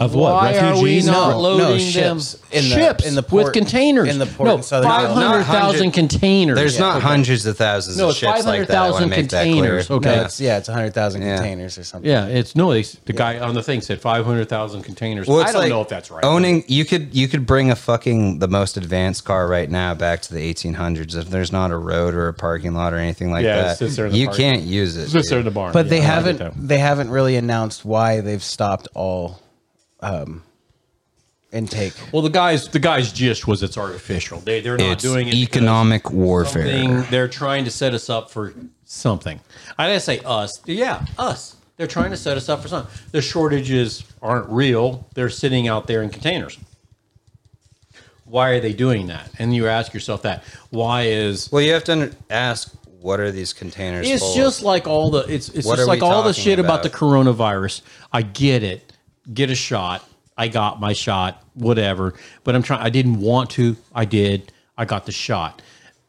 Speaker 2: Of what?
Speaker 3: Why are we
Speaker 2: Refugees?
Speaker 3: not
Speaker 1: No,
Speaker 3: loading
Speaker 1: no,
Speaker 3: them
Speaker 1: ships in the-
Speaker 3: ships
Speaker 1: in the
Speaker 3: with
Speaker 1: port-
Speaker 3: containers
Speaker 1: in the port
Speaker 3: No,
Speaker 1: in Southern California.
Speaker 4: Not
Speaker 3: 500,000
Speaker 4: hundred-
Speaker 3: containers.
Speaker 4: There's not hundreds of thousands
Speaker 3: No,
Speaker 4: of
Speaker 3: it's
Speaker 4: ships like that. I
Speaker 3: 500,000
Speaker 4: want to make that clear.
Speaker 3: containers, okay.
Speaker 1: No,
Speaker 3: Yeah.
Speaker 1: it's, yeah, it's 100,000
Speaker 4: Yeah.
Speaker 1: containers or something.
Speaker 3: Yeah, it's no. They, the guy on the thing said 500,000 containers.
Speaker 4: Well,
Speaker 3: I
Speaker 4: it's
Speaker 3: don't
Speaker 4: like
Speaker 3: know if that's right.
Speaker 4: Owning you could you could bring a fucking the most advanced car right now back to the 1800s if there's not a road or a parking lot or anything like
Speaker 3: Yeah, it
Speaker 4: that.
Speaker 3: sits there in the
Speaker 4: you
Speaker 3: park.
Speaker 4: can't use it.
Speaker 3: Just
Speaker 4: dude.
Speaker 3: there in the barn.
Speaker 1: But
Speaker 3: Yeah,
Speaker 1: they
Speaker 3: I like
Speaker 1: haven't
Speaker 3: that.
Speaker 1: they haven't really announced why they've stopped all um, intake.
Speaker 3: Well, the guys, the guy's gist was it's artificial. They they're not
Speaker 4: It's
Speaker 3: doing it because
Speaker 4: economic warfare.
Speaker 3: something- They're trying to set us up for something. I didn't say us. Yeah, us. They're trying to set us up for something. The shortages aren't real. They're sitting out there in containers. Why are they doing that? And you ask yourself that. Why is
Speaker 4: Well, you have to under- ask what are these containers? full
Speaker 3: it's
Speaker 4: of?
Speaker 3: just like all the it's it's
Speaker 4: What
Speaker 3: just
Speaker 4: are we
Speaker 3: like all the
Speaker 4: talking
Speaker 3: shit about?
Speaker 4: about?
Speaker 3: the coronavirus. I get it. Get a shot. I got my shot. Whatever. But I'm trying. I didn't want to. I did. I got the shot.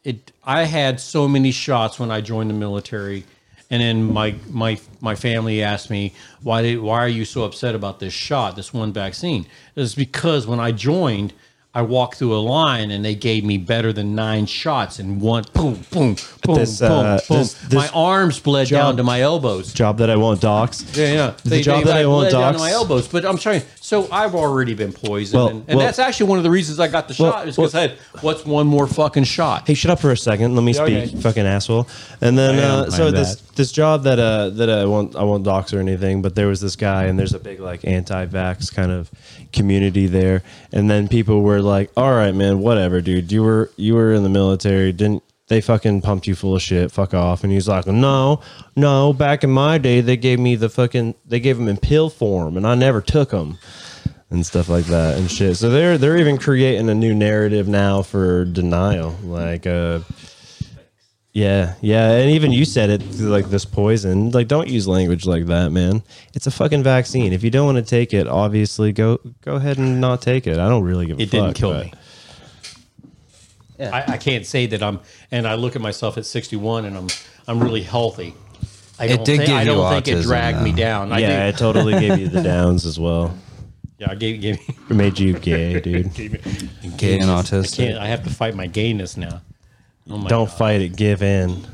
Speaker 3: It. I had so many shots when I joined the military, and then my my my family asked me why did, why are you so upset about this shot, this one vaccine? It's because when I joined. I walked through a line and they gave me better than nine shots in one boom, boom, boom,
Speaker 2: This,
Speaker 3: boom,
Speaker 2: uh,
Speaker 3: boom.
Speaker 2: this- this
Speaker 3: my arms bled down
Speaker 2: job-
Speaker 3: to my elbows.
Speaker 2: Job that I won't dox.
Speaker 3: Yeah, yeah.
Speaker 2: The job that
Speaker 3: like,
Speaker 2: I won't
Speaker 3: bled down to
Speaker 2: dox.
Speaker 3: my elbows, but I'm sorry. So I've already been poisoned,
Speaker 2: Well,
Speaker 3: and, and
Speaker 2: well-
Speaker 3: that's actually one of the reasons I got the
Speaker 2: Well,
Speaker 3: shot is because I had what's one more fucking shot?
Speaker 2: hey, shut up for a second. Let me
Speaker 3: okay.
Speaker 2: speak, fucking asshole. And then,
Speaker 3: I am,
Speaker 2: uh, so
Speaker 3: I'm
Speaker 2: this
Speaker 3: that.
Speaker 2: this job that uh that I won't I won't dox or anything, but there was this guy, and there's a big like anti-vax kind of community there, and then people were like, "All right, man, whatever, dude. You were you were in the military, didn't?" They fucking pumped you full of shit. Fuck off. And he's like, no, no. Back in my day, they gave me the fucking, they gave them in pill form, and I never took them and stuff like that and shit. So they're they're even creating a new narrative now for denial. Like uh yeah, yeah, and even you said it like this poison. Like don't use language like that, man. It's a fucking vaccine. If you don't want to take it, obviously go go ahead and not take it. I don't really give a
Speaker 3: It didn't
Speaker 2: fuck,
Speaker 3: kill
Speaker 2: but-
Speaker 3: me. I, I can't say that I'm, and I look at myself at 61, and I'm I'm really healthy. I
Speaker 4: It
Speaker 3: don't
Speaker 4: did
Speaker 3: think,
Speaker 4: give
Speaker 3: I
Speaker 4: you
Speaker 3: don't think it
Speaker 4: autism,
Speaker 3: dragged me
Speaker 4: though.
Speaker 3: down. I
Speaker 2: Yeah,
Speaker 3: yeah,
Speaker 2: it totally gave you the downs as well.
Speaker 3: yeah, I gave, gave me.
Speaker 2: It made you gay, dude.
Speaker 4: gay and autistic.
Speaker 3: Can't, I have to fight my gayness now. Oh my
Speaker 2: Don't
Speaker 3: God.
Speaker 2: fight it, give in.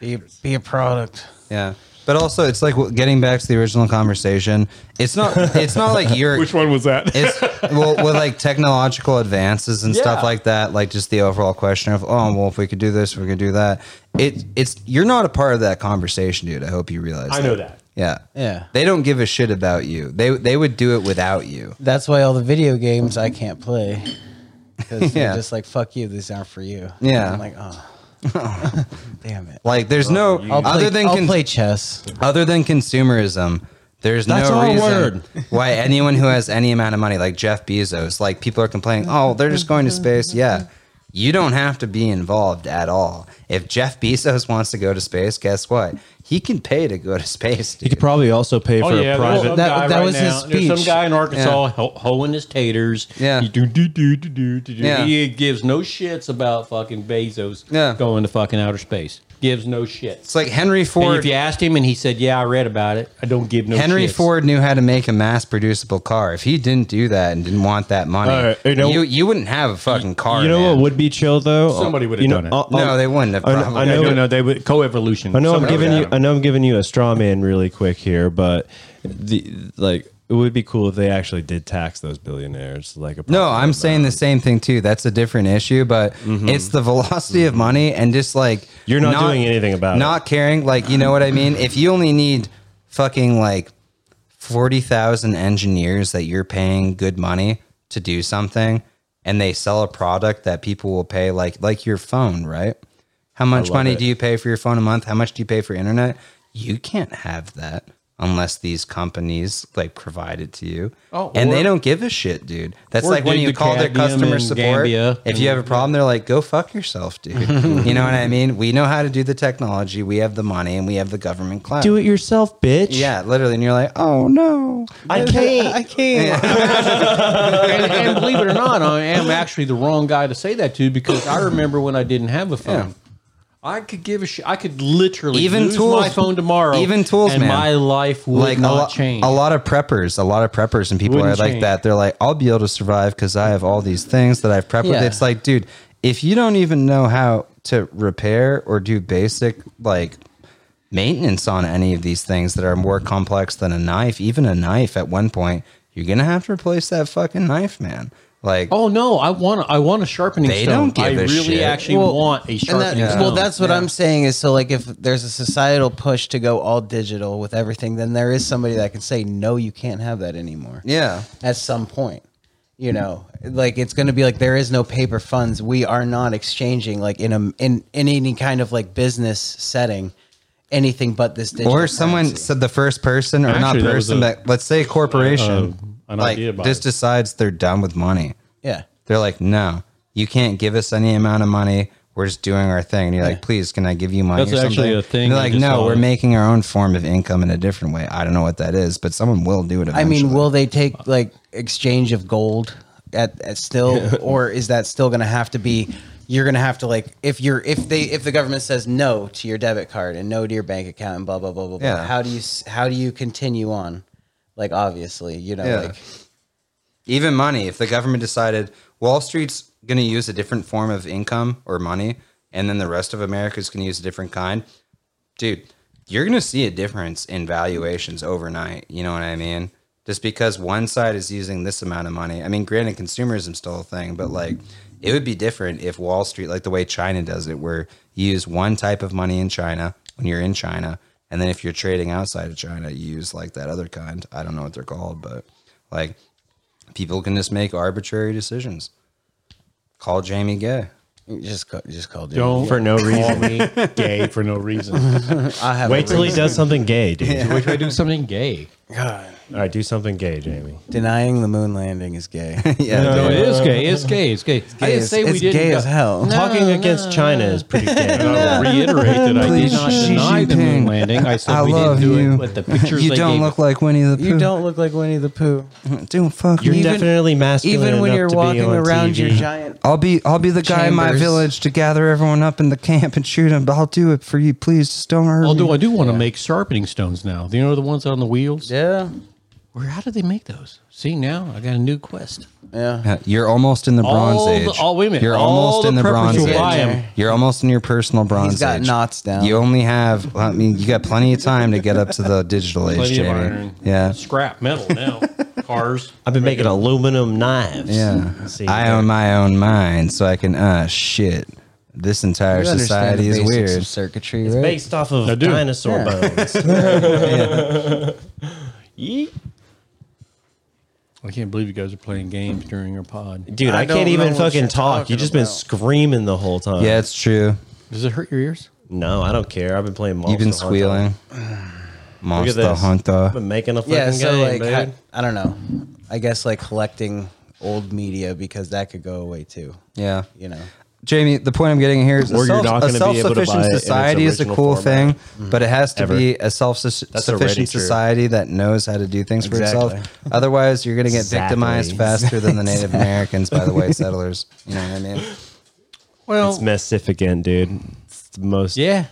Speaker 1: Be, be a product.
Speaker 4: Yeah. But also, it's like well, getting back to the original conversation. It's not. It's not like you're. [LAUGHS] Which one was that? It's well, with like technological advances and
Speaker 3: Yeah.
Speaker 4: stuff like that. Like just the overall question of, oh, well, if we could do this, we could do that. It. It's you're not a part of that conversation, dude. I hope you realize.
Speaker 3: I know that.
Speaker 4: Yeah.
Speaker 1: Yeah.
Speaker 4: They don't give a shit about you. They they would do it without you.
Speaker 1: That's why all the video games I can't play. Because
Speaker 4: Yeah.
Speaker 1: they're just like, fuck you, these aren't for you.
Speaker 4: Yeah.
Speaker 1: I'm like, oh. [LAUGHS] Damn it.
Speaker 4: Like there's no
Speaker 1: I'll play,
Speaker 4: other than
Speaker 1: I'll
Speaker 4: con-
Speaker 1: play chess.
Speaker 4: other than consumerism, there's
Speaker 1: That's
Speaker 4: no
Speaker 1: our
Speaker 4: reason
Speaker 1: word.
Speaker 4: [LAUGHS] why anyone who has any amount of money, like Jeff Bezos, like people are complaining, oh, they're just going to space. Yeah. You don't have to be involved at all. If Jeff Bezos wants to go to space, guess what? He can pay to go to space.
Speaker 2: You [LAUGHS]
Speaker 4: Dude.
Speaker 2: could probably also pay for
Speaker 3: Oh yeah,
Speaker 2: a
Speaker 3: there's
Speaker 2: private.
Speaker 3: some
Speaker 4: That-
Speaker 3: guy
Speaker 4: that
Speaker 3: right
Speaker 4: was his
Speaker 3: now- there's
Speaker 4: speech.
Speaker 3: Some guy in Arkansas ho- hoeing his taters.
Speaker 4: Yeah.
Speaker 3: He, do, do, do, do, do, do, do.
Speaker 4: Yeah.
Speaker 3: he gives no shits about fucking Bezos
Speaker 4: Yeah.
Speaker 3: going to fucking outer space. Gives no shits.
Speaker 4: It's like Henry
Speaker 3: And
Speaker 4: Ford.
Speaker 3: if you asked him and he said, "Yeah, I read about it. I don't give no."
Speaker 4: Henry
Speaker 3: shits.
Speaker 4: Ford knew how to make a mass producible car. If he didn't do that and didn't want that money,
Speaker 2: All right,
Speaker 4: you,
Speaker 2: you know-
Speaker 4: you wouldn't have a fucking car.
Speaker 2: you know
Speaker 4: man.
Speaker 2: what would be chill though?
Speaker 3: Somebody would've
Speaker 2: You know,
Speaker 3: done it.
Speaker 2: I'll- I'll-
Speaker 4: No, they wouldn't have.
Speaker 2: I know-
Speaker 4: Probably.
Speaker 2: I know-
Speaker 3: No, no, they would co-evolution.
Speaker 2: I know I'm
Speaker 3: Somebody
Speaker 2: giving
Speaker 3: would
Speaker 2: you.
Speaker 3: have
Speaker 2: I
Speaker 3: him.
Speaker 2: know I'm giving you a straw man really quick here, but the like it would be cool if they actually did tax those billionaires like a.
Speaker 4: No,
Speaker 2: proper
Speaker 4: I'm saying the
Speaker 2: amount.
Speaker 4: same thing too. That's a different issue, but it's the velocity of money and just like
Speaker 2: Mm-hmm. You're not doing anything about it.
Speaker 4: Not caring, like you know what I mean. If you only need fucking like forty thousand engineers that you're paying good money to do something, and they sell a product that people will pay, like like your phone, right? How much money do you pay for your phone a month? How much do you pay for internet? You can't have that unless these companies like provide it to you.
Speaker 3: Oh,
Speaker 4: and they
Speaker 3: or-
Speaker 4: don't give a shit, dude. That's
Speaker 3: Or
Speaker 4: like when
Speaker 3: dig
Speaker 4: you
Speaker 3: the
Speaker 4: call their
Speaker 3: cadmium
Speaker 4: customer
Speaker 3: in
Speaker 4: support.
Speaker 3: Gambia.
Speaker 4: If you have a problem, they're like, "Go fuck
Speaker 3: [LAUGHS]
Speaker 4: yourself, dude." you know what I mean? We know how to do the technology. We have the money, and we have the government cloud.
Speaker 2: Do it yourself, bitch.
Speaker 4: Yeah, literally. And you're like, "Oh no,
Speaker 2: I can't.
Speaker 1: I can't.
Speaker 3: and, [LAUGHS] and believe it or not, I am actually the wrong guy to say that to because I remember when I didn't have a phone. I could give a shit. I could literally
Speaker 4: Even
Speaker 3: lose
Speaker 4: tools-
Speaker 3: my phone tomorrow.
Speaker 4: even tools,
Speaker 3: and
Speaker 4: man.
Speaker 3: my life would
Speaker 4: like
Speaker 3: not
Speaker 4: a, lot,
Speaker 3: change.
Speaker 4: a lot of preppers, a lot of preppers and people
Speaker 3: Wouldn't
Speaker 4: are like
Speaker 3: change.
Speaker 4: that. They're like, I'll be able to survive because I have all these things that I've prepped with.
Speaker 3: Yeah.
Speaker 4: It's like, dude, if you don't even know how to repair or do basic like maintenance on any of these things that are more complex than a knife, even a knife at one point, you're gonna have to replace that fucking knife, man. Like
Speaker 3: Oh no! I want I want a sharpening
Speaker 4: They
Speaker 3: stone.
Speaker 4: don't give
Speaker 3: I
Speaker 4: a
Speaker 3: really
Speaker 4: shit.
Speaker 3: actually want a
Speaker 1: And that-
Speaker 3: sharpening stone.
Speaker 1: Well, that's what I'm saying is so like if there's a societal push to go all digital with everything, then there is somebody that can say no, you can't have that anymore.
Speaker 4: Yeah.
Speaker 1: At some point, you know, like it's going to be like there is no paper funds. We are not exchanging like in a in in any kind of like business setting anything but this digital.
Speaker 4: or someone
Speaker 1: currency.
Speaker 4: said the first person or
Speaker 3: Actually,
Speaker 4: not
Speaker 3: that was
Speaker 4: person,
Speaker 3: a-
Speaker 4: but let's say a corporation
Speaker 3: uh, an
Speaker 4: like
Speaker 3: idea by
Speaker 4: just decides they're done with money.
Speaker 1: yeah.
Speaker 4: They're like, no, you can't give us any amount of money. We're just doing our thing. And you're like, please, can I give you money?
Speaker 3: That's
Speaker 4: or
Speaker 3: actually
Speaker 4: something?
Speaker 3: a thing
Speaker 4: And they're
Speaker 3: I
Speaker 4: like,
Speaker 3: just
Speaker 4: no,
Speaker 3: saw.
Speaker 4: we're making our own form of income in a different way. I don't know what that is, but someone will do it.
Speaker 1: I
Speaker 4: Eventually.
Speaker 1: mean, will they take like exchange of gold at, at
Speaker 4: [LAUGHS]
Speaker 1: still, or is that still going to have to be? You're going to have to like if you're if they if the government says no to your debit card and no to your bank account and blah blah blah blah blah.
Speaker 4: Yeah.
Speaker 1: How do you s- how do you continue on? Like obviously, you know,
Speaker 4: Yeah.
Speaker 1: like
Speaker 4: even money? If the government decided Wall Street's going to use a different form of income or money, and then the rest of America's going to use a different kind, dude, you're going to see a difference in valuations overnight. You know what I mean? Just because one side is using this amount of money. I mean, granted, consumerism's still a thing, but like it would be different if Wall Street, like the way China does it, where you use one type of money in China when you're in China. And then if you're trading outside of China, you use like that other kind. I don't know what they're called, but like people can just make arbitrary decisions. Call Jamie Gay.
Speaker 1: just ca- just call. Jimmy.
Speaker 3: don't
Speaker 2: For no
Speaker 3: call me gay for no reason.
Speaker 1: I have
Speaker 2: [LAUGHS] Wait till he does something gay, dude.
Speaker 3: Why do I do something gay?
Speaker 1: God.
Speaker 2: All right, do something gay, Jamie.
Speaker 1: Denying the moon landing is gay. [LAUGHS]
Speaker 4: yeah,
Speaker 3: No, it is gay. It's gay. It's gay. I didn't
Speaker 1: It's-
Speaker 3: say we
Speaker 1: it's
Speaker 3: didn't.
Speaker 1: gay
Speaker 3: go-
Speaker 1: as hell.
Speaker 2: Talking against China is pretty gay.
Speaker 3: And I will reiterate that I did
Speaker 4: Please,
Speaker 3: not
Speaker 4: Xi
Speaker 3: deny the moon
Speaker 4: Jinping.
Speaker 3: landing. I said
Speaker 4: I
Speaker 3: we
Speaker 4: love
Speaker 3: didn't do
Speaker 4: you.
Speaker 3: it, but the pictures
Speaker 4: you
Speaker 3: they
Speaker 4: don't
Speaker 3: gave
Speaker 4: look like Winnie the Pooh.
Speaker 1: You don't look like Winnie the Pooh.
Speaker 4: [LAUGHS] Don't fuck
Speaker 2: You're
Speaker 4: me.
Speaker 2: definitely masculine.
Speaker 1: Even when
Speaker 2: enough
Speaker 1: you're
Speaker 2: to be
Speaker 1: walking
Speaker 2: on
Speaker 1: around
Speaker 2: TV.
Speaker 1: your giant
Speaker 4: I'll be I'll be the guy in my
Speaker 1: Chambers.
Speaker 4: village to gather everyone up in the camp and shoot him. But I'll do it for you, please. Just don't hurt
Speaker 3: Although
Speaker 4: me.
Speaker 3: Oh, I do want to make sharpening stones now. You know the ones on the wheels?
Speaker 1: yeah
Speaker 3: Where how did they make those? See now I got a new quest.
Speaker 1: yeah.
Speaker 4: Yeah, You're almost in the Bronze
Speaker 3: All the-
Speaker 4: Age.
Speaker 3: all- wait a minute.
Speaker 4: You're
Speaker 3: All
Speaker 4: almost
Speaker 3: the
Speaker 4: in the
Speaker 3: preppers
Speaker 4: Bronze
Speaker 3: will
Speaker 4: Age.
Speaker 3: buy 'em.
Speaker 4: You're almost in your personal Bronze
Speaker 1: He's got
Speaker 4: Age.
Speaker 1: knots down.
Speaker 4: You only have. I mean, you got plenty of time to get up to the digital age,
Speaker 3: Plenty of
Speaker 4: Jamie.
Speaker 3: iron.
Speaker 4: Yeah,
Speaker 3: Scrap metal
Speaker 4: [LAUGHS]
Speaker 3: now. Cars.
Speaker 2: I've been making aluminum knives.
Speaker 4: yeah.
Speaker 2: See,
Speaker 4: I own my own mind, so I can. Uh, shit. This entire
Speaker 1: You understand
Speaker 4: society
Speaker 1: the
Speaker 4: is
Speaker 1: basics
Speaker 4: weird.
Speaker 1: of circuitry,
Speaker 2: It's
Speaker 1: right?
Speaker 2: based off of
Speaker 3: do.
Speaker 2: dinosaur bones. [LAUGHS]
Speaker 3: I can't believe you guys are playing games during your pod.
Speaker 2: Dude, I,
Speaker 1: I
Speaker 2: can't
Speaker 1: don't know
Speaker 2: even
Speaker 1: what
Speaker 2: fucking
Speaker 1: you're
Speaker 2: talk.
Speaker 1: talking
Speaker 2: You've just been
Speaker 1: about.
Speaker 2: screaming the whole time.
Speaker 4: Yeah, it's true.
Speaker 3: Does it hurt your ears?
Speaker 2: No, I don't care. I've been playing Monster
Speaker 4: You've been
Speaker 2: Hunter.
Speaker 4: squealing.
Speaker 2: Look at
Speaker 4: Monster
Speaker 2: this. I've
Speaker 4: Hunter.
Speaker 2: been making a fucking
Speaker 1: yeah so
Speaker 2: game,
Speaker 1: like
Speaker 2: dude.
Speaker 1: ha- i don't know i guess like collecting old media because that could go away too
Speaker 4: Yeah.
Speaker 1: you know
Speaker 4: Jamie, the point I'm getting here is a,
Speaker 2: Or you're
Speaker 4: self,
Speaker 2: not
Speaker 4: a
Speaker 2: gonna be able to
Speaker 4: self-sufficient
Speaker 2: buy it in its
Speaker 4: society is a
Speaker 2: original
Speaker 4: cool thing,
Speaker 2: format. Mm-hmm.
Speaker 4: but it has to
Speaker 2: Ever.
Speaker 4: be a
Speaker 2: That's already
Speaker 4: self-sufficient
Speaker 2: true.
Speaker 4: society that knows how to do things for itself. Otherwise, you're going to get victimized faster than
Speaker 2: [LAUGHS]
Speaker 4: the Native Americans by the white settlers. You know what I mean?
Speaker 2: It's messificant, dude. It's the most.
Speaker 7: Yeah.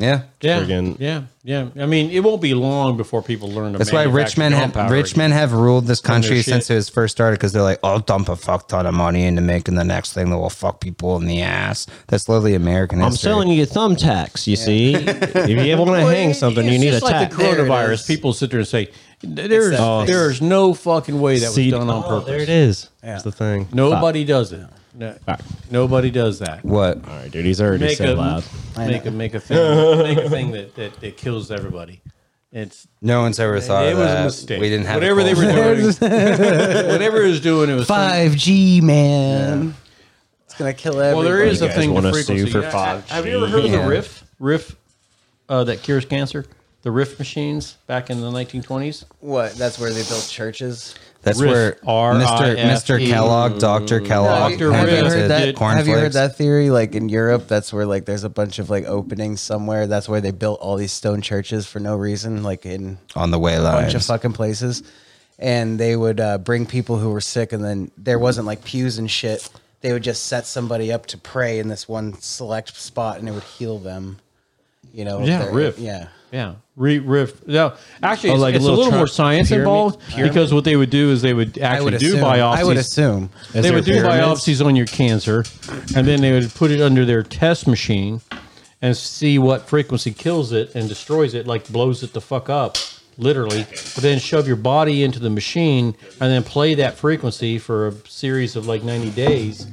Speaker 4: Yeah.
Speaker 7: Yeah,
Speaker 2: Friggin-
Speaker 7: yeah, yeah. I mean, it won't be long before people learn to.
Speaker 4: That's why rich
Speaker 7: manufacture
Speaker 4: men
Speaker 7: gun
Speaker 4: have
Speaker 7: powder
Speaker 4: rich men
Speaker 7: again.
Speaker 4: have ruled this country
Speaker 7: their shit.
Speaker 4: since it was first started because they're like, I'll dump a fuck ton of money into making the next thing that will fuck people in the ass. That's literally American
Speaker 2: I'm
Speaker 4: history.
Speaker 2: selling you thumbtacks. You see, if you want to hang something, you
Speaker 7: It's
Speaker 2: need a
Speaker 7: just like
Speaker 2: tack.
Speaker 7: the
Speaker 4: There it is.
Speaker 7: coronavirus. People sit there and say, "There's
Speaker 4: that thing.
Speaker 7: there's no fucking way that
Speaker 2: Seed-
Speaker 7: was done on
Speaker 2: Oh,
Speaker 7: purpose."
Speaker 2: There it is. That's the thing.
Speaker 7: Nobody does it. No,
Speaker 2: Fuck.
Speaker 7: nobody does that.
Speaker 4: what?
Speaker 2: All right, dude. He's already
Speaker 7: Make
Speaker 2: said
Speaker 7: a
Speaker 2: loud.
Speaker 7: make a make a thing make a thing that, that, that kills everybody. It's
Speaker 4: No one's ever thought
Speaker 7: it
Speaker 4: of
Speaker 7: was
Speaker 4: that.
Speaker 7: a mistake.
Speaker 4: uh, We didn't have a
Speaker 7: whatever they were
Speaker 4: culture.
Speaker 7: doing. whatever it was doing, it was some-
Speaker 4: 5G, man.
Speaker 1: It's gonna kill everyone.
Speaker 7: Well, there is a
Speaker 2: guys
Speaker 7: thing
Speaker 2: wanna
Speaker 7: to
Speaker 2: sue
Speaker 7: frequency.
Speaker 2: for
Speaker 7: Yeah, I- Have you ever heard of
Speaker 4: Yeah.
Speaker 7: the Riff? Riff uh, that cures cancer. The Riff machines back in the 1920s.
Speaker 1: what? That's where they built churches.
Speaker 4: [LAUGHS] That's
Speaker 7: Riff,
Speaker 4: where Mr. Mr.
Speaker 7: R-I-F-E.
Speaker 4: Kellogg, Dr. Kellogg,
Speaker 7: Dr.
Speaker 1: Have you
Speaker 7: Riff
Speaker 1: heard
Speaker 4: invented
Speaker 1: that?
Speaker 7: Mm-hmm. did
Speaker 1: Have you heard
Speaker 4: cornflakes.
Speaker 1: that theory? Like in Europe, that's where like there's a bunch of like openings somewhere. That's where they built all these stone churches for no reason, like in
Speaker 4: on the way
Speaker 1: bunch of
Speaker 4: lines?
Speaker 1: fucking places, and they would uh, bring people who were sick, and then there wasn't like pews and shit. They would just set somebody up to pray in this one select spot, and it would heal them. You know? if
Speaker 7: Yeah,
Speaker 1: they're-
Speaker 7: riff.
Speaker 1: Yeah.
Speaker 7: Yeah, Re- Riff. No, actually,
Speaker 2: Oh,
Speaker 7: it's,
Speaker 2: like a
Speaker 7: it's a
Speaker 2: little
Speaker 7: little
Speaker 2: tr-
Speaker 7: more science
Speaker 2: pyramid-
Speaker 7: involved because what they would do is they would
Speaker 1: I would
Speaker 7: actually do
Speaker 1: assume.
Speaker 7: biopsies.
Speaker 1: I would assume.
Speaker 7: they
Speaker 2: there
Speaker 7: would do
Speaker 2: pyramids?
Speaker 7: biopsies on your cancer, and then they would put it under their test machine and see what frequency kills it and destroys it, like blows it the fuck up, literally. But then shove your body into the machine and then play that frequency for a series of like ninety days,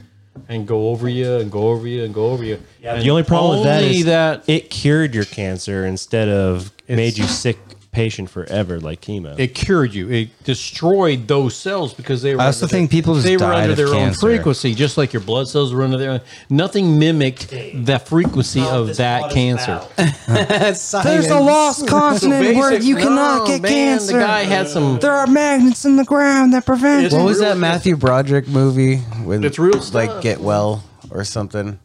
Speaker 7: and go over you and go over you and go over you. Yeah,
Speaker 2: The only problem with that is
Speaker 7: that
Speaker 2: it cured your cancer instead of made you sick patient forever like chemo.
Speaker 7: it cured you. It destroyed those cells because they were.
Speaker 4: I also
Speaker 7: under their-
Speaker 4: think people just
Speaker 7: they were
Speaker 4: died
Speaker 7: under
Speaker 4: of
Speaker 7: their own
Speaker 4: cancer.
Speaker 7: frequency, just like your blood cells were under their. own. Nothing mimicked the frequency of that cancer.
Speaker 1: There's a
Speaker 7: [LAUGHS]
Speaker 4: lost continent
Speaker 7: The guy had some.
Speaker 4: are magnets in the ground that prevent
Speaker 1: What was that Matthew Broderick movie with
Speaker 7: It's real
Speaker 1: like
Speaker 7: stuff.
Speaker 1: Get Well or something?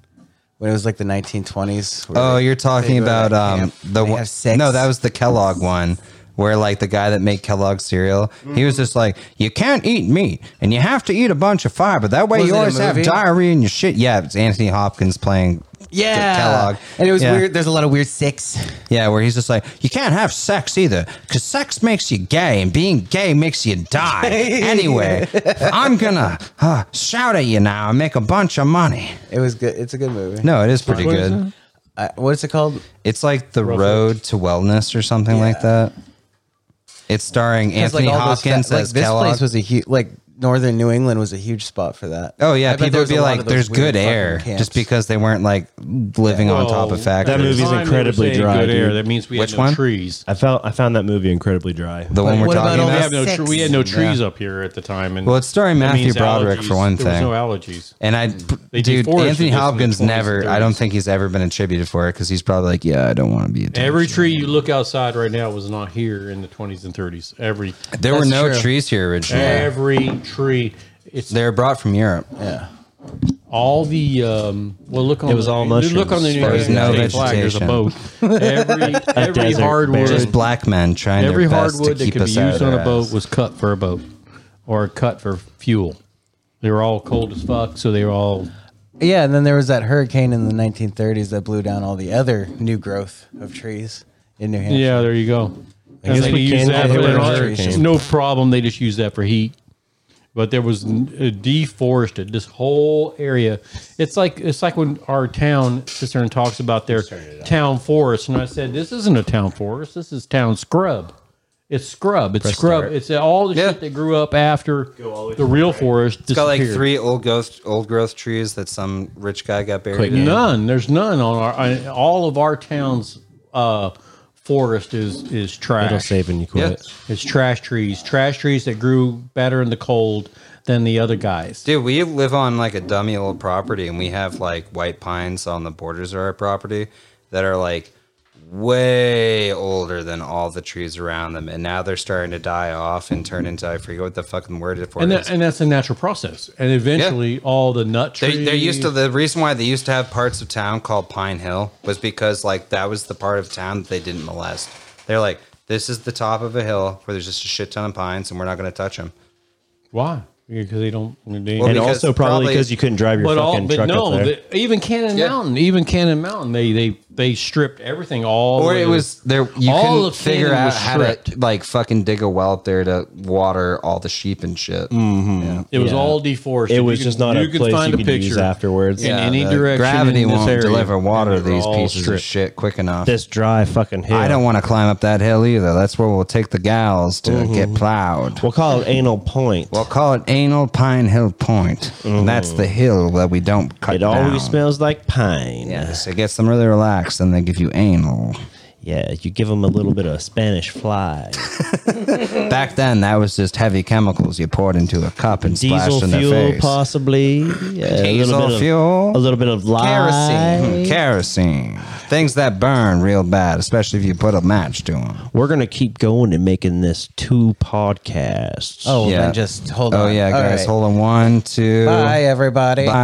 Speaker 1: When it was like the 1920s. where
Speaker 4: Oh,
Speaker 1: they-
Speaker 4: you're
Speaker 1: they
Speaker 4: talking
Speaker 1: go to
Speaker 4: about
Speaker 1: that
Speaker 4: um
Speaker 1: camp,
Speaker 4: the
Speaker 1: they
Speaker 4: one
Speaker 1: have sex.
Speaker 4: No, that was the Kellogg one where like the guy that made Kellogg cereal, he
Speaker 1: Mm-hmm.
Speaker 4: was just like, You can't eat meat and you have to eat a bunch of fiber. That way
Speaker 1: Was it
Speaker 4: you
Speaker 1: a
Speaker 4: always have
Speaker 1: movie?
Speaker 4: diarrhea and your shit. Yeah, it's Anthony Hopkins playing
Speaker 1: yeah
Speaker 4: Kellogg.
Speaker 1: and it was
Speaker 4: Yeah.
Speaker 1: weird. There's a lot of weird sex.
Speaker 4: Yeah, where he's just like, you can't have sex either, because sex makes you gay, and being gay makes you
Speaker 1: [LAUGHS]
Speaker 4: die. anyway, I'm gonna uh, shout at you now and make a bunch of money.
Speaker 1: It was good. It's a good movie.
Speaker 4: No, it is pretty good.
Speaker 1: Uh, what's it called?
Speaker 4: It's like the road to wellness or something like that. It's starring
Speaker 1: Because,
Speaker 4: Anthony
Speaker 1: all those
Speaker 4: Hopkins
Speaker 1: fa- like,
Speaker 4: as
Speaker 1: this
Speaker 4: Kellogg.
Speaker 1: place was a huge like northern New England was a huge spot for that.
Speaker 4: oh yeah,
Speaker 1: I bet
Speaker 4: people
Speaker 1: there
Speaker 4: would
Speaker 1: was a
Speaker 4: be
Speaker 1: lot
Speaker 4: like,
Speaker 1: of those
Speaker 4: "There's
Speaker 1: weird
Speaker 4: good air,"
Speaker 1: fucking
Speaker 4: just
Speaker 1: camps.
Speaker 4: because they weren't like living on top of factories.
Speaker 2: That movie's
Speaker 7: Time they
Speaker 2: incredibly
Speaker 7: were saying
Speaker 2: dry,
Speaker 7: Good air.
Speaker 2: dude.
Speaker 7: That means we had
Speaker 4: Which
Speaker 7: no
Speaker 4: one?
Speaker 7: trees.
Speaker 2: I felt I found that movie incredibly dry.
Speaker 4: the one we're
Speaker 1: What about
Speaker 4: talking
Speaker 1: all
Speaker 7: We
Speaker 4: about.
Speaker 1: the
Speaker 7: have no. tre- we had no trees up here at the time, and
Speaker 4: well, it's starring
Speaker 7: that
Speaker 4: Matthew
Speaker 7: means
Speaker 4: Broderick for
Speaker 7: allergies.
Speaker 4: one
Speaker 7: There
Speaker 4: thing.
Speaker 7: was no allergies.
Speaker 4: And I,
Speaker 7: They
Speaker 4: dude, Anthony
Speaker 7: deforested this in the
Speaker 4: Hopkins
Speaker 7: 20s and
Speaker 4: never. I don't
Speaker 7: 30s.
Speaker 4: think he's ever been attributed for it because he's probably like, yeah, I don't want to be a.
Speaker 7: Every tree you look outside right now was not here in the 20s and 30s. Every
Speaker 4: there were
Speaker 1: That's
Speaker 4: no
Speaker 1: true.
Speaker 4: trees here originally.
Speaker 7: every tree. It's
Speaker 4: They were brought from Europe. Yeah.
Speaker 7: all the um, well. Look on
Speaker 2: It was all
Speaker 7: the, Look
Speaker 2: mushrooms.
Speaker 7: on the New
Speaker 4: There's
Speaker 7: York
Speaker 4: no
Speaker 7: State flag. There's a
Speaker 4: vegetation. [LAUGHS]
Speaker 7: boat. Every every
Speaker 2: desert
Speaker 4: Just
Speaker 7: hardwood,
Speaker 4: black men trying
Speaker 7: every
Speaker 4: their best
Speaker 7: hardwood
Speaker 4: to
Speaker 7: that
Speaker 4: keep
Speaker 7: could be
Speaker 4: us out of
Speaker 7: used on
Speaker 4: their
Speaker 7: a boat
Speaker 4: ass.
Speaker 7: was cut for a boat or cut for fuel. They were all cold as fuck, so they were all
Speaker 1: Yeah, and then there was that hurricane in the 1930s that blew down all the other new growth of trees in New Hampshire.
Speaker 7: yeah. There you go.
Speaker 2: guess
Speaker 7: And they
Speaker 2: we
Speaker 7: use
Speaker 2: can
Speaker 7: that
Speaker 2: get
Speaker 7: for
Speaker 2: rid
Speaker 1: of
Speaker 7: their-
Speaker 1: hurricanes.
Speaker 7: no problem. They just use that for heat. But there was n- uh, deforested this whole area. It's like it's like when our town sits there and talks about their town forest, and I said, "This isn't a town forest. This is town scrub. It's scrub. It's scrub.
Speaker 2: start.
Speaker 7: It's all the
Speaker 4: Yeah.
Speaker 7: shit that grew up after the, real forest.
Speaker 4: It's got like three old growth old growth trees that some rich guy got buried in.
Speaker 7: None. There's none on our on all of our town's uh, forest is is trash.
Speaker 2: It'll save when you quit.
Speaker 4: Yeah.
Speaker 7: It's trash trees, trash trees that grew better in the cold than the other guys.
Speaker 4: Dude, we live on like a dummy old property and we have like white pines on the borders of our property that are like way older than all the trees around them, and now they're starting to die off and turn into I forget what the fucking word for
Speaker 3: And,
Speaker 4: it
Speaker 3: that,
Speaker 4: is.
Speaker 3: and that's a natural process. And eventually, all the nut trees.
Speaker 4: They, they used to the reason why they used to have parts of town called Pine Hill was because like that was the part of town that they didn't molest. They're like, this is the top of a hill where there's just a shit ton of pines, and we're not going to touch them.
Speaker 3: Why? Because they don't. They,
Speaker 4: Well,
Speaker 2: and
Speaker 4: because
Speaker 2: also probably
Speaker 4: probably-
Speaker 2: because you couldn't drive your
Speaker 3: but all,
Speaker 2: fucking
Speaker 3: but
Speaker 2: truck up
Speaker 3: no,
Speaker 2: there.
Speaker 3: the, even Cannon
Speaker 4: Yeah.
Speaker 3: Mountain, even Cannon Mountain, they they they stripped everything all.
Speaker 4: Or
Speaker 3: the way
Speaker 4: it
Speaker 3: to-
Speaker 4: was there. You
Speaker 3: All
Speaker 4: couldn't
Speaker 3: of
Speaker 4: figure
Speaker 3: Canaan
Speaker 4: out
Speaker 3: was
Speaker 4: how to like fucking dig a well up there to water all the sheep and shit.
Speaker 2: Mm.
Speaker 4: Yeah.
Speaker 3: It was
Speaker 2: Yeah.
Speaker 3: all deforested.
Speaker 2: it was
Speaker 3: You
Speaker 2: just
Speaker 3: can-
Speaker 2: not a
Speaker 3: can
Speaker 2: place
Speaker 3: find
Speaker 2: you could use afterwards.
Speaker 3: Yeah.
Speaker 2: Yeah.
Speaker 3: any
Speaker 4: the
Speaker 3: direction
Speaker 4: Gravity
Speaker 3: in this
Speaker 4: won't
Speaker 3: area.
Speaker 4: deliver water to
Speaker 3: And they were
Speaker 4: these
Speaker 3: all
Speaker 4: pieces of
Speaker 3: stripped.
Speaker 4: shit quick enough.
Speaker 2: This dry fucking hill.
Speaker 4: I don't want to climb up that hill either. That's where we'll take the gals to
Speaker 2: Mm-hmm.
Speaker 4: get plowed.
Speaker 2: We'll
Speaker 4: [LAUGHS]
Speaker 2: call it anal point.
Speaker 4: We'll call it Anal Pine Hill Point. And that's the hill that we don't cut
Speaker 2: Mm. it always
Speaker 4: down.
Speaker 2: smells like pine.
Speaker 4: Yes, it gets them really relaxed, and they give you anal.
Speaker 2: Yeah, you give them a little bit of Spanish fly.
Speaker 4: Back then, that was just heavy chemicals you poured into a cup and
Speaker 2: Diesel
Speaker 4: splashed in
Speaker 2: fuel,
Speaker 4: their face. [CLEARS THROAT]
Speaker 2: possibly. A
Speaker 4: Diesel
Speaker 2: little bit
Speaker 4: fuel.
Speaker 2: Of, a little bit of lye.
Speaker 4: Kerosene, Hmm, kerosene, things that burn real bad, especially if you put a match to them.
Speaker 2: We're gonna keep going and making this two podcasts.
Speaker 1: Oh,
Speaker 4: Yeah.
Speaker 1: then just hold on.
Speaker 4: Oh yeah,
Speaker 1: All
Speaker 4: guys,
Speaker 1: right.
Speaker 4: hold on. One, two.
Speaker 1: Bye, everybody.
Speaker 4: Bye.